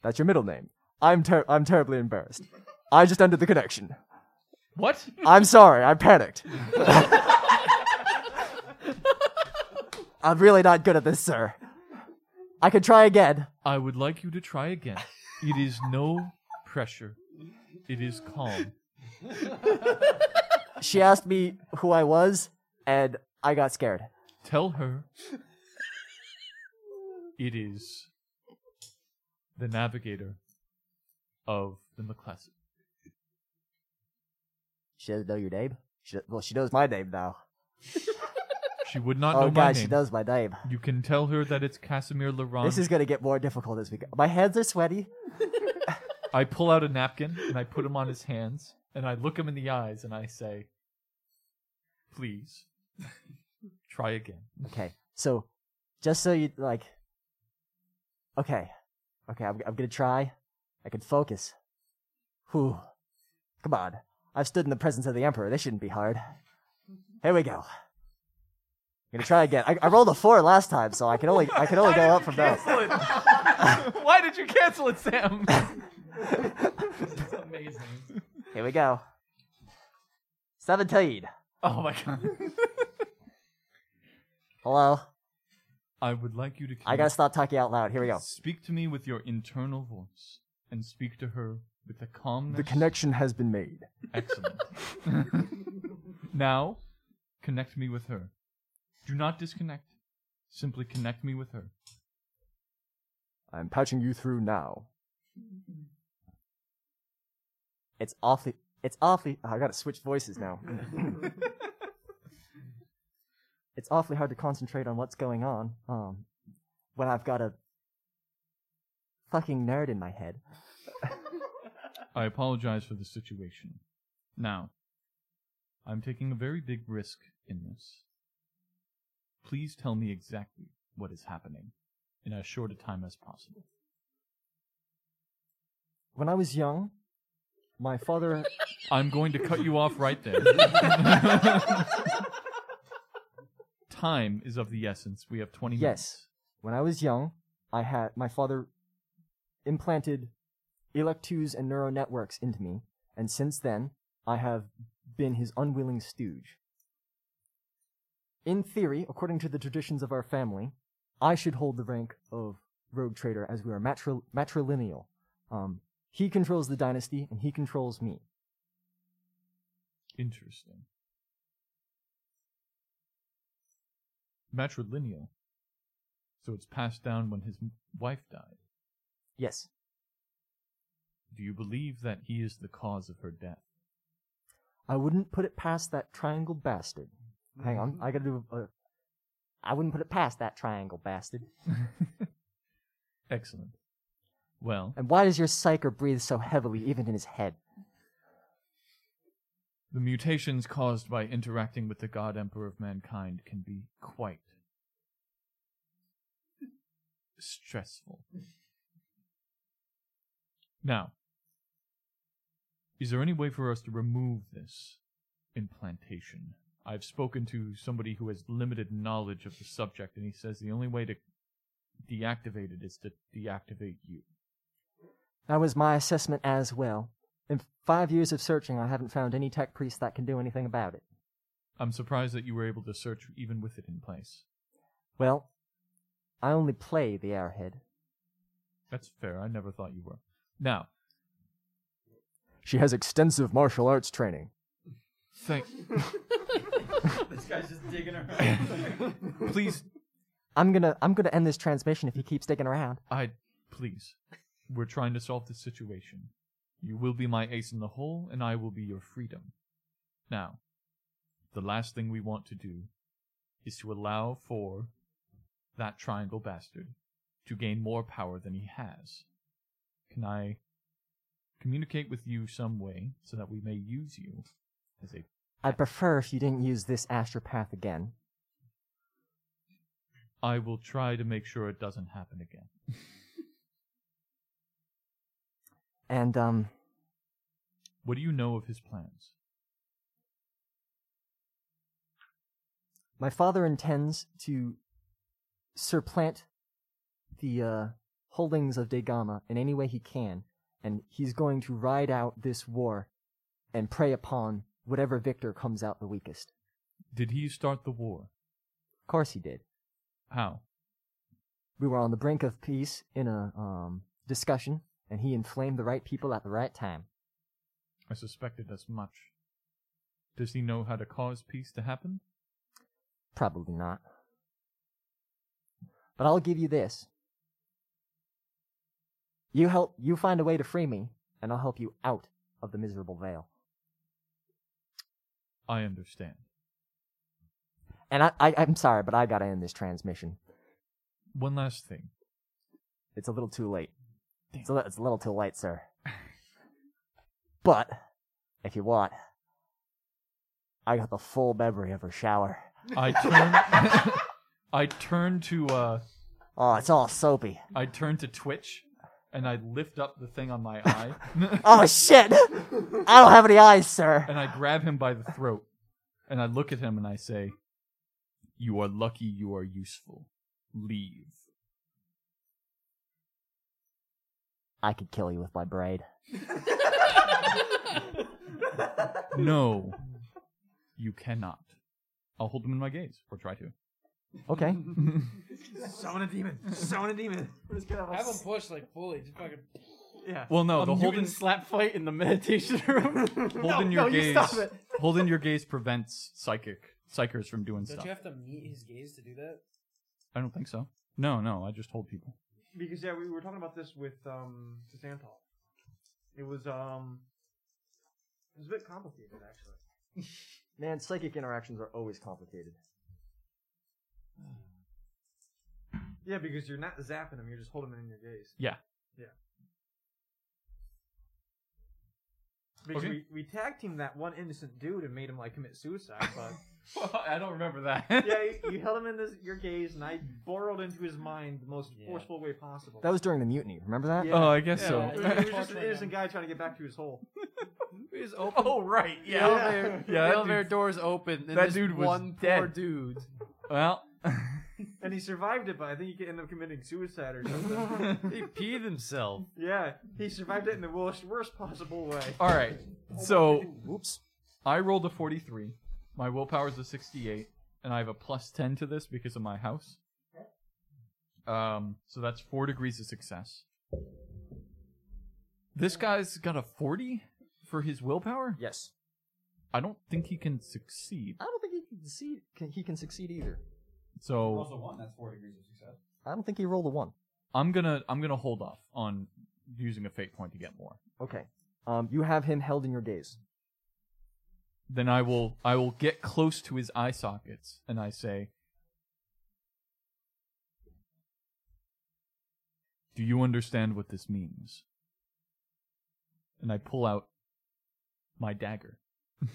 [SPEAKER 21] That's your middle name. I'm ter- I'm terribly embarrassed. I just ended the connection.
[SPEAKER 4] What?
[SPEAKER 21] I'm sorry. I panicked.
[SPEAKER 1] I'm really not good at this, sir. I could try again.
[SPEAKER 4] I would like you to try again. It is no pressure. It is calm.
[SPEAKER 1] She asked me who I was, and I got scared.
[SPEAKER 4] Tell her it is the navigator of the McClassic.
[SPEAKER 1] She doesn't know your name. She, well, she knows my name now.
[SPEAKER 4] She would not
[SPEAKER 1] oh,
[SPEAKER 4] know my
[SPEAKER 1] God,
[SPEAKER 4] name.
[SPEAKER 1] she knows my name.
[SPEAKER 4] You can tell her that it's Casimir Laurent.
[SPEAKER 1] This is gonna get more difficult as we go. My hands are sweaty.
[SPEAKER 4] I pull out a napkin and I put him on his hands and I look him in the eyes and I say, "Please, try again."
[SPEAKER 1] Okay, so just so you like, okay, okay, I'm I'm gonna try. I can focus. Whew. Come on, I've stood in the presence of the emperor. This shouldn't be hard. Here we go. I'm gonna try again. I, I rolled a four last time, so I can only I can only go up from there.
[SPEAKER 4] Why did you cancel it, Sam?
[SPEAKER 22] It's amazing.
[SPEAKER 1] Here we go. Seventeen.
[SPEAKER 4] Oh my god.
[SPEAKER 1] Hello.
[SPEAKER 4] I would like you to.
[SPEAKER 1] I gotta stop talking out loud. Here we go.
[SPEAKER 4] Speak to me with your internal voice and speak to her with the calmness.
[SPEAKER 21] The connection has been made.
[SPEAKER 4] Excellent. now, connect me with her. Do not disconnect. Simply connect me with her.
[SPEAKER 21] I'm patching you through now.
[SPEAKER 1] It's awfully. It's awfully. oh, I gotta switch voices now. it's awfully hard to concentrate on what's going on. Um, when I've got a fucking nerd in my head.
[SPEAKER 4] I apologize for the situation. Now, I'm taking a very big risk in this. Please tell me exactly what is happening in as short a time as possible.
[SPEAKER 21] When I was young, my father.
[SPEAKER 4] I'm going to cut you off right there. time is of the essence. We have 20 minutes.
[SPEAKER 21] Yes.
[SPEAKER 1] When I was young, I had my father implanted electus and neural networks into me, and since then, I have been his unwilling stooge. In theory, according to the traditions of our family, I should hold the rank of rogue trader as we are matri- matrilineal. Um, he controls the dynasty, and he controls me.
[SPEAKER 4] Interesting. Matrilineal. So it's passed down when his m- wife died.
[SPEAKER 1] Yes.
[SPEAKER 4] Do you believe that he is the cause of her death?
[SPEAKER 1] I wouldn't put it past that triangle bastard. Hang on, I gotta do a. I wouldn't put it past that triangle bastard.
[SPEAKER 4] Excellent. Well,
[SPEAKER 1] And why does your psyker breathe so heavily, even in his head?
[SPEAKER 4] the mutations caused by interacting with the God Emperor of mankind can be quite stressful. Now, is there any way for us to remove this implantation? I've spoken to somebody who has limited knowledge of the subject, and he says the only way to deactivate it is to deactivate you.
[SPEAKER 1] That was my assessment as well. In five years of searching, I haven't found any tech priest that can do anything about it.
[SPEAKER 4] I'm surprised that you were able to search even with it in place.
[SPEAKER 1] Well, I only play the airhead.
[SPEAKER 4] That's fair. I never thought you were. Now,
[SPEAKER 1] She has extensive martial arts training.
[SPEAKER 4] thank.
[SPEAKER 9] this guy's just digging around.
[SPEAKER 4] please,
[SPEAKER 1] I'm gonna I'm gonna end this transmission if he keeps sticking around.
[SPEAKER 4] I. Please. We're trying to solve this situation. You will be my ace in the hole, and I will be your freedom. Now, the last thing we want to do is to allow for that triangle bastard to gain more power than he has. Can I communicate with you some way so that we may use you as a.
[SPEAKER 1] I'd prefer if you didn't use this astropath again.
[SPEAKER 4] I will try to make sure it doesn't happen again.
[SPEAKER 1] And um
[SPEAKER 4] What do you know of his plans?
[SPEAKER 1] my father intends to surplant the uh, holdings of Degama in any way he can, and he's going to ride out this war and prey upon whatever victor comes out the weakest.
[SPEAKER 4] Did he start the war?
[SPEAKER 1] Of course he did.
[SPEAKER 4] How?
[SPEAKER 1] We were on the brink of peace in a um, discussion, and he inflamed the right people at the right time.
[SPEAKER 4] I suspected as much. Does he know how to cause peace to happen?
[SPEAKER 1] Probably not. But I'll give you this. You help you find a way to free me, and I'll help you out of the miserable veil.
[SPEAKER 4] I understand.
[SPEAKER 1] And I, I I'm sorry, but I gotta end this transmission.
[SPEAKER 4] One last thing.
[SPEAKER 1] It's a little too late. It's a, li- it's a little too late, sir. but if you want, I got the full memory of her shower.
[SPEAKER 4] I turn I turn to uh
[SPEAKER 1] Oh, it's all soapy.
[SPEAKER 4] I turn to Twitch and I lift up the thing on my eye.
[SPEAKER 1] Oh shit! I don't have any eyes, sir.
[SPEAKER 4] And I grab him by the throat and I look at him and I say, You are lucky you are useful. Leave.
[SPEAKER 1] I could kill you with my braid.
[SPEAKER 4] No, you cannot. I'll hold him in my gaze or try to.
[SPEAKER 1] Okay.
[SPEAKER 2] Summon a demon. Summon a demon. We're just gonna have a
[SPEAKER 3] Have him
[SPEAKER 2] s-
[SPEAKER 3] push like fully. Just fucking.
[SPEAKER 2] yeah.
[SPEAKER 4] Well, no,
[SPEAKER 2] A
[SPEAKER 4] the
[SPEAKER 2] mutant
[SPEAKER 4] Holden
[SPEAKER 2] slap fight in the meditation room. no,
[SPEAKER 4] Holding your
[SPEAKER 2] no,
[SPEAKER 4] gaze.
[SPEAKER 2] You stop it.
[SPEAKER 4] holding your gaze prevents psychic psychers from doing
[SPEAKER 3] Don't
[SPEAKER 4] stuff.
[SPEAKER 3] you have to meet his gaze to do that?
[SPEAKER 4] I don't think so. No, no, I just hold people.
[SPEAKER 2] Because yeah, we were talking about this with um with Antol. It was um it was a bit complicated actually.
[SPEAKER 1] Man, psychic interactions are always complicated.
[SPEAKER 2] Yeah, because you're not zapping them, you're just holding them in your gaze.
[SPEAKER 4] Yeah.
[SPEAKER 2] Yeah. Because
[SPEAKER 4] Okay.
[SPEAKER 2] we, we tag teamed that one innocent dude and made him like commit suicide, but
[SPEAKER 4] I don't remember that.
[SPEAKER 2] yeah, you, you held him in this, your gaze, and I burrowed into his mind the most forceful way possible.
[SPEAKER 1] That was during the mutiny. Remember that?
[SPEAKER 2] Yeah.
[SPEAKER 4] Oh, I guess
[SPEAKER 2] Yeah,
[SPEAKER 4] so.
[SPEAKER 2] It was, it was just an innocent guy trying to get back to his hole.
[SPEAKER 11] Oh right,
[SPEAKER 2] yeah.
[SPEAKER 11] The elevator,
[SPEAKER 4] Yeah, that
[SPEAKER 11] the elevator
[SPEAKER 4] dude-
[SPEAKER 11] doors open. And
[SPEAKER 4] that
[SPEAKER 11] this
[SPEAKER 4] dude was
[SPEAKER 11] one poor
[SPEAKER 4] dead.
[SPEAKER 11] dude.
[SPEAKER 4] Well,
[SPEAKER 2] And and he survived it, but I think he ended up committing suicide or something.
[SPEAKER 5] he peed himself.
[SPEAKER 2] yeah, he survived it in the worst, worst possible way.
[SPEAKER 4] All right. So, whoops. I rolled a 43. My willpower is a 68, and I have a plus 10 to this because of my house. Um, so that's four degrees of success. This guy's got a 40 for his willpower.
[SPEAKER 1] Yes.
[SPEAKER 4] I don't think he can succeed.
[SPEAKER 1] I don't think he can succeed. Can, he can succeed either.
[SPEAKER 4] So
[SPEAKER 9] one. That's four degrees of success.
[SPEAKER 1] I don't think he rolled a one.
[SPEAKER 4] I'm gonna I'm gonna hold off on using a fate point to get more.
[SPEAKER 1] Okay. Um, you have him held in your gaze.
[SPEAKER 4] Then I will I will get close to his eye sockets and I say, "Do you understand what this means?" And I pull out my dagger.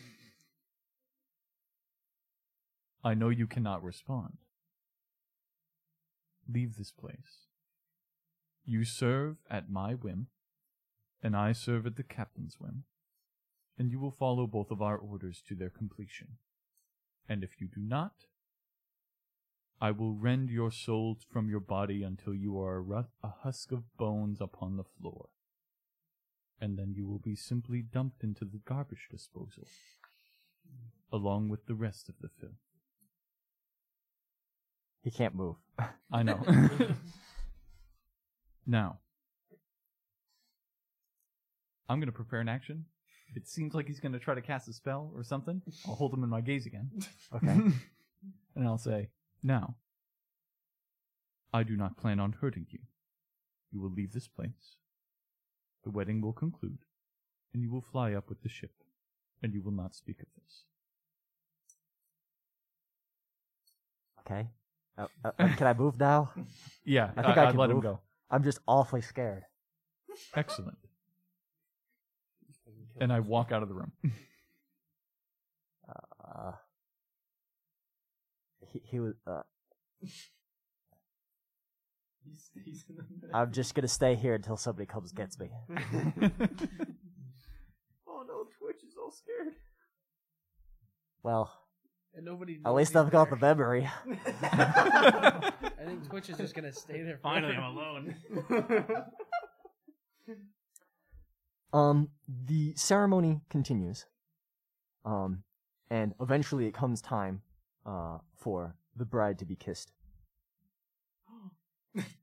[SPEAKER 4] I know you cannot respond. Leave this place. You serve at my whim, and I serve at the captain's whim, and you will follow both of our orders to their completion. And if you do not, I will rend your souls from your body until you are a, ru- a husk of bones upon the floor, and then you will be simply dumped into the garbage disposal, along with the rest of the film.
[SPEAKER 1] He can't move.
[SPEAKER 4] I know. now, I'm going to prepare an action. If it seems like he's going to try to cast a spell or something, I'll hold him in my gaze again.
[SPEAKER 1] Okay.
[SPEAKER 4] and I'll say, Now, I do not plan on hurting you. You will leave this place. The wedding will conclude, and you will fly up with the ship, and you will not speak of this.
[SPEAKER 1] Okay. Uh, uh, uh, can I move now?
[SPEAKER 4] Yeah,
[SPEAKER 1] I think
[SPEAKER 4] I-
[SPEAKER 1] I,
[SPEAKER 4] I'd
[SPEAKER 1] can
[SPEAKER 4] let him
[SPEAKER 1] move.
[SPEAKER 4] go.
[SPEAKER 1] I'm just awfully scared.
[SPEAKER 4] Excellent. And I walk out of the room.
[SPEAKER 1] Uh, he, he was. Uh, I'm just gonna stay here until somebody comes gets me.
[SPEAKER 2] Oh no, Twitch is all scared.
[SPEAKER 1] Well,
[SPEAKER 11] And nobody.
[SPEAKER 1] at least
[SPEAKER 11] nobody's
[SPEAKER 1] I've got the
[SPEAKER 11] there.
[SPEAKER 1] memory.
[SPEAKER 11] I think Twitch is just gonna stay there.
[SPEAKER 3] Finally,
[SPEAKER 11] forever.
[SPEAKER 3] I'm alone.
[SPEAKER 1] Um, the ceremony continues. Um, and eventually it comes time, uh, for the bride to be kissed.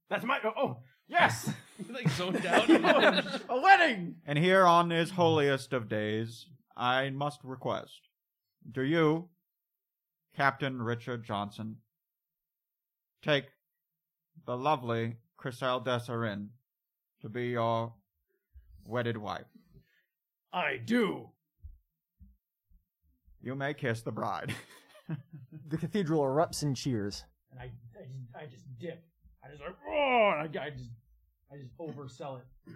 [SPEAKER 3] That's my. Oh, oh yes. like zoned
[SPEAKER 17] a wedding!
[SPEAKER 9] And here on this holiest of days, I must request do you, Captain Richard Johnson, take the lovely Chriselle Dessarin to be your wedded wife?
[SPEAKER 3] I do.
[SPEAKER 9] You may kiss the bride.
[SPEAKER 1] The cathedral erupts in cheers.
[SPEAKER 3] And I, I just, I just dip. I just like, oh, and I, I just, I just oversell it.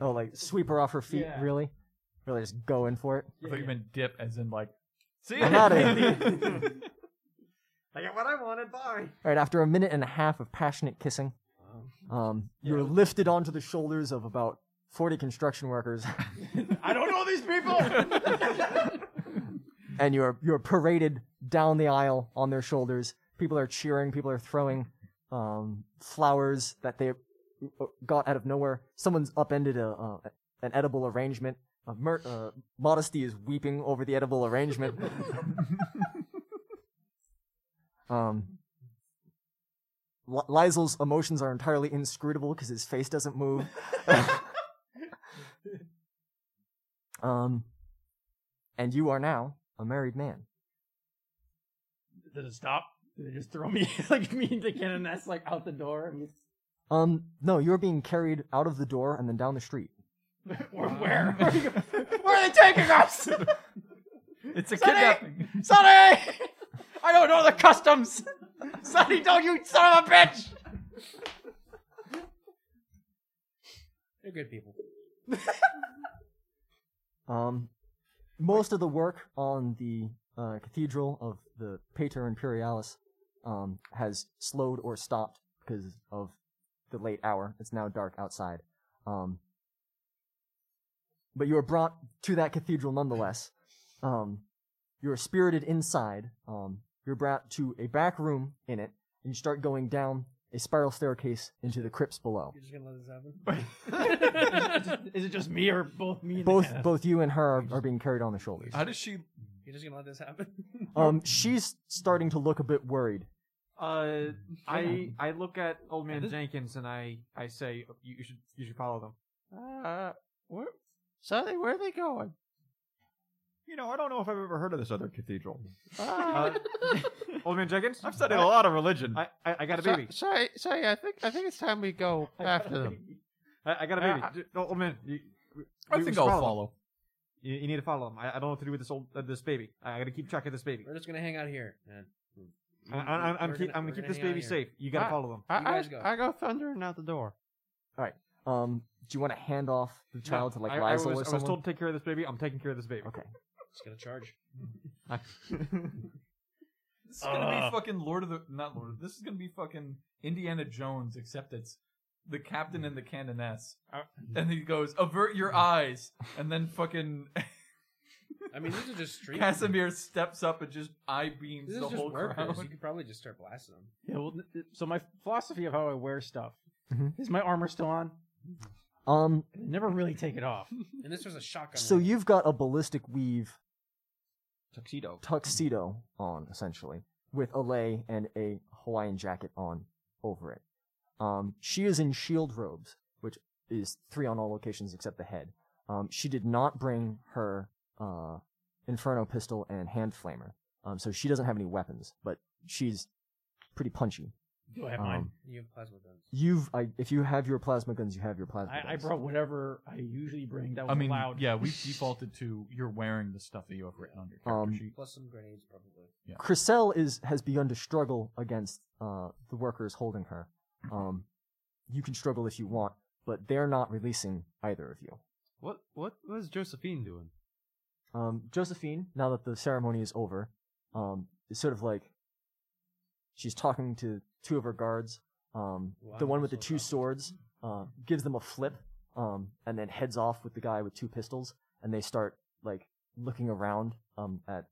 [SPEAKER 1] Oh, like sweep her off her feet,
[SPEAKER 3] Yeah.
[SPEAKER 1] really? Really just go in for it?
[SPEAKER 4] I thought you meant dip, as in like. See
[SPEAKER 1] I'm outta here.
[SPEAKER 2] I got what I wanted. Bye.
[SPEAKER 1] All right, after a minute and a half of passionate kissing, um, you're lifted onto the shoulders of about 40 construction workers,
[SPEAKER 3] I don't know these people.
[SPEAKER 1] and you're you're paraded down the aisle on their shoulders. People are cheering, people are throwing um, flowers that they uh, got out of nowhere. Someone's upended a, uh, an edible arrangement. Uh, Mer- uh, modesty is weeping over the edible arrangement. um, L- Lysel's emotions are entirely inscrutable because his face doesn't move. um, and you are now a married man.
[SPEAKER 3] Did it stop? Did they just throw me like me into Canoness like out the door? I mean,
[SPEAKER 1] Um, no, you're being carried out of the door and then down the street.
[SPEAKER 3] where, where, are we go- where are they taking us?
[SPEAKER 4] It's a
[SPEAKER 3] kidnapping. Sonny, I don't know the customs. Sonny, don't you son of a bitch.
[SPEAKER 11] They're good people.
[SPEAKER 1] Um, most of the work on the uh, cathedral of the Pater Imperialis um, has slowed or stopped because of the late hour. It's now dark outside. Um, but you are brought to that cathedral nonetheless. Um, you are spirited inside. Um, you're brought to a back room in it. and you start going down a spiral staircase into the crypts below.
[SPEAKER 3] You're just gonna let this happen? is it just me or both me? And
[SPEAKER 1] Both
[SPEAKER 3] Hannah?
[SPEAKER 1] both you and her are, are being carried on the shoulders.
[SPEAKER 4] How does she?
[SPEAKER 3] You're just gonna let this happen?
[SPEAKER 1] Um, she's starting to look a bit worried.
[SPEAKER 2] Uh, I I look at old man Jenkins and I I say "Oh, you, you should you should follow them.
[SPEAKER 6] Uh, where, Sonny, where are they going?
[SPEAKER 4] You know, I don't know if I've ever heard of this other cathedral.
[SPEAKER 2] Uh, old man Jenkins,
[SPEAKER 4] I've studied a lot of religion.
[SPEAKER 2] I I, I got a
[SPEAKER 6] So-
[SPEAKER 2] baby.
[SPEAKER 6] Sorry, sorry. I think I think it's time we go after them.
[SPEAKER 2] I, I got a
[SPEAKER 6] Uh,
[SPEAKER 2] baby.
[SPEAKER 6] I-
[SPEAKER 2] J- oh, old man, you, we-
[SPEAKER 6] I
[SPEAKER 2] we
[SPEAKER 6] think
[SPEAKER 2] should
[SPEAKER 6] I'll
[SPEAKER 2] them.
[SPEAKER 6] follow.
[SPEAKER 2] You, you need to follow him. I, I don't know what to do with this old uh, this baby. I, I got to keep track of this baby.
[SPEAKER 17] We're just gonna hang out here. Man.
[SPEAKER 2] I, I, I'm I'm,
[SPEAKER 17] We're
[SPEAKER 2] keep,
[SPEAKER 17] gonna-
[SPEAKER 2] I'm
[SPEAKER 17] we're
[SPEAKER 2] gonna keep
[SPEAKER 17] gonna
[SPEAKER 2] this
[SPEAKER 17] hang out
[SPEAKER 2] baby
[SPEAKER 17] here.
[SPEAKER 2] safe. You got to
[SPEAKER 6] I-
[SPEAKER 2] follow them.
[SPEAKER 6] I,
[SPEAKER 17] You guys
[SPEAKER 6] I,
[SPEAKER 17] go.
[SPEAKER 6] I go thundering out the door.
[SPEAKER 1] All right. Um, do you want to hand off the child to like
[SPEAKER 2] I, I was,
[SPEAKER 1] Liza
[SPEAKER 2] I
[SPEAKER 1] or
[SPEAKER 2] was
[SPEAKER 1] someone?
[SPEAKER 2] told to take care of this baby. I'm taking care of this baby.
[SPEAKER 1] Okay.
[SPEAKER 17] Just gonna charge.
[SPEAKER 4] This is gonna
[SPEAKER 2] Uh.
[SPEAKER 4] be fucking Lord of the not Lord. Of, this is gonna be fucking Indiana Jones, except it's the captain and the canoness,
[SPEAKER 2] Uh,
[SPEAKER 4] and he goes, "Avert your eyes," and then fucking
[SPEAKER 17] I mean, these are just street.
[SPEAKER 4] Casimir steps up and just eye beams
[SPEAKER 17] This is
[SPEAKER 4] the
[SPEAKER 17] just
[SPEAKER 4] whole
[SPEAKER 17] workers.
[SPEAKER 4] crowd.
[SPEAKER 17] You could probably just start blasting them.
[SPEAKER 3] Yeah, well, th- th- so my philosophy of how I wear stuff
[SPEAKER 17] Mm-hmm.
[SPEAKER 3] is my armor still on?
[SPEAKER 1] Um,
[SPEAKER 3] I never really take it off.
[SPEAKER 17] And this was a shotgun.
[SPEAKER 1] so you've got a ballistic weave
[SPEAKER 17] tuxedo.
[SPEAKER 1] tuxedo on essentially with a lei and a Hawaiian jacket on over it. Um, she is in shield robes, which is three on all locations except the head. Um, she did not bring her uh, inferno pistol and hand flamer, um, so she doesn't have any weapons, but she's pretty punchy. Um,
[SPEAKER 3] Do I have mine?
[SPEAKER 17] You have plasma guns.
[SPEAKER 1] You've, I, if you have your plasma guns, you have your plasma guns.
[SPEAKER 3] I, I brought whatever I usually bring that was
[SPEAKER 4] I mean,
[SPEAKER 3] allowed.
[SPEAKER 4] yeah, we defaulted to you're wearing the stuff that you have written on your character
[SPEAKER 1] Um,
[SPEAKER 4] sheet.
[SPEAKER 17] Plus some grenades, probably.
[SPEAKER 4] Yeah.
[SPEAKER 1] Crissel is has begun to struggle against uh, the workers holding her. Um, you can struggle if you want, but they're not releasing either of you.
[SPEAKER 5] What what was Josephine doing?
[SPEAKER 1] Um, Josephine, now that the ceremony is over, um, is sort of like she's talking to two of her guards. Um, the one with the two swords uh, gives them a flip, um, and then heads off with the guy with two pistols, and they start like looking around um, at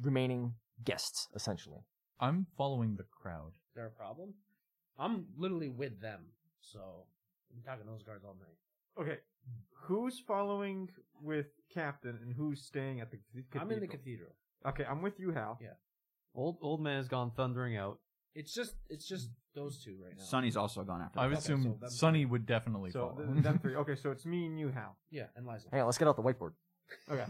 [SPEAKER 1] remaining guests essentially.
[SPEAKER 4] I'm following the crowd.
[SPEAKER 17] Is there a problem? I'm literally with them, so I'm talking to those guards all night.
[SPEAKER 2] Okay. Who's following with Captain and who's staying at the cathedral?
[SPEAKER 17] I'm in the cathedral.
[SPEAKER 2] Okay, I'm with you, Hal.
[SPEAKER 17] Yeah.
[SPEAKER 5] Old old man has gone thundering out.
[SPEAKER 17] It's just it's just
[SPEAKER 11] Mm.
[SPEAKER 17] those two right now.
[SPEAKER 9] Sonny's also gone after.
[SPEAKER 4] I
[SPEAKER 9] the
[SPEAKER 4] would
[SPEAKER 9] bus.
[SPEAKER 4] assume
[SPEAKER 17] so that's-
[SPEAKER 4] Sonny would definitely
[SPEAKER 2] So
[SPEAKER 4] follow.
[SPEAKER 2] th- them three. Okay, so it's me and you, Hal.
[SPEAKER 17] Yeah, and Liza.
[SPEAKER 1] Hang on, let's get out the whiteboard.
[SPEAKER 2] Okay.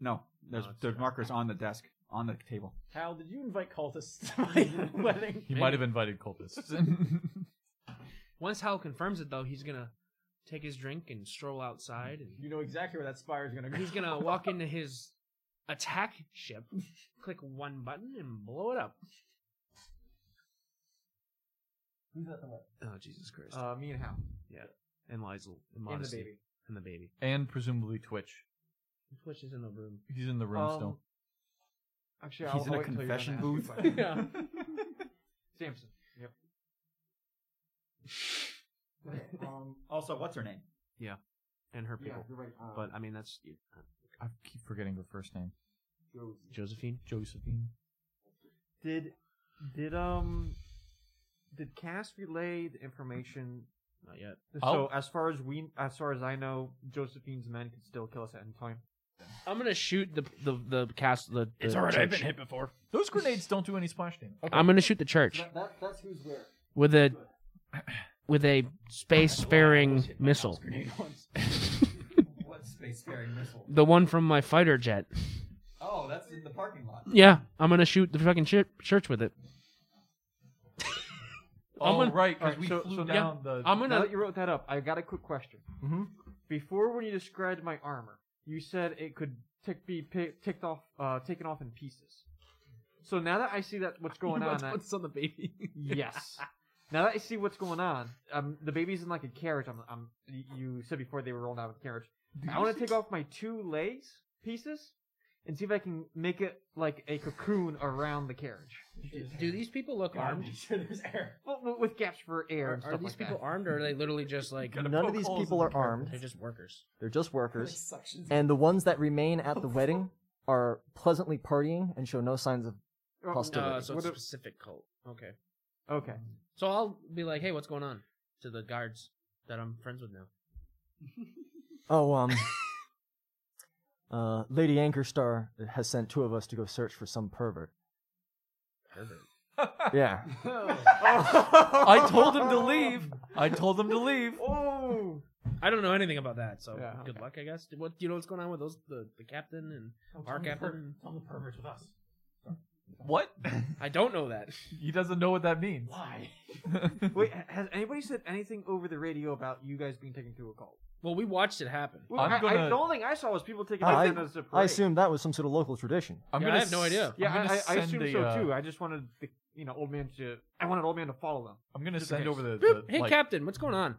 [SPEAKER 9] No, there's there's markers on the desk on the table.
[SPEAKER 3] Hal, did you invite cultists to my wedding?
[SPEAKER 4] he might have invited cultists.
[SPEAKER 11] Once Hal confirms it, though, he's gonna take his drink and stroll outside, and
[SPEAKER 3] You know exactly where that spire is going to go.
[SPEAKER 11] he's gonna walk into his attack ship, click one button, and blow it up.
[SPEAKER 1] Who's at the what?
[SPEAKER 11] Oh Jesus Christ!
[SPEAKER 2] Uh, me and Hal.
[SPEAKER 11] yeah, and Lizel, and,
[SPEAKER 2] And the
[SPEAKER 11] Modesty,
[SPEAKER 2] baby.
[SPEAKER 11] and the baby.
[SPEAKER 4] and presumably Twitch.
[SPEAKER 11] Twitch is in the room.
[SPEAKER 4] He's in the room
[SPEAKER 2] Um,
[SPEAKER 4] still.
[SPEAKER 2] Actually, I'll,
[SPEAKER 4] He's in
[SPEAKER 2] I'll
[SPEAKER 4] a
[SPEAKER 2] wait until you're
[SPEAKER 4] confession
[SPEAKER 2] done
[SPEAKER 4] booth.
[SPEAKER 2] asking questions. Samson. Yep.
[SPEAKER 9] Um, also, what's her name?
[SPEAKER 11] Yeah, and her people.
[SPEAKER 2] you're right. Uh,
[SPEAKER 11] but I mean, that's
[SPEAKER 4] I keep forgetting her first name.
[SPEAKER 11] Josephine.
[SPEAKER 4] Josephine.
[SPEAKER 2] Did did um did Cass relay the information?
[SPEAKER 11] Not yet.
[SPEAKER 2] So
[SPEAKER 4] I'll-
[SPEAKER 1] Oh.
[SPEAKER 2] as far as we, as far as I know, Josephine's men could still kill us at any time.
[SPEAKER 11] I'm gonna shoot the the the cast the.
[SPEAKER 3] It's
[SPEAKER 11] the
[SPEAKER 3] alright, I've been
[SPEAKER 11] church.
[SPEAKER 3] hit before.
[SPEAKER 4] Those grenades don't do any splash damage.
[SPEAKER 11] I'm gonna shoot the church
[SPEAKER 1] That, that's who's where.
[SPEAKER 11] with a with a space sparing missile.
[SPEAKER 9] What space faring missile?
[SPEAKER 11] The one from my fighter jet.
[SPEAKER 9] Oh, that's in the parking lot.
[SPEAKER 11] Yeah, I'm gonna shoot the fucking chur- church with it. I'm
[SPEAKER 4] Oh,
[SPEAKER 11] gonna-
[SPEAKER 4] right, because
[SPEAKER 2] Alright,
[SPEAKER 4] we
[SPEAKER 2] so-
[SPEAKER 4] flew
[SPEAKER 2] so now-
[SPEAKER 4] down the.
[SPEAKER 11] I'm
[SPEAKER 2] Now
[SPEAKER 11] gonna.
[SPEAKER 2] that you wrote that up, I got a quick question.
[SPEAKER 1] Mm-hmm.
[SPEAKER 2] Before, when you described my armor, you said it could tick, be pi ticked off, uh, taken off in pieces. So now that I see that what's going on, I-
[SPEAKER 11] on the baby?
[SPEAKER 2] yes. Now that I see what's going on, um, the baby's in like a carriage. I'm, I'm, y- you said before they were rolled out of the carriage. I want to take off my two legs pieces and see if I can make it like a cocoon around the carriage.
[SPEAKER 17] Do these people look armed?
[SPEAKER 2] Well, w- with gaps for air.
[SPEAKER 17] Are,
[SPEAKER 2] and
[SPEAKER 17] are
[SPEAKER 2] stuff
[SPEAKER 17] these
[SPEAKER 2] like
[SPEAKER 17] people
[SPEAKER 2] that.
[SPEAKER 17] armed, or are they literally just like
[SPEAKER 1] None of these people are armed.
[SPEAKER 17] they're just workers?
[SPEAKER 1] They're just workers. And the ones that remain at the wedding are pleasantly partying and show no signs of
[SPEAKER 17] Oh,
[SPEAKER 1] hostility.
[SPEAKER 17] Uh, so it's a specific cult. Okay.
[SPEAKER 2] Okay.
[SPEAKER 17] So I'll be like, hey, what's going on to the guards that I'm friends with now?
[SPEAKER 1] Oh, um, uh, Lady Anchorstar has sent two of us to go search for some pervert.
[SPEAKER 17] Pervert.
[SPEAKER 1] Yeah.
[SPEAKER 5] I told him to leave. I told him to leave.
[SPEAKER 2] Oh.
[SPEAKER 17] I don't know anything about that, so
[SPEAKER 2] Yeah,
[SPEAKER 17] good luck, I guess. Do- What do you know what's going on with those the, the captain and our captain?
[SPEAKER 3] Tell the perverts with us.
[SPEAKER 4] What?
[SPEAKER 17] I don't know that.
[SPEAKER 4] He doesn't know what that means.
[SPEAKER 3] Why?
[SPEAKER 2] Wait, ha- has anybody said anything over the radio about you guys being taken to a cult?
[SPEAKER 17] Well, we watched it happen.
[SPEAKER 2] Well, I- I- the only thing I saw was people taking
[SPEAKER 1] I,
[SPEAKER 2] it as a
[SPEAKER 1] I
[SPEAKER 2] parade.
[SPEAKER 1] assume that was some sort of local tradition.
[SPEAKER 4] I'm
[SPEAKER 17] Yeah,
[SPEAKER 4] gonna
[SPEAKER 17] I have no
[SPEAKER 4] s-
[SPEAKER 17] idea.
[SPEAKER 2] Yeah,
[SPEAKER 4] I'm gonna
[SPEAKER 2] I, I, I
[SPEAKER 4] send
[SPEAKER 2] assume
[SPEAKER 4] the,
[SPEAKER 2] so
[SPEAKER 4] uh,
[SPEAKER 2] too. I just wanted the you know old man to. I wanted old man to follow them.
[SPEAKER 4] I'm gonna
[SPEAKER 2] Just in
[SPEAKER 4] send
[SPEAKER 2] case.
[SPEAKER 4] over the.
[SPEAKER 17] Boop.
[SPEAKER 4] the
[SPEAKER 17] hey,
[SPEAKER 4] like,
[SPEAKER 17] captain, what's going on?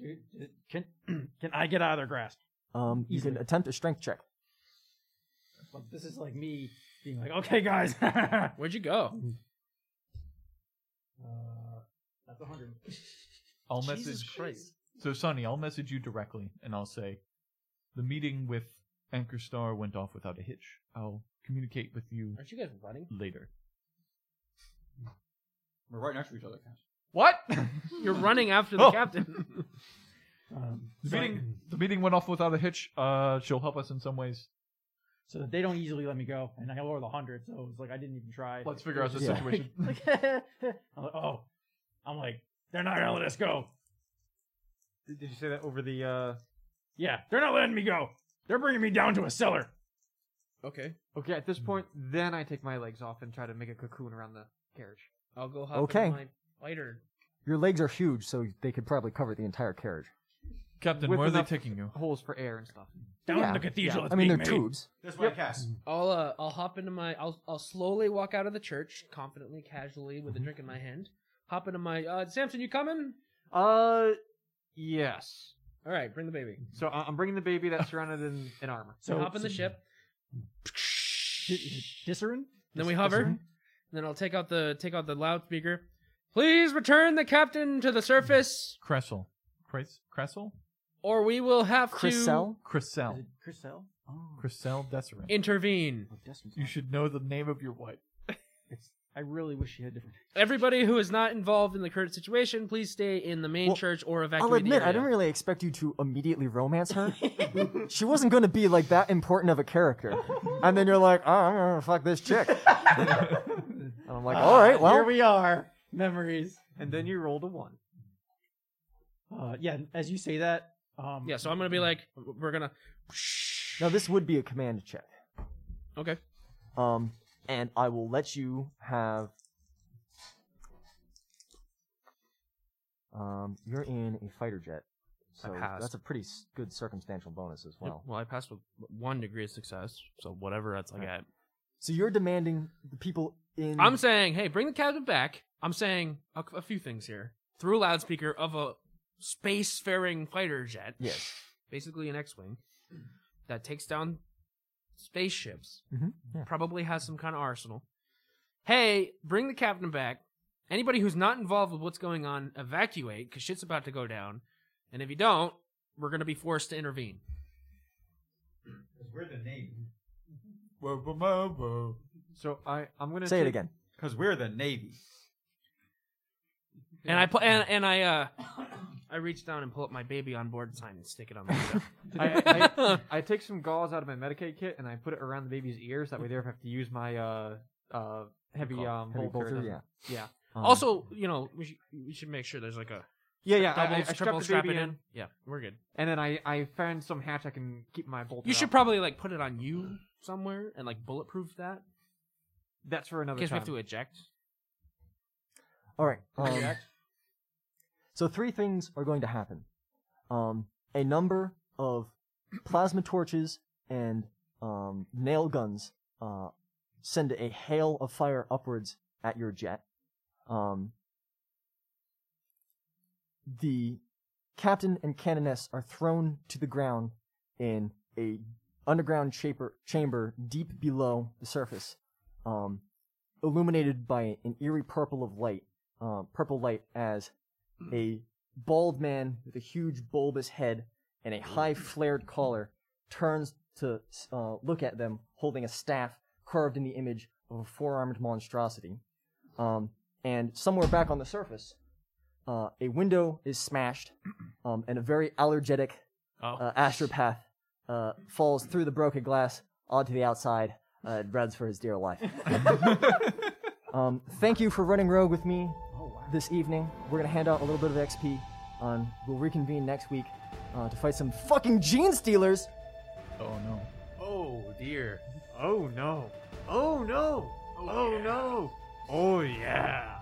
[SPEAKER 3] Dude, can can I get out of their grasp?
[SPEAKER 1] Um, you can attempt a strength check.
[SPEAKER 3] Well, this is like me being like, okay, guys, uh,
[SPEAKER 17] Where'd you go?
[SPEAKER 2] Uh,
[SPEAKER 3] that's a hundred.
[SPEAKER 4] I'll
[SPEAKER 3] Jesus
[SPEAKER 4] message.
[SPEAKER 3] Christ.
[SPEAKER 4] So Sonny, I'll message you directly, and I'll say, the meeting with Anchor Star went off without a hitch. I'll communicate with you
[SPEAKER 17] Aren't you guys running?
[SPEAKER 4] later.
[SPEAKER 9] We're right next to each other.
[SPEAKER 4] What?
[SPEAKER 17] You're running after the
[SPEAKER 4] Oh.
[SPEAKER 17] captain.
[SPEAKER 3] Um,
[SPEAKER 4] The meeting, the meeting went off without a hitch. Uh, she'll help us in some ways.
[SPEAKER 3] so that they don't easily let me go, and I lower the hundred, so it's like I didn't even try.
[SPEAKER 4] Let's figure out the
[SPEAKER 1] Yeah.
[SPEAKER 4] situation.
[SPEAKER 3] Like, I'm like, oh, I'm like, they're not gonna let us go.
[SPEAKER 2] Did, did you say that over the? uh
[SPEAKER 3] Yeah, they're not letting me go. They're bringing me down to a cellar.
[SPEAKER 17] Okay.
[SPEAKER 2] Okay, at
[SPEAKER 17] Hmm.
[SPEAKER 2] this point, then I take my legs off and try to make a cocoon around the carriage.
[SPEAKER 17] I'll go hop
[SPEAKER 1] Okay.
[SPEAKER 17] in my fighter.
[SPEAKER 1] Your legs are huge, so they could probably cover the entire carriage.
[SPEAKER 4] Captain,
[SPEAKER 2] With
[SPEAKER 4] where are they
[SPEAKER 2] enough-
[SPEAKER 4] taking you?
[SPEAKER 2] Holes for air and stuff.
[SPEAKER 3] Down
[SPEAKER 1] Yeah,
[SPEAKER 3] in the cathedral.
[SPEAKER 1] I
[SPEAKER 3] that's
[SPEAKER 1] mean, they're
[SPEAKER 3] being made.
[SPEAKER 1] tubes.
[SPEAKER 10] That's what I cast.
[SPEAKER 17] I'll uh, I'll hop into my I'll I'll slowly walk out of the church confidently, casually, with a drink in my hand. Hop into my uh, Samson, you coming?
[SPEAKER 2] Uh, yes.
[SPEAKER 17] All right, bring the baby.
[SPEAKER 2] So I- I'm bringing the baby that's surrounded in, in armor.
[SPEAKER 3] So
[SPEAKER 17] hop in the ship.
[SPEAKER 3] Discern?
[SPEAKER 17] Then we hover. And then I'll take out the take out the loudspeaker. Please return the captain to the surface,
[SPEAKER 4] Cressel. Cress- Cressel?
[SPEAKER 17] or we will have
[SPEAKER 1] Crissell?
[SPEAKER 4] Cressel.
[SPEAKER 3] Chriselle?
[SPEAKER 1] Oh,
[SPEAKER 4] Cressel Deseret.
[SPEAKER 17] to intervene.
[SPEAKER 4] You should know the name of your wife.
[SPEAKER 3] I really wish you had different.
[SPEAKER 17] Everybody who is not involved in the current situation, please stay in the main
[SPEAKER 1] Well,
[SPEAKER 17] church or evacuate.
[SPEAKER 1] I'll admit,
[SPEAKER 17] the
[SPEAKER 1] I
[SPEAKER 17] area.
[SPEAKER 1] didn't really expect you to immediately romance her. she wasn't going to be like that important of a character, and then you're like, oh, I'm gonna fuck this chick. and I'm like, all right, well,
[SPEAKER 3] Ah, here we are. Memories.
[SPEAKER 2] And then you rolled a one.
[SPEAKER 3] Uh, yeah, as you say that, um,
[SPEAKER 17] Yeah, so I'm gonna
[SPEAKER 1] Mm.
[SPEAKER 17] be like, we're gonna.
[SPEAKER 1] now this would be a command check.
[SPEAKER 17] Okay.
[SPEAKER 1] Um, and I will let you have. Um, you're in a fighter jet, so
[SPEAKER 17] passed.
[SPEAKER 1] that's a pretty s- good circumstantial bonus as well.
[SPEAKER 17] Well, I passed with one degree of success, so whatever that's like. I
[SPEAKER 1] So you're demanding the people in.
[SPEAKER 17] I'm saying, hey, bring the captain back. I'm saying a, a few things here through a loudspeaker of a spacefaring fighter jet,
[SPEAKER 1] Yes.
[SPEAKER 17] basically an X-wing that takes down spaceships.
[SPEAKER 2] Mm-hmm.
[SPEAKER 1] Mhm, yeah.
[SPEAKER 17] Probably has some kind of arsenal. Hey, bring the captain back. Anybody who's not involved with what's going on, evacuate because shit's about to go down. And if you don't, we're gonna be forced to intervene.
[SPEAKER 9] Because we're the Navy.
[SPEAKER 2] So I I'm gonna
[SPEAKER 1] Say it
[SPEAKER 2] take-
[SPEAKER 1] again.
[SPEAKER 9] Because we're the Navy.
[SPEAKER 17] And I pu- and, and I uh, I reach down and pull up my baby on board sign and stick it on the window.
[SPEAKER 2] I, I, I take some gauze out of my Medicaid kit and I put it around the baby's ears. That way, they don't have to use my uh uh heavy um
[SPEAKER 1] Heavy
[SPEAKER 2] bolter.
[SPEAKER 1] bolter,
[SPEAKER 2] doesn't-
[SPEAKER 1] yeah.
[SPEAKER 2] yeah,
[SPEAKER 1] Um,
[SPEAKER 17] also, you know, we should, we should make sure there's like a
[SPEAKER 2] yeah, yeah. I,
[SPEAKER 17] double,
[SPEAKER 2] I, I
[SPEAKER 17] triple
[SPEAKER 2] strap the
[SPEAKER 17] strap
[SPEAKER 2] baby
[SPEAKER 17] it
[SPEAKER 2] in,
[SPEAKER 17] in. Yeah, we're good.
[SPEAKER 2] and then I I found some hatch I can keep my bolter.
[SPEAKER 17] You should
[SPEAKER 2] up.
[SPEAKER 17] probably like put it on you somewhere and like bulletproof that
[SPEAKER 2] That's for
[SPEAKER 17] in
[SPEAKER 2] another
[SPEAKER 17] case we
[SPEAKER 2] time.
[SPEAKER 17] have to eject.
[SPEAKER 1] All right. Um, so three things are going to happen. Um, a number of plasma torches and um, nail guns uh, send a hail of fire upwards at your jet. Um, the captain and canoness are thrown to the ground in a underground chamber, chamber deep below the surface, um, illuminated by an eerie purple of light, uh, purple light as a bald man with a huge bulbous head and a high flared collar turns to uh, look at them holding a staff carved in the image of a four-armed monstrosity. Um, and somewhere back on the surface, uh, a window is smashed, um, and a very allergenic uh, astropath uh, falls through the broken glass onto the outside uh, and runs for his dear life. um, thank you for running rogue with me this evening. We're gonna hand out a little bit of XP. On we'll reconvene next week uh, to fight some fucking gene stealers.
[SPEAKER 4] Oh no.
[SPEAKER 11] Oh dear.
[SPEAKER 2] Oh no. Oh no. Oh no. Oh yeah.